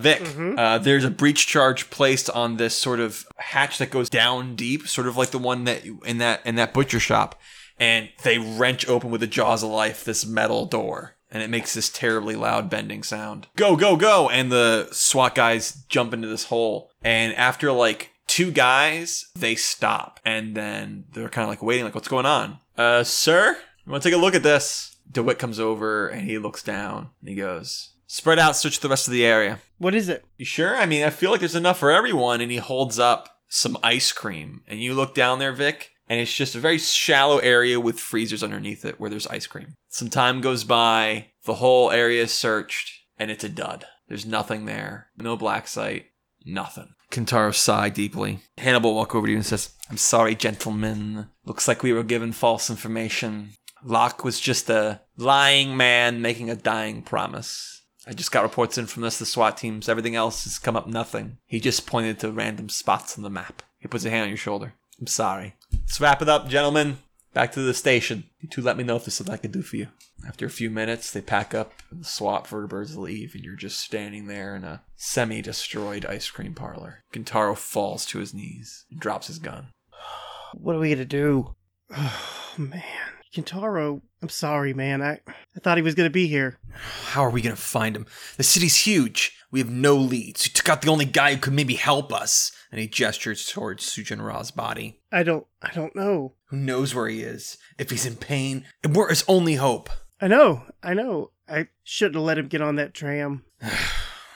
Vic, Mhm. uh, there's a breach charge placed on this sort of hatch that goes down deep, sort of like the one that you- in that in that butcher shop, and they wrench open with the jaws of life this metal door, and it makes this terribly loud bending sound. Go, go, go! And the SWAT guys jump into this hole, and after like two guys, they stop and then they're kind of like waiting, like, what's going on? Uh, sir, you want to take a look at this? DeWitt comes over and he looks down and he goes, spread out, search the rest of the area. What is it? You sure? I mean, I feel like there's enough for everyone. And he holds up some ice cream and you look down there, Vic, and it's just a very shallow area with freezers underneath it where there's ice cream. Some time goes by, the whole area is searched and it's a dud. There's nothing there, no black site, nothing. Kintaro sighed deeply. Hannibal walks over to you and says, I'm sorry, gentlemen. Looks like we were given false information. Locke was just a lying man making a dying promise. I just got reports in from this, the SWAT teams. Everything else has come up nothing. He just pointed to random spots on the map. He puts a hand on your shoulder. I'm sorry. Let's wrap it up, gentlemen. Back to the station. You two let me know if there's something I can do for you. After a few minutes, they pack up and the SWAT vertebrates leave, and you're just standing there in a semi destroyed ice cream parlor. Kintaro falls to his knees and drops his gun. What are we gonna do? Oh man, Kintaro, I'm sorry, man. I I thought he was gonna be here. How are we gonna find him? The city's huge. We have no leads. You took out the only guy who could maybe help us. And he gestures towards Sujin Ra's body. I don't I don't know. Who knows where he is? If he's in pain, and we're his only hope. I know, I know. I shouldn't have let him get on that tram.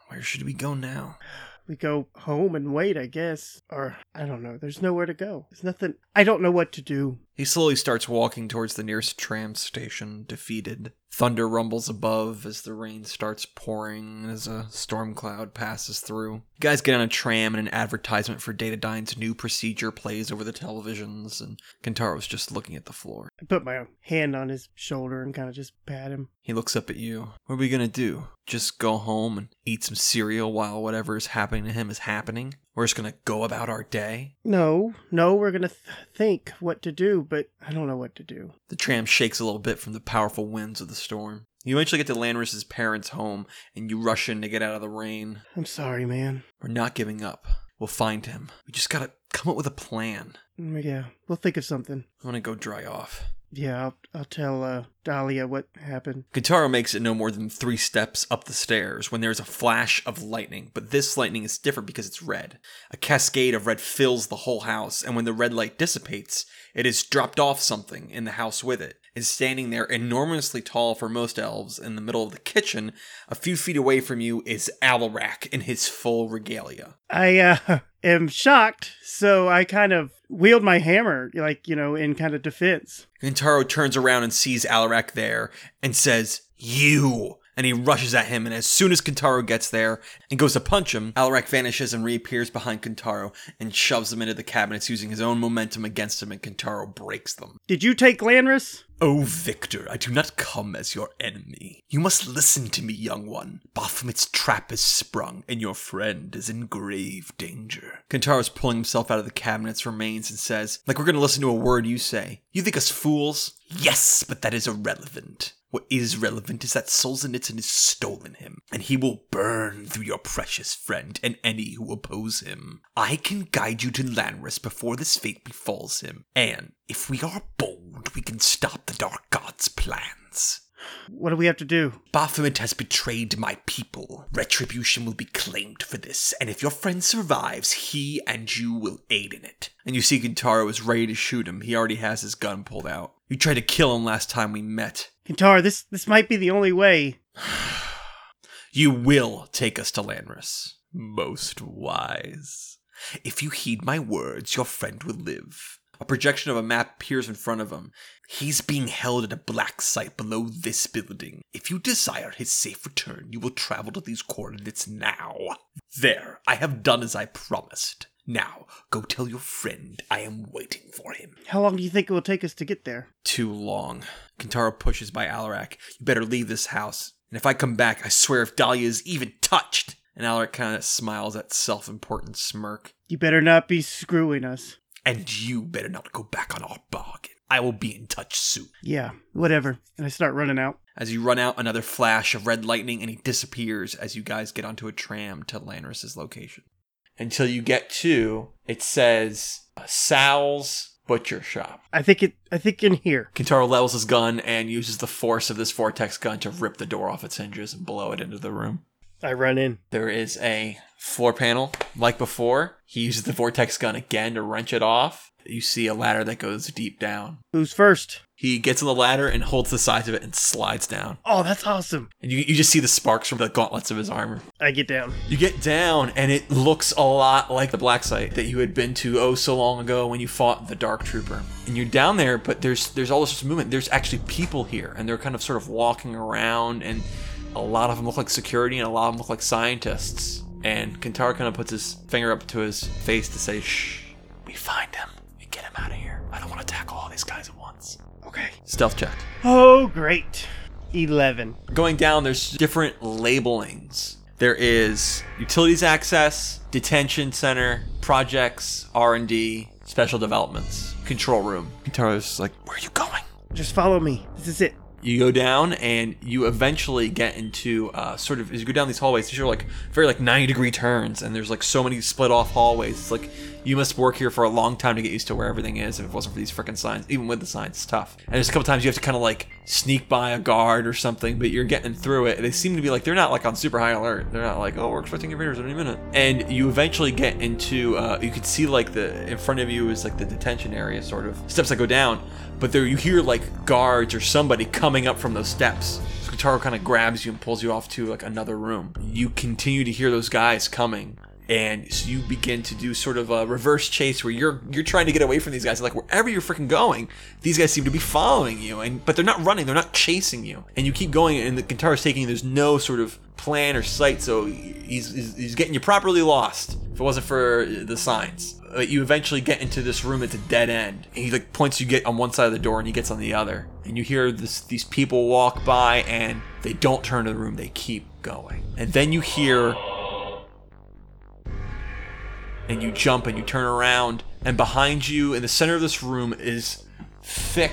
Where should we go now? We go home and wait, I guess. Or I don't know. There's nowhere to go. There's nothing. I don't know what to do. He slowly starts walking towards the nearest tram station, defeated. Thunder rumbles above as the rain starts pouring as a storm cloud passes through. You guys get on a tram and an advertisement for Datadyne's new procedure plays over the televisions, and Kintaro's just looking at the floor. I put my hand on his shoulder and kind of just pat him. He looks up at you. What are we gonna do? Just go home and eat some cereal while whatever is happening to him is happening? We're just gonna go about our day? No, no, we're gonna th- think what to do, but I don't know what to do. The tram shakes a little bit from the powerful winds of the storm. You eventually get to Lanris's parents' home, and you rush in to get out of the rain. I'm sorry, man. We're not giving up. We'll find him. We just gotta come up with a plan. Mm, Yeah, we'll think of something. I'm gonna go dry off. Yeah, I'll, I'll tell uh, Dahlia what happened. Kintaro makes it no more than three steps up the stairs when there's a flash of lightning, but this lightning is different because it's red. A cascade of red fills the whole house, and when the red light dissipates, it has dropped off something in the house with it. It's standing there enormously tall for most elves in the middle of the kitchen. A few feet away from you is Alarak in his full regalia. I uh, am shocked, so I kind of wield my hammer, like, you know, in kind of defense. Kintaro turns around and sees Alarak there and says, You! And he rushes at him, and as soon as Kintaro gets there and goes to punch him, Alarak vanishes and reappears behind Kintaro and shoves him into the cabinets using his own momentum against him, and Kintaro breaks them. Did you take Lanris? Oh, Victor, I do not come as your enemy. You must listen to me, young one. Baphomet's trap is sprung, and your friend is in grave danger. Kintaro's pulling himself out of the cabinet's remains and says, like we're gonna listen to a word you say. You think us fools? Yes, but that is irrelevant. What is relevant is that Solzhenitsyn has stolen him, and he will burn through your precious friend and any who oppose him. I can guide you to Lanris before this fate befalls him, and if we are bold, we can stop the Dark God's plans. What do we have to do? Baphomet has betrayed my people. Retribution will be claimed for this, and if your friend survives, he and you will aid in it. And you see Kintaro is ready to shoot him. He already has his gun pulled out. You tried to kill him last time we met. Kintar, this, this might be the only way. You will take us to Lanris. Most wise. If you heed my words, your friend will live. A projection of a map appears in front of him. He's being held at a black site below this building. If you desire his safe return, you will travel to these coordinates now. There, I have done as I promised. Now, go tell your friend I am waiting for him. How long do you think it will take us to get there? Too long. Kintaro pushes by Alarak. You better leave this house. And if I come back, I swear if Dahlia is even touched. And Alarak kind of smiles that self important smirk. You better not be screwing us. And you better not go back on our bargain. I will be in touch soon. Yeah, whatever. And I start running out. As you run out, another flash of red lightning and he disappears as you guys get onto a tram to Lanris's location. Until you get to, it says, uh, Sal's Butcher Shop. I think it. I think in here. Kintaro levels his gun and uses the force of this vortex gun to rip the door off its hinges and blow it into the room. I run in. There is a floor panel like before. He uses the vortex gun again to wrench it off. You see a ladder that goes deep down. Who's first? He gets on the ladder and holds the sides of it and slides down. Oh, that's awesome. And you, you just see the sparks from the gauntlets of his armor. I get down. You get down, and it looks a lot like the black site that you had been to oh so long ago when you fought the Dark Trooper. And you're down there, but there's there's all this sorts of movement. There's actually people here, and they're kind of sort of walking around, and a lot of them look like security, and a lot of them look like scientists. And Kentaro kind of puts his finger up to his face to say, "Shh, we find him. We get him out of here. I don't want to tackle all these guys at once." Okay. Stealth check. Oh, great. 11. Going down, there's different labelings. There is utilities access, detention center, projects, R and D, special developments, control room. Kintaro's like, where are you going? Just follow me. This is it. You go down, and you eventually get into uh, sort of as you go down these hallways. These are like very like ninety degree turns, and there's like so many split off hallways. It's like you must work here for a long time to get used to where everything is. If it wasn't for these freaking signs, even with the signs, it's tough. And there's a couple times you have to kind of like sneak by a guard or something, but you're getting through it. They seem to be like they're not like on super high alert. They're not like oh we're expecting invaders in any minute. And you eventually get into uh, you can see like the in front of you is like the detention area sort of steps that go down, but there you hear like guards or somebody coming up from those steps. So Kataro kind of grabs you and pulls you off to like another room. You continue to hear those guys coming and so you begin to do sort of a reverse chase where you're you're trying to get away from these guys like wherever you're freaking going these guys seem to be following you and but they're not running they're not chasing you and you keep going and the guitar is taking you there's no sort of plan or sight so he's, he's he's getting you properly lost if it wasn't for the signs but you eventually get into this room it's a dead end and he like points you get on one side of the door and he gets on the other and you hear this these people walk by and they don't turn to the room they keep going and then you hear and you jump and you turn around and behind you in the center of this room is thick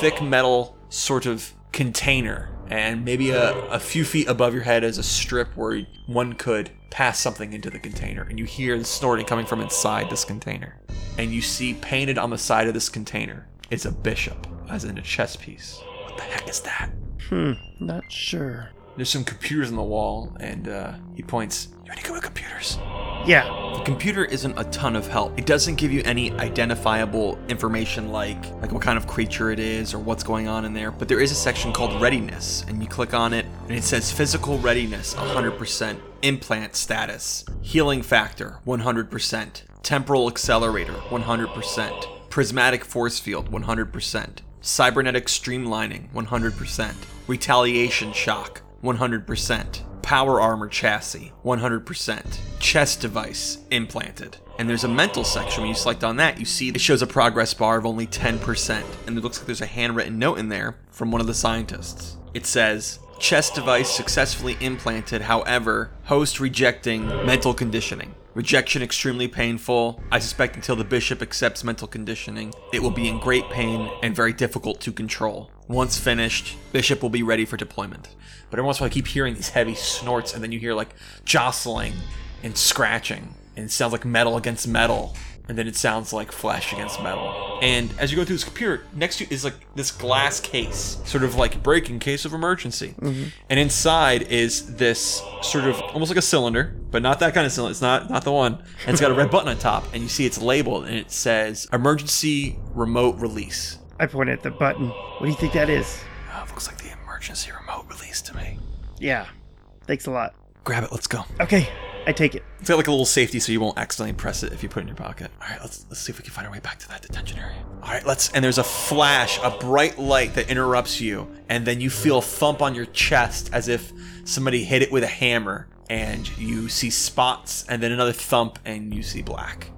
thick metal sort of container and maybe a, a few feet above your head is a strip where one could pass something into the container and you hear the snorting coming from inside this container and you see painted on the side of this container is a bishop as in a chess piece what the heck is that Hmm. Not sure. there's some computers on the wall and uh, he points you want to go to computers Yeah. The computer isn't a ton of help. It doesn't give you any identifiable information like like what kind of creature it is or what's going on in there, but there is a section called readiness and you click on it and it says physical readiness 100%, implant status, healing factor 100%, temporal accelerator 100%, prismatic force field 100%, cybernetic streamlining 100%, retaliation shock 100%. Power armor chassis, 100%. Chest device implanted. And there's a mental section. When you select on that, you see it shows a progress bar of only 10%. And it looks like there's a handwritten note in there from one of the scientists. It says, Chest device successfully implanted, however, host rejecting mental conditioning. Rejection extremely painful. I suspect until the bishop accepts mental conditioning, it will be in great pain and very difficult to control. Once finished, bishop will be ready for deployment. But every once in a while, I keep hearing these heavy snorts, and then you hear like jostling and scratching, and it sounds like metal against metal, and then it sounds like flesh against metal. And as you go through this computer, next to you is like this glass case, sort of like break in case of emergency. And inside is this sort of almost like a cylinder, but not that kind of cylinder. It's not not the one. And it's got a red button on top, and you see it's labeled, and it says emergency remote release. I point at the button. What do you think that is? Oh, looks like the emergency remote release to me. Yeah. Thanks a lot. Grab it. Let's go. Okay. I take it. It's got like a little safety so you won't accidentally press it if you put it in your pocket. All right, let's let's see if we can find our way back to that detention area. All right, let's and there's a flash, a bright light that interrupts you and then you feel a thump on your chest as if somebody hit it with a hammer and you see spots and then another thump and you see black.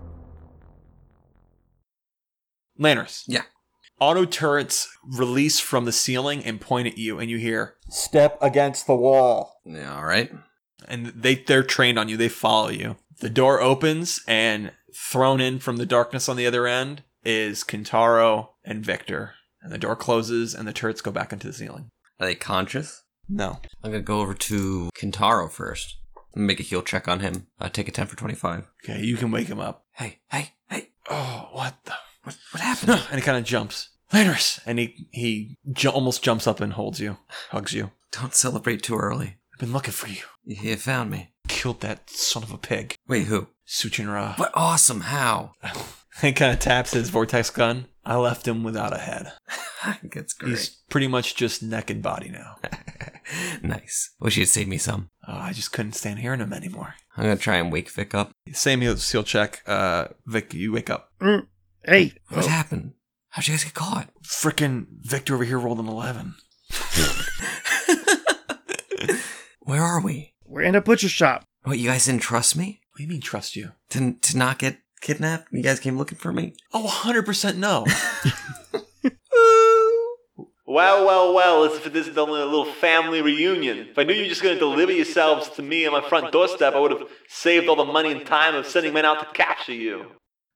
Lanners. Yeah. Auto turrets release from the ceiling and point at you and you hear Step against the wall. Yeah, all right. and they they're trained on you. They follow you. The door opens, and thrown in from the darkness on the other end is Kintaro and Victor. And the door closes, and the turrets go back into the ceiling. Are they conscious? No, I'm gonna go over to Kintaro first. Make a heal check on him. Uh, take a ten for twenty-five. okay, you can wake him up. Hey, hey, hey! Oh, what the? What, what happened? No, and he kind of jumps. Lanners, and he he j- almost jumps up and holds you, hugs you. Don't celebrate too early. I've been looking for you. You found me. Killed that son of a pig. Wait, who? Suchin Ra. But awesome, how? He kind of taps his vortex gun. I left him without a head. That's great. He's pretty much just neck and body now. nice. Wish you'd saved me some. Oh, I just couldn't stand hearing him anymore. I'm gonna try and wake Vic up. Same heal, seal check. Uh, Vic, you wake up. Mm. Hey, What happened? How'd you guys get caught? Frickin' Victor over here rolled an 11. Where are we? we're in a butcher shop. What, you guys didn't trust me? What do you mean, trust you? To, to not get kidnapped? You guys came looking for me? Oh, 100% no. Well, well, well, as if this is only a little family reunion. If I knew you were just going to deliver yourselves to me on my front doorstep, I would have saved all the money and time of sending men out to capture you.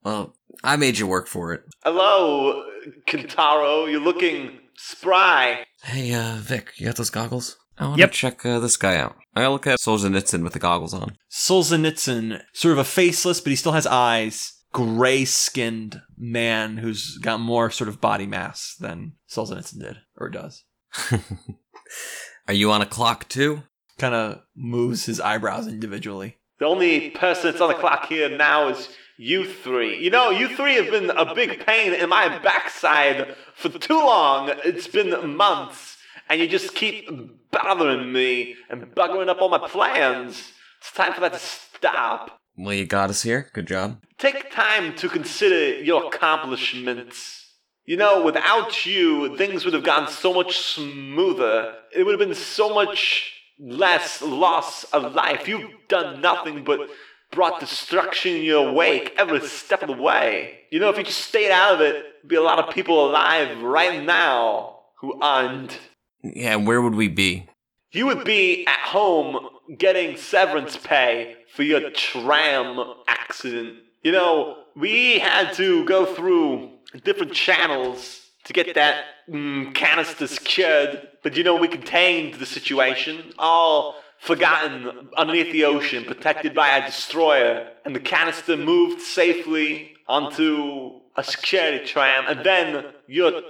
Well, I made you work for it. Hello, Kentaro, you're looking spry. Hey, uh, Vic, you got those goggles? I want Yep. to check uh, this guy out. I gotta look at Solzhenitsyn with the goggles on. Solzhenitsyn, sort of a faceless, but he still has eyes, gray skinned man who's got more sort of body mass than Solzhenitsyn did or does. Are you on a clock too? Kind of moves his eyebrows individually. The only person that's on the clock here now is you three. You know, you three have been a big pain in my backside for too long. It's been months, and you just keep bothering me and buggering up all my plans. It's time for that to stop. Well, you got us here. Good job. Take time to consider your accomplishments. You know, without you, things would have gotten so much smoother. It would have been so much less loss of life. You've done nothing but brought destruction in your wake every step of the way. You know, if you just stayed out of it, there'd be a lot of people alive right now who aren't. Yeah, and where would we be? You would be at home getting severance pay for your tram accident. You know, we had to go through different channels to get that mm, canister secured, but you know, we contained the situation. All forgotten underneath the ocean, protected by a destroyer, and the canister moved safely onto a security tram, and then your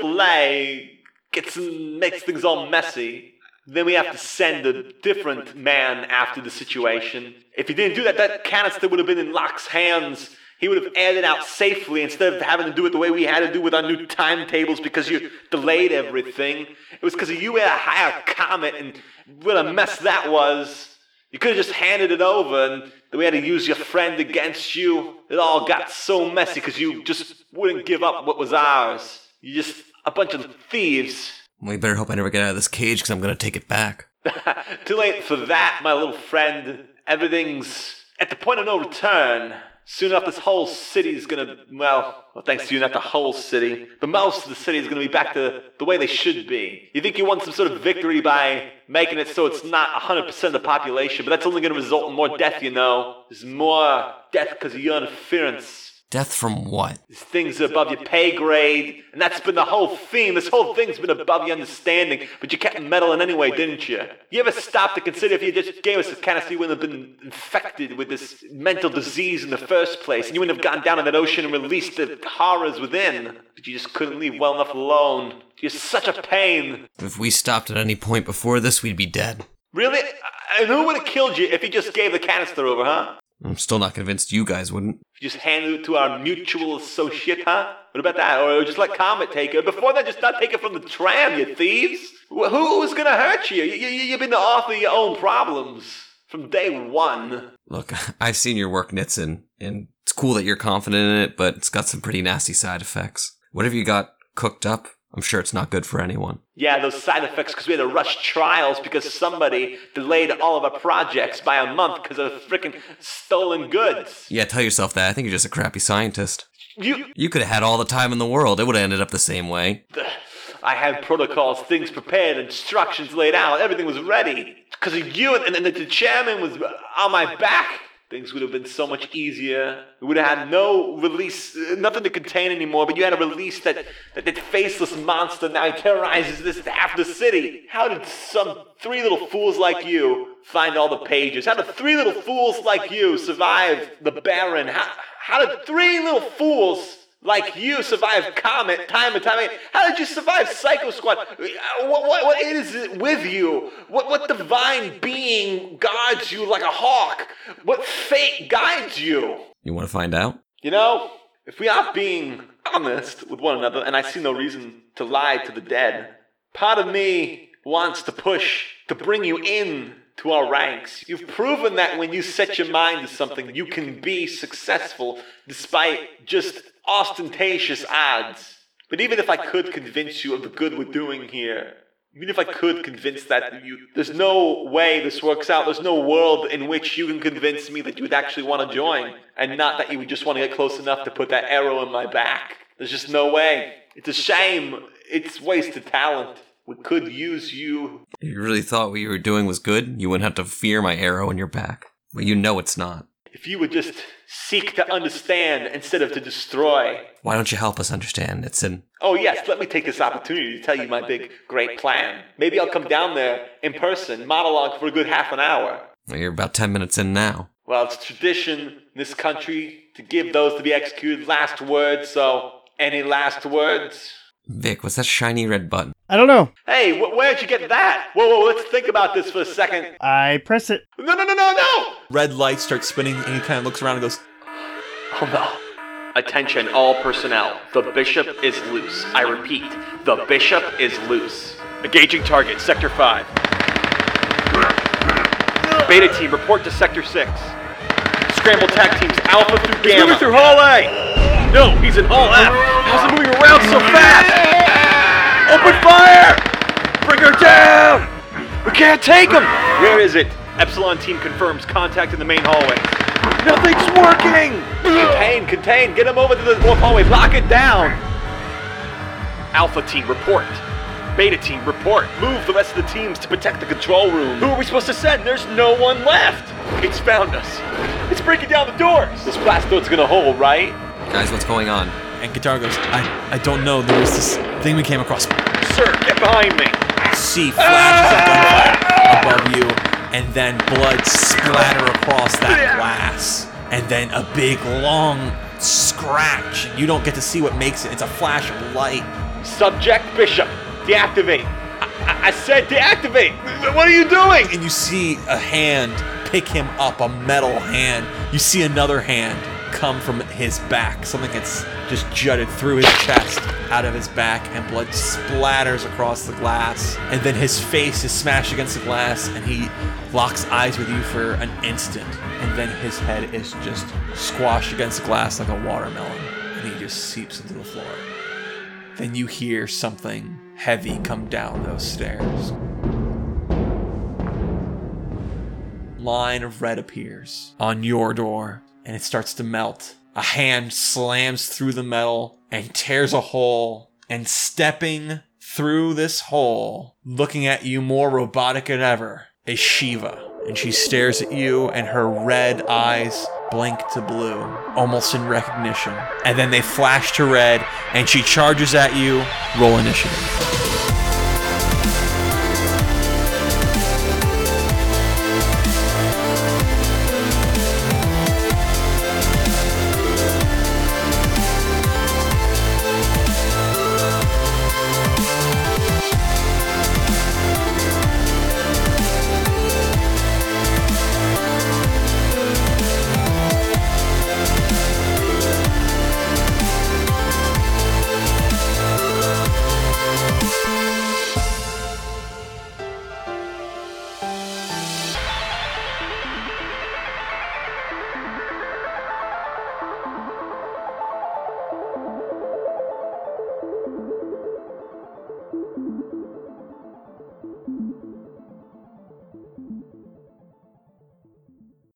AAA gets makes things all messy. Then we have to send a different man after the situation. If he didn't do that, that canister would have been in Locke's hands. He would have aired it out safely instead of having to do it the way we had to do with our new timetables because you delayed everything. It was because you had a higher comet and what a mess that was. You could have just handed it over and then we had to use your friend against you. It all got so messy because you just wouldn't give up what was ours. you just a bunch of thieves. We better hope I never get out of this cage because I'm gonna take it back. Too late for that, my little friend. Everything's at the point of no return. Soon enough, this whole city's gonna, well, well, thanks to you, not the whole city, but most of the city is gonna be back to the way they should be. You think you won some sort of victory by making it so it's not 100% of the population, but that's only gonna result in more death, you know. There's more death because of your interference. Death from what? This thing's above your pay grade, and that's been the whole theme. This whole thing's been above your understanding, but you kept meddling anyway, didn't you? You ever stopped to consider if you just gave us a canister, you wouldn't have been infected with this mental disease in the first place, and you wouldn't have gotten down in that ocean and released the horrors within. But you just couldn't leave well enough alone. You're such a pain. If we stopped at any point before this, we'd be dead. Really? And who would have killed you if you just gave the canister over, huh? I'm still not convinced you guys wouldn't. You just hand it to our mutual associate, huh? What about that? Or just let Comet take it. Before that, just not take it from the tram, you thieves. Wh- Who was gonna hurt you? You, you? You've been the author of your own problems from day one. Look, I've seen your work, Nitsin, and it's cool that you're confident in it, but it's got some pretty nasty side effects. Whatever you got cooked up, I'm sure it's not good for anyone. Yeah, those side effects because we had to rush trials because somebody delayed all of our projects by a month because of freaking stolen goods. Yeah, tell yourself that. I think you're just a crappy scientist. You, You could have had all the time in the world. It would have ended up the same way. I had protocols, things prepared, instructions laid out, everything was ready. Because of you and, and the chairman was on my back, things would have been so much easier. We would have had no release, uh, nothing to contain anymore, but you had to release that, that, that faceless monster now he terrorizes this half the city. How did some three little fools like you find all the pages? How did three little fools like you survive the Baron? How, how did three little fools Like you survived Comet time and time again. How did you survive Psycho Squad? Uh, What, what, what is it with you? What, what divine being guards you like a hawk? What fate guides you? You want to find out? You know, if we are being honest with one another, and I see no reason to lie to the dead, part of me wants to push to bring you in to our ranks. You've proven that when you set your mind to something, you can be successful despite just ostentatious odds. But even if I could convince you of the good we're doing here, even if I could convince that you, there's no way this works out. There's no world in which you can convince me that you would actually want to join, and not that you would just want to get close enough to put that arrow in my back. There's just no way. It's a shame. It's wasted talent. We could use you. If you really thought what you were doing was good, you wouldn't have to fear my arrow in your back. Well, you know it's not. If you would just seek to understand instead of to destroy. Why don't you help us understand, Nitsin? Oh, yes, let me take this opportunity to tell you my big, great plan. Maybe I'll come down there in person, monologue for a good half an hour. Well, you're about 10 minutes in now. Well, it's tradition in this country to give those to be executed last words, so any last words? Vic, what's that shiny red button? I don't know. Hey, wh- where'd you get that? Whoa, whoa, let's think about this for a second. I press it. No, no, no, no, no! Red light starts spinning, and he kind of looks around and goes, Oh no. Attention, all personnel. The bishop is loose. I repeat, the bishop is loose. Engaging target, Sector 5. Beta team, report to Sector 6. Scramble tag teams, Alpha through Gamma. moving through Hall A! No, he's in Hall F! How's it moving around so fast? Open fire! Bring her down! We can't take him! Where is it? Epsilon team confirms contact in the main hallway. Nothing's working! Contain, contain, get him over to the fourth hallway, lock it down! Alpha team, report. Beta team, report. Move the rest of the teams to protect the control room. Who are we supposed to send? There's no one left! It's found us. It's breaking down the doors! This blastoid's gonna hold, right? Guys, what's going on? and Katara goes, I, I don't know. There was this thing we came across. Sir, get behind me! C flashes up above you, and then blood splatter across that glass, and then a big long scratch. You don't get to see what makes it. It's a flash of light. Subject Bishop, deactivate. I, I- I said deactivate! What are you doing? and you see a hand pick him up, a metal hand. You see another hand come from his back, something that's just jutted through his chest, out of his back, and blood splatters across the glass. And then his face is smashed against the glass, and he locks eyes with you for an instant. And then his head is just squashed against the glass like a watermelon, and he just seeps into the floor. Then you hear something heavy come down those stairs. line of red appears on your door and it starts to melt. A hand slams through the metal and tears a hole, and stepping through this hole, looking at you more robotic than ever, is Shiva. And she stares at you, and her red eyes blink to blue, almost in recognition. And then they flash to red, and she charges at you. Roll initiative.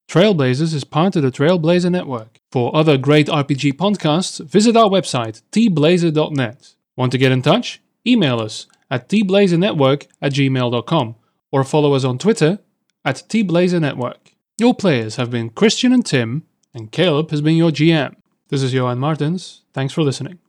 Trailblazers is part of the Trailblazer Network. For other great RPG podcasts, visit our website, tblazer.net. Want to get in touch? Email us at tblazernetwork at gmail.com or follow us on Twitter at tblazernetwork. Your players have been Christian and Tim, and Caleb has been your GM. This is Johan Martins. Thanks for listening.